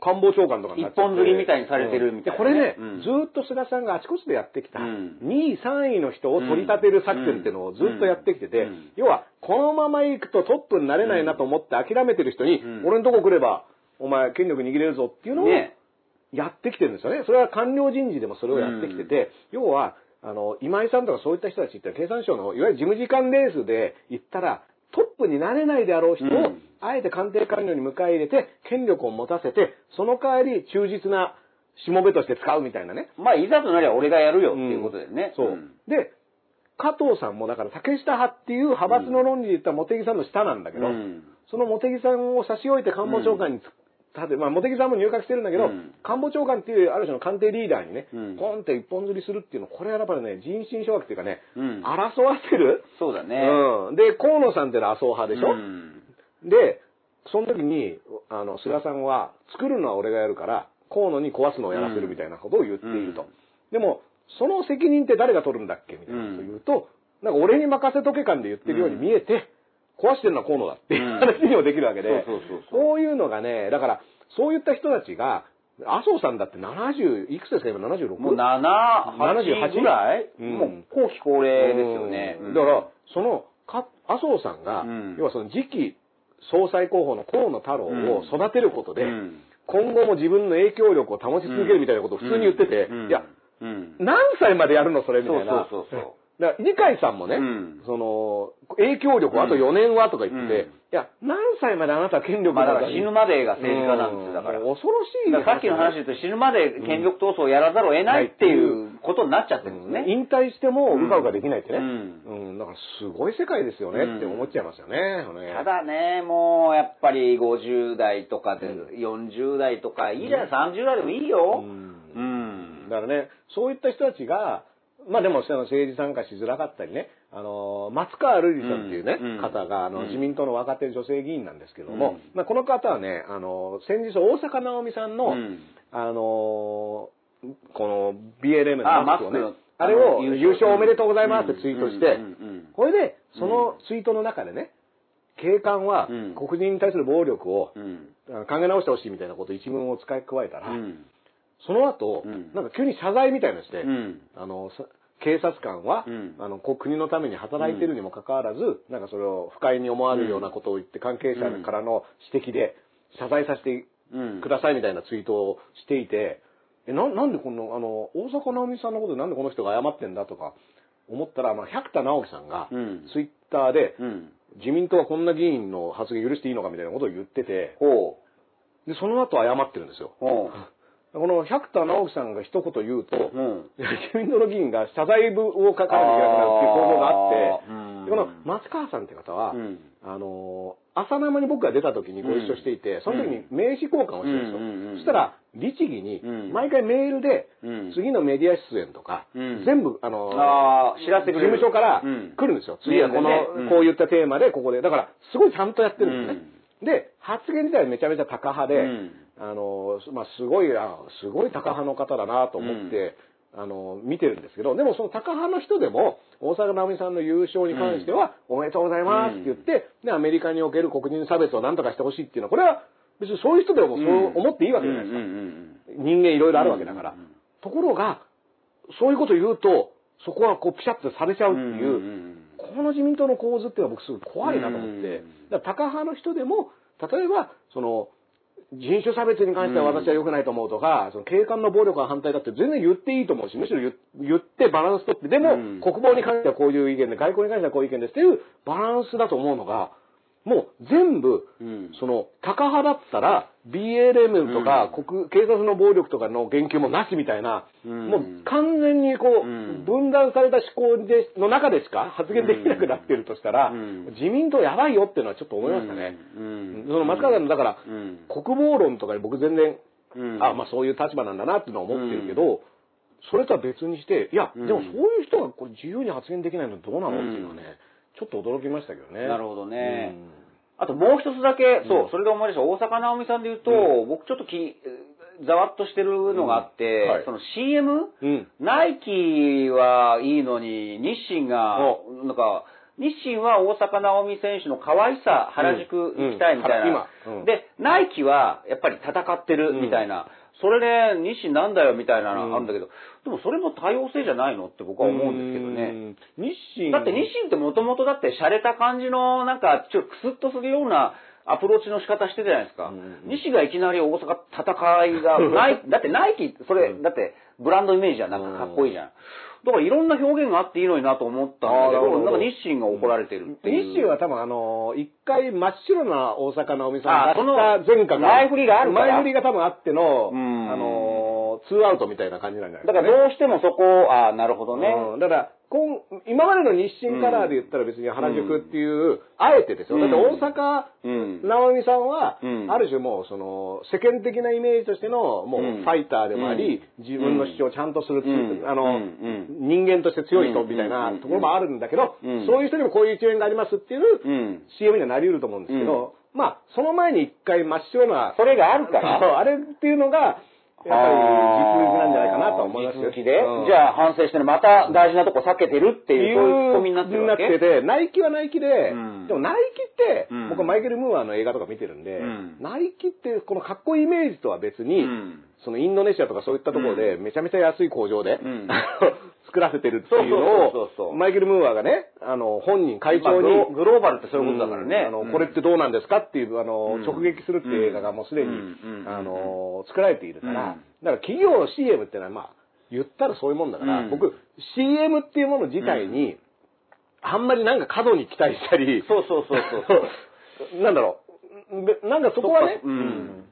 Speaker 3: 官房長官とかになっちゃって
Speaker 2: 一本釣りみたいにされてるみた
Speaker 3: で
Speaker 2: いなね
Speaker 3: これね、
Speaker 2: うん
Speaker 3: ずーっと菅さんがあちこちでやってきた、
Speaker 2: うん
Speaker 3: 2位、3位の人を取り立てる作戦っていうのをずっとやってきてて、
Speaker 2: うんうん
Speaker 3: 要は、このまま行くとトップになれないなと思って諦めてる人に、
Speaker 2: うん
Speaker 3: 俺のとこ来れば、お前権力握れるぞっていうのを
Speaker 2: ね
Speaker 3: やってきてるんですよね。それは官僚人事でもそれをやってきてて、要は、あの、今井さんとかそういった人たちって経産省の、いわゆる事務次官レースで行ったら、トップになれないであろう人を、
Speaker 2: うん
Speaker 3: あえて官邸官僚に迎え入れて、権力を持たせて、その代わり忠実なしもべとして使うみたいなね。
Speaker 2: まあ、いざとなりゃ俺がやるよっていうことでね。
Speaker 3: そう。で、加藤さんもだから竹下派っていう派閥の論理で言ったら茂木さんの下なんだけど、
Speaker 2: うん
Speaker 3: その茂木さんを差し置いて官房長官につ、立て、まあ茂木さんも入閣してるんだけど、
Speaker 2: うん
Speaker 3: 官房長官っていうある種の官邸リーダーにね、
Speaker 2: うん
Speaker 3: ポンって一本釣りするっていうの、これはやっぱりね、人心掌握っていうかね、
Speaker 2: うん
Speaker 3: 争わせる、
Speaker 2: そうだね。
Speaker 3: うん。で、河野さんっていうのは麻生派でしょ、
Speaker 2: うん
Speaker 3: で、その時に、あの、菅さんは、作るのは俺がやるから、河野に壊すのをやらせるみたいなことを言っていると。
Speaker 2: うん
Speaker 3: でも、その責任って誰が取るんだっけみたいなことを言うと、なんか俺に任せとけ感で言ってるように見えて、壊してるのは河野だっていう話にもできるわけで、
Speaker 2: そうそうそうそう
Speaker 3: こういうのがね、だから、そういった人たちが、麻生さんだって70、いくつですか今 76?
Speaker 2: もう7、8
Speaker 3: 78
Speaker 2: ぐらい、
Speaker 3: うん
Speaker 2: もう後期高齢ですよね。
Speaker 3: う
Speaker 2: うん
Speaker 3: んだから、その、か麻生さんが、
Speaker 2: うん
Speaker 3: 要はその次期総裁候補の河野太郎を育てることで、
Speaker 2: うん
Speaker 3: 今後も自分の影響力を保ち続けるみたいなことを普通に言ってて、
Speaker 2: うん
Speaker 3: いや、
Speaker 2: うん
Speaker 3: 何歳までやるのそれみたいな。
Speaker 2: そうそうそうそう
Speaker 3: だから、二階さんもね、
Speaker 2: うん
Speaker 3: その、影響力をあと4年はとか言ってて、
Speaker 2: う
Speaker 3: い
Speaker 2: ん
Speaker 3: や、何歳歳まであなたは権力
Speaker 2: まあだ
Speaker 3: だ
Speaker 2: から死ぬまでが政治家なんですよ、だから。
Speaker 3: う
Speaker 2: だ
Speaker 3: もう恐ろしい
Speaker 2: からさっきの話で言うと死ぬまで権力闘争をやらざるを得ないっていうことになっちゃってるんですね。
Speaker 3: 引退してもうかうかできないってね、
Speaker 2: う
Speaker 3: うんだからすごい世界ですよねって思っちゃいますよね、ね
Speaker 2: ただね、もうやっぱり50代とかで、40代とか、いいじゃない、30代でもいいよ。う
Speaker 3: だ
Speaker 2: ん。
Speaker 3: からねそういった人たちがまあでもその政治参加しづらかったりねあの松川るいさんっていうね、
Speaker 2: うんうん
Speaker 3: 方があの
Speaker 2: うん
Speaker 3: 自民党の若手女性議員なんですけども、
Speaker 2: うん
Speaker 3: まあ、この方はねあの先日大坂なおみさんの、
Speaker 2: うん
Speaker 3: あのこの BLM のマスクをね
Speaker 2: あマスクの
Speaker 3: あれを
Speaker 2: あの
Speaker 3: 優勝おめでとうございますってツイートして、
Speaker 2: うんうんうんうん
Speaker 3: これでそのツイートの中でね警官は
Speaker 2: うん
Speaker 3: 黒人に対する暴力を
Speaker 2: うん。
Speaker 3: あの考え直してほしいみたいなことを一文を使い加えた
Speaker 2: う
Speaker 3: ら、
Speaker 2: ん。
Speaker 3: その後、
Speaker 2: うん
Speaker 3: なんか急に謝罪みたいなのして、
Speaker 2: うん
Speaker 3: あのさ警察官は、
Speaker 2: うん
Speaker 3: あのこう国のために働いてるにもかかわらず、なんかそれを不快に思われるようなことを言って、関係者からの指摘で謝罪させて
Speaker 2: うん
Speaker 3: くださいみたいなツイートをしていて、えななんでこのあの大坂なおみさんのことでなんでこの人が謝ってんだとか思ったら、まあ、百田直樹さんが、
Speaker 2: うん
Speaker 3: ツイッターで、
Speaker 2: うん。
Speaker 3: 自民党はこんな議員の発言許していいのかみたいなことを言ってて、
Speaker 2: ほ
Speaker 3: でその後謝ってるんですよ。
Speaker 2: う。ほ
Speaker 3: この百田直樹さんが一言言うと、
Speaker 2: う。うん。
Speaker 3: 自民党の議員が謝罪文を書かなきゃいけなくなるっていう構造があって、
Speaker 2: あー
Speaker 3: でこの松川さんって方は、
Speaker 2: うん
Speaker 3: あのー朝生に僕が出た時にご一緒していて、その時に名刺交換をしてるんですよ。
Speaker 2: うんうんうんうん
Speaker 3: そしたら、律儀に
Speaker 2: うん、
Speaker 3: 毎回メールで、
Speaker 2: うん
Speaker 3: 次のメディア出演とか、
Speaker 2: うん
Speaker 3: 全部、あのー
Speaker 2: あー知らせてくれる
Speaker 3: 事務所から
Speaker 2: うん
Speaker 3: 来るんですよ。次はこの、
Speaker 2: メールでねうん
Speaker 3: こういったテーマで、ここで。だから、すごいちゃんとやってるんですよね。で、発言自体はめちゃめちゃ高派で、
Speaker 2: うん
Speaker 3: あの、まあ、すごい、あすごい高派の方だなと思って、あの、見てるんですけど、でもその高派の人でも、大阪なおみさんの優勝に関しては、おめでとうございますって言って、で、アメリカにおける黒人差別をなんとかしてほしいっていうのは、これは別にそういう人でもそう思っていいわけじゃないですか。
Speaker 2: うんうんうん
Speaker 3: 人間いろいろあるわけだから。ところが、そういうこと言うと、そこはこうピシャッとされちゃうっていう、
Speaker 2: うんうんうん
Speaker 3: この自民党の構図っていうのは僕すごい怖いなと思って、
Speaker 2: うん
Speaker 3: だから高派の人でも、例えば、その、人種差別に関しては私は良くないと思うとか、その警官の暴力は反対だって全然言っていいと思うし、むしろ言言ってバランス取って、でも、
Speaker 2: うん
Speaker 3: 国防に関してはこういう意見で、外交に関してはこういう意見ですっていうバランスだと思うのが、もう全部、
Speaker 2: うん
Speaker 3: その、高派だったら、BLM とか、国、警察の暴力とかの言及もなしみたいな、
Speaker 2: うん
Speaker 3: もう完全にこう、
Speaker 2: うん
Speaker 3: 分断された思考で、の中でしか発言できなくなってるとしたら、
Speaker 2: うん
Speaker 3: 自民党やばいよっていうのはちょっと思いましたね。
Speaker 2: うん
Speaker 3: その松川さんの、だから、
Speaker 2: うん
Speaker 3: 国防論とかで僕全然、
Speaker 2: うん
Speaker 3: あ、まあそういう立場なんだなっていうのは思ってるけど、それとは別にして、いや、
Speaker 2: うん
Speaker 3: でもそういう人がこれ自由に発言できないのどうなのっていうのはね、ちょっと驚きましたけどね。
Speaker 2: なるほどね
Speaker 3: うん
Speaker 2: あともう一つだけ、そうう、それで思い出した、大阪なおみさんで言うと、僕ちょっとき、ざわっとしてるのがあって、
Speaker 3: うんはい
Speaker 2: その CM?
Speaker 3: うん
Speaker 2: ナイキはいいのに、日清が、なんか、日清は大阪なおみ選手の可愛さ、原宿行きたいみたいな。
Speaker 3: うんうん今うん
Speaker 2: で、ナイキはやっぱり戦ってるみたいな。それで、日清なんだよみたいなのあるんだけど、でもそれも多様性じゃないのって僕は思うんですけどね。
Speaker 3: うん。日清。
Speaker 2: だって日清ってもともとだって洒落た感じのなんかちょっとクスッとするようなアプローチの仕方してたじゃないですか。
Speaker 3: ん
Speaker 2: 日清がいきなり大阪戦いが <laughs> ない、だってナイキ、それ、だってブランドイメージじゃんなんかかっこいいじゃん。だからいろんな表現があっていいのになと思ったんだけ
Speaker 3: あーなるほ
Speaker 2: ど、
Speaker 3: ど
Speaker 2: なんか日清が怒られてるっていう。
Speaker 3: 日清は多分あのー一回真っ白な大阪なおみさん
Speaker 2: あ
Speaker 3: が
Speaker 2: ーそ
Speaker 3: 出
Speaker 2: の
Speaker 3: した前科が。
Speaker 2: 前振りがあるから
Speaker 3: 前振りが多分あっての、
Speaker 2: うん
Speaker 3: あのーツーアウトみたいな感じなんじゃない
Speaker 2: だから
Speaker 3: う
Speaker 2: どうしてもそこを、ああ、なるほどね。
Speaker 3: うん、だから、こん今までの日清カラーで言ったら別に原宿っていう、あえてですよ。だって大阪、
Speaker 2: うん。
Speaker 3: 直美さんは、
Speaker 2: うん
Speaker 3: ある種もうその世間的なイメージとしてのもう
Speaker 2: う
Speaker 3: フ
Speaker 2: ん
Speaker 3: ァイターでもあり、
Speaker 2: うん
Speaker 3: 自分の主張をちゃんとする、
Speaker 2: うん
Speaker 3: あの、
Speaker 2: うん
Speaker 3: 人間として強い人みたいなところもあるんだけど、
Speaker 2: うん
Speaker 3: そういう人にもこういう一面がありますっていう
Speaker 2: うん
Speaker 3: CM にはなり得ると思うんですけど、まあその前に一回真っ白な
Speaker 2: それがある <laughs> か
Speaker 3: <laughs>
Speaker 2: ら。
Speaker 3: そうあれっていうのがやっぱり実力なんじゃないかなと思いますよ
Speaker 2: 地続きで、
Speaker 3: うん
Speaker 2: じゃあ反省してねまた大事なとこ避けてるっていう、そういうツッコミになってるわけ。
Speaker 3: なっててナイキはナイキで、
Speaker 2: うん
Speaker 3: でもナイキって、
Speaker 2: うん
Speaker 3: 僕はマイケル・ムーアの映画とか見てるんで、
Speaker 2: うん
Speaker 3: ナイキってこのかっこいいイメージとは別に、
Speaker 2: うん
Speaker 3: そのインドネシアとかそういったところで、めちゃめちゃ安い工場で、
Speaker 2: うん
Speaker 3: <laughs> 作らせてるっていうのを
Speaker 2: そうそうそうそう
Speaker 3: マイケル・ムーアがねあの本人会
Speaker 2: まあ
Speaker 3: 長
Speaker 2: グ
Speaker 3: に、
Speaker 2: ログローバルってそういうことだからね。
Speaker 3: うんあ
Speaker 2: うん
Speaker 3: のこれってどうなんですかっていうあの、
Speaker 2: うん
Speaker 3: 直撃するっていう映画がもうすでに、
Speaker 2: うん
Speaker 3: あの作られているから、
Speaker 2: うん
Speaker 3: だから企業の CM ってのはまあ言ったらそういうもんだから、
Speaker 2: うん
Speaker 3: 僕 CM っていうもの自体に、あんまりなんか過度に期待したり
Speaker 2: そうそうそうそうそう。
Speaker 3: なんだろべなんか <laughs> そこはね、
Speaker 2: うん。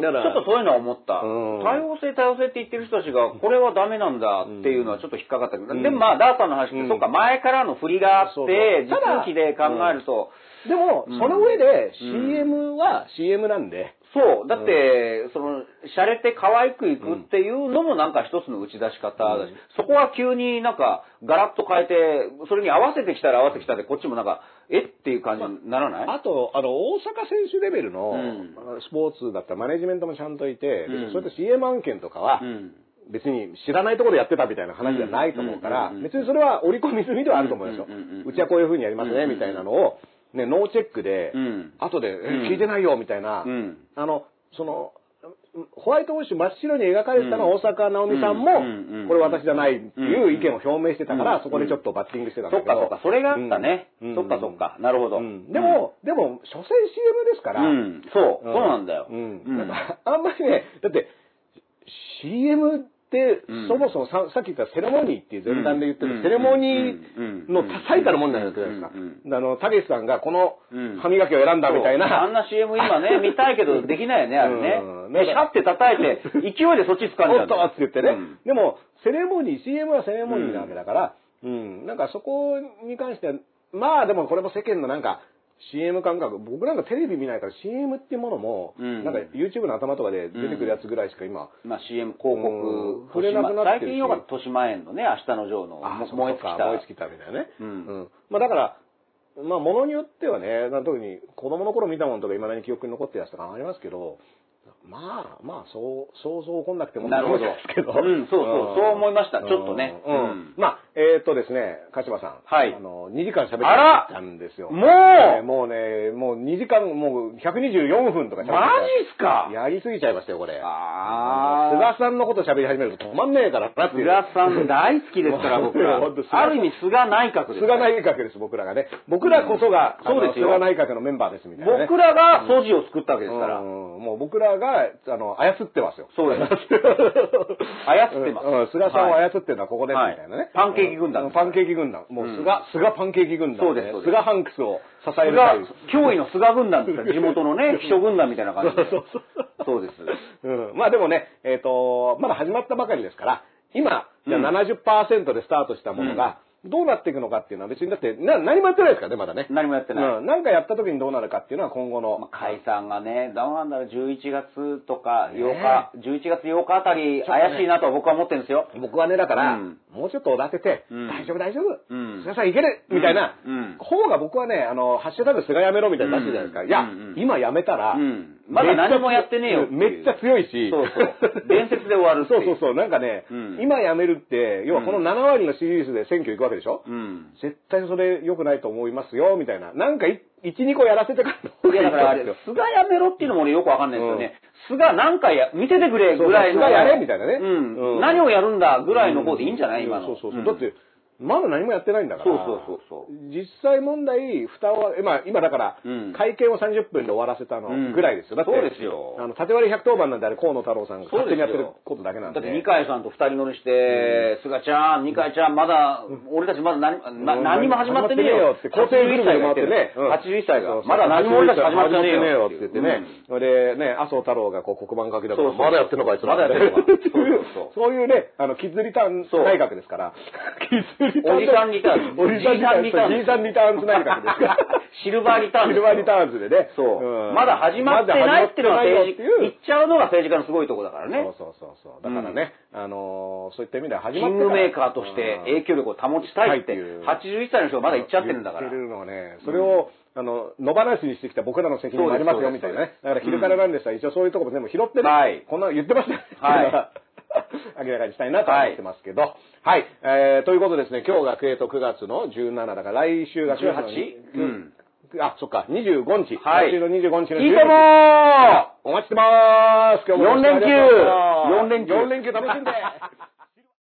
Speaker 3: だか
Speaker 2: ちょ
Speaker 3: ら
Speaker 2: っとそういうのは思った。
Speaker 3: うん
Speaker 2: 多様性多様性って言ってる人たちが、これはダメなんだっていうのはちょっと引っかかったけど、
Speaker 3: うん
Speaker 2: でもまあ、ダータの話って、
Speaker 3: うん
Speaker 2: そっか、前からの振りがあっ
Speaker 3: そう
Speaker 2: て、
Speaker 3: そうただ
Speaker 2: 実機で考えると、
Speaker 3: でも、
Speaker 2: うん
Speaker 3: その上で
Speaker 2: うん
Speaker 3: CM は CM なんで、
Speaker 2: そう、だって、その、洒落て可愛くいくっていうのもなんか一つの打ち出し方だし、
Speaker 3: うん
Speaker 2: そこは急になんか、ガラッと変えて、それに合わせてきたら合わせてきたで、こっちもなんか、えっていう感じにならない、
Speaker 3: あと、あの、大阪選手レベルの、
Speaker 2: うん
Speaker 3: スポーツだったらマネジメントもちゃんといて、
Speaker 2: うん
Speaker 3: そういった CM 案件とかは、
Speaker 2: うん。
Speaker 3: 別に知らないところでやってたみたいな話じゃないと思うから、
Speaker 2: うんうんうんうん
Speaker 3: 別にそれは織り込み済みではあると思うんですよ。
Speaker 2: うんうんうんうん
Speaker 3: うちはこういう風にやります
Speaker 2: うんうん
Speaker 3: ね、
Speaker 2: うん
Speaker 3: みたいなのを、ね、ノーチェックで、
Speaker 2: うん
Speaker 3: 後で、え
Speaker 2: うん
Speaker 3: 聞いてないよ、みたいな、
Speaker 2: うん
Speaker 3: あの、その、ホワイトウォッシュ真っ白に描かれてたのは大阪直美さんも、
Speaker 2: うんうんうん
Speaker 3: これ私じゃないっていう意見を表明してたから、
Speaker 2: うん
Speaker 3: そこでちょっとバッティングしてたん
Speaker 2: そ
Speaker 3: だ
Speaker 2: っ
Speaker 3: けど。
Speaker 2: かそっか、それがあったね。
Speaker 3: うん
Speaker 2: そっかそっか、なるほど。
Speaker 3: うんでも、でも、所詮 CM ですから、
Speaker 2: うん、そう、そうなんだよ。
Speaker 3: うん。
Speaker 2: うん
Speaker 3: なんか、あんまりね、だって、CM って
Speaker 2: うん、
Speaker 3: そもそもささっき言ったセレモニーっていう前段で言って
Speaker 2: うん
Speaker 3: るセレモニーの最たるもんじゃないです
Speaker 2: うん
Speaker 3: か。
Speaker 2: うん
Speaker 3: あの、たけしさんがこの
Speaker 2: うん
Speaker 3: 歯磨きを選ん <laughs> だみたいな。
Speaker 2: あんな CM 今ね、見たいけどできないよね、あれ
Speaker 3: うん
Speaker 2: ね。で、シャって叩いて、 <laughs> 勢いでそっち掴んじゃう。
Speaker 3: おっとって言ってね。
Speaker 2: うん
Speaker 3: でも、セレモニー、CM はセレモニーなわけだから、うん、なんかそこに関しては、まあでもこれも世間のなんか、CM 感覚、僕なんかテレビ見ないから CM っていうものも、
Speaker 2: うん
Speaker 3: なんか YouTube の頭とかで出てくるやつぐらいしか今、
Speaker 2: まあ CM 広
Speaker 3: う
Speaker 2: 告
Speaker 3: ん、触れなくなってるし
Speaker 2: 最近よかった、豊島園のね、明日のジョーの
Speaker 3: あ
Speaker 2: も燃え尽き
Speaker 3: そう
Speaker 2: た
Speaker 3: か。燃え尽きたみたいなね。
Speaker 2: うん
Speaker 3: まあだから、まあものによってはね、まあ特に子供の頃見たものとか未だに記憶に残ってるやつとかもありますけど、まあまあ、そう、想像起こんなくても
Speaker 2: なるほど
Speaker 3: いいですけど。
Speaker 2: うんそうそうそう思いましたちょっとね
Speaker 3: うん。
Speaker 2: うん
Speaker 3: まあ、えーっとですね、鹿島さん。
Speaker 2: はい
Speaker 3: あの、2時間喋って
Speaker 2: あら
Speaker 3: たんですよ。
Speaker 2: もう
Speaker 3: えーもうね、もう2時間、もう124分とか喋ってた
Speaker 2: マジっすか
Speaker 3: やりすぎちゃいましたよ、これ。
Speaker 2: あー
Speaker 3: 菅さんのこと喋り始めると止まんねえからなっていう。
Speaker 2: 菅さん大好きですから、僕
Speaker 3: <laughs> も
Speaker 2: ら
Speaker 3: う本当。菅
Speaker 2: ある意味、菅内閣ですか
Speaker 3: 菅
Speaker 2: ら。
Speaker 3: 内閣です、僕らがね。僕らこそが、
Speaker 2: うんそうですよ
Speaker 3: あの菅内閣のメンバーです、みたいな、ね。
Speaker 2: 僕らが素地を作ったわけですから
Speaker 3: う。んもう僕らが、あの、操ってますよ。
Speaker 2: そう
Speaker 3: <laughs>
Speaker 2: です操ってます
Speaker 3: うんうん菅さんを操ってるのはここです、
Speaker 2: はい
Speaker 3: みたいなね。
Speaker 2: パンケーキ軍団
Speaker 3: うんパンケーキ軍団。もう菅、
Speaker 2: うん
Speaker 3: 菅パンケーキ軍団、
Speaker 2: そうですそうです
Speaker 3: 菅ハンクスを支える
Speaker 2: 菅、脅威の菅軍団で
Speaker 3: <laughs>
Speaker 2: すから、地元のね、秘書軍団みたいな感じで。
Speaker 3: そうそうそう
Speaker 2: そうです。
Speaker 3: <laughs> うん、まあでもね、えっ、と、まだ始まったばかりですから、今、じゃあ
Speaker 2: うん
Speaker 3: 70%でスタートしたものが、どうなっていくのかっていうのは別に、だってな、何もやってないですからね、まだね。
Speaker 2: 何もやってない。
Speaker 3: うん、なんかやった時にどうなるかっていうのは今後の。
Speaker 2: まあ、解散がね、どうなんだろう、11月とか8
Speaker 3: ね
Speaker 2: 日、11月8日あたり、
Speaker 3: ちょっとね
Speaker 2: 怪しいなとは僕は思ってるんですよ。
Speaker 3: 僕はね、だから、
Speaker 2: うん
Speaker 3: もうちょっとおだてて、
Speaker 2: うん
Speaker 3: 大丈夫大丈夫、
Speaker 2: うん
Speaker 3: 菅さんいけるみたいな、
Speaker 2: うんうん
Speaker 3: 方が僕はね、あの、ハッシュタグ菅やめろみたいなの出してるじゃないですか。
Speaker 2: うん
Speaker 3: いや、
Speaker 2: うん
Speaker 3: 今やめたら、
Speaker 2: うんまだ何もやってねえよっていう
Speaker 3: めっちゃ強いし。
Speaker 2: そうそう伝説で終わるっ
Speaker 3: そ
Speaker 2: てい
Speaker 3: ううそうそう。なんかね、
Speaker 2: うん
Speaker 3: 今やめるって、要はこの7割の支持率で選挙行くわけでしょ、
Speaker 2: うん。
Speaker 3: 絶対それ良くないと思いますよ、みたいな。なんかい、1、2個やらせてからの方
Speaker 2: いや、だから
Speaker 3: が
Speaker 2: あ
Speaker 3: いい
Speaker 2: れ
Speaker 3: んですよ、
Speaker 2: 菅やめろっていうのも俺よくわかんないですよね。菅なんかや、見ててくれぐらいの。
Speaker 3: そうそう菅やれみたいなね
Speaker 2: うん。
Speaker 3: うん
Speaker 2: 何をやるんだぐらいの方でいいんじゃない
Speaker 3: うん
Speaker 2: 今の。
Speaker 3: そうそうそう、
Speaker 2: ん
Speaker 3: だって、まだ何もやってないんだから。
Speaker 2: そうそうそうそう
Speaker 3: 実際問題、蓋を、えまあ今だから
Speaker 2: うん、
Speaker 3: 会見を30分で終わらせたのぐらいですよ。だって、
Speaker 2: そうですよ
Speaker 3: あの、縦割り110番なんであれ、河野太郎さんが
Speaker 2: そう
Speaker 3: 勝
Speaker 2: で
Speaker 3: 手
Speaker 2: す
Speaker 3: に
Speaker 2: よ
Speaker 3: やってることだけなんで。
Speaker 2: だって、二階さんと二人乗りして、菅ちゃん、二階ちゃん、まだ、俺たちまだ何、な
Speaker 3: うん
Speaker 2: 何も始まってねえよって、
Speaker 3: 構成ぐるぐる回ってね。
Speaker 2: 81歳が
Speaker 3: う、ん
Speaker 2: まだ何も俺たち始まってねえよ
Speaker 3: って言ってね。それでね、麻生太郎がこう黒板書きだか
Speaker 2: そう
Speaker 3: ら、
Speaker 2: そう
Speaker 3: まだやってんのかあいつら。
Speaker 2: まだやってん
Speaker 3: <laughs>
Speaker 2: のか
Speaker 3: っていう
Speaker 2: そうそう
Speaker 3: そういうね、あの、キッズリターン
Speaker 2: そう
Speaker 3: 内閣ですから。キ <laughs> ッズリターン。
Speaker 2: おじさんリターン
Speaker 3: おじさんリターン。
Speaker 2: じいさんリターン。
Speaker 3: じいさんリターンズ内閣ですから
Speaker 2: シルバーリターンズ
Speaker 3: シルバーリターンズでね。
Speaker 2: そう、
Speaker 3: ん
Speaker 2: まだ始まってないっていうのは
Speaker 3: まだ始まってな
Speaker 2: 政治、
Speaker 3: いよってい
Speaker 2: 言
Speaker 3: う
Speaker 2: っちゃうのが政治家のすごいとこだからね。
Speaker 3: そうそうそうそう。だからね、あのーそういった意味では始
Speaker 2: キ
Speaker 3: まって
Speaker 2: ングメーカーとして
Speaker 3: うん
Speaker 2: 影響力を保ちたいって、
Speaker 3: はいっていう
Speaker 2: 81歳の人がまだ言っちゃってるんだか
Speaker 3: 言っ
Speaker 2: ら。
Speaker 3: てるのはね、それを、あの、野放しにしてきた僕らの責任もありますよ、
Speaker 2: そうで
Speaker 3: み
Speaker 2: す
Speaker 3: たいなね。
Speaker 2: そう
Speaker 3: だか
Speaker 2: です
Speaker 3: ら、昼からなんでしたら、一応そういうとこも全部拾ってね、
Speaker 2: はい
Speaker 3: こんなの言ってましたよっていうの
Speaker 2: は
Speaker 3: は <laughs> 明らかにしたいなと思ってますけど。はい、えーということですね、今日がクエと9月の17だから、来週が9月の
Speaker 2: 18? うん。
Speaker 3: あ、そっか、25日。
Speaker 2: はい
Speaker 3: 来週の25日の
Speaker 2: いいともー
Speaker 3: お待ちしてまーす今日もよろしくお願いします
Speaker 2: 四連休
Speaker 3: 4連休楽しんで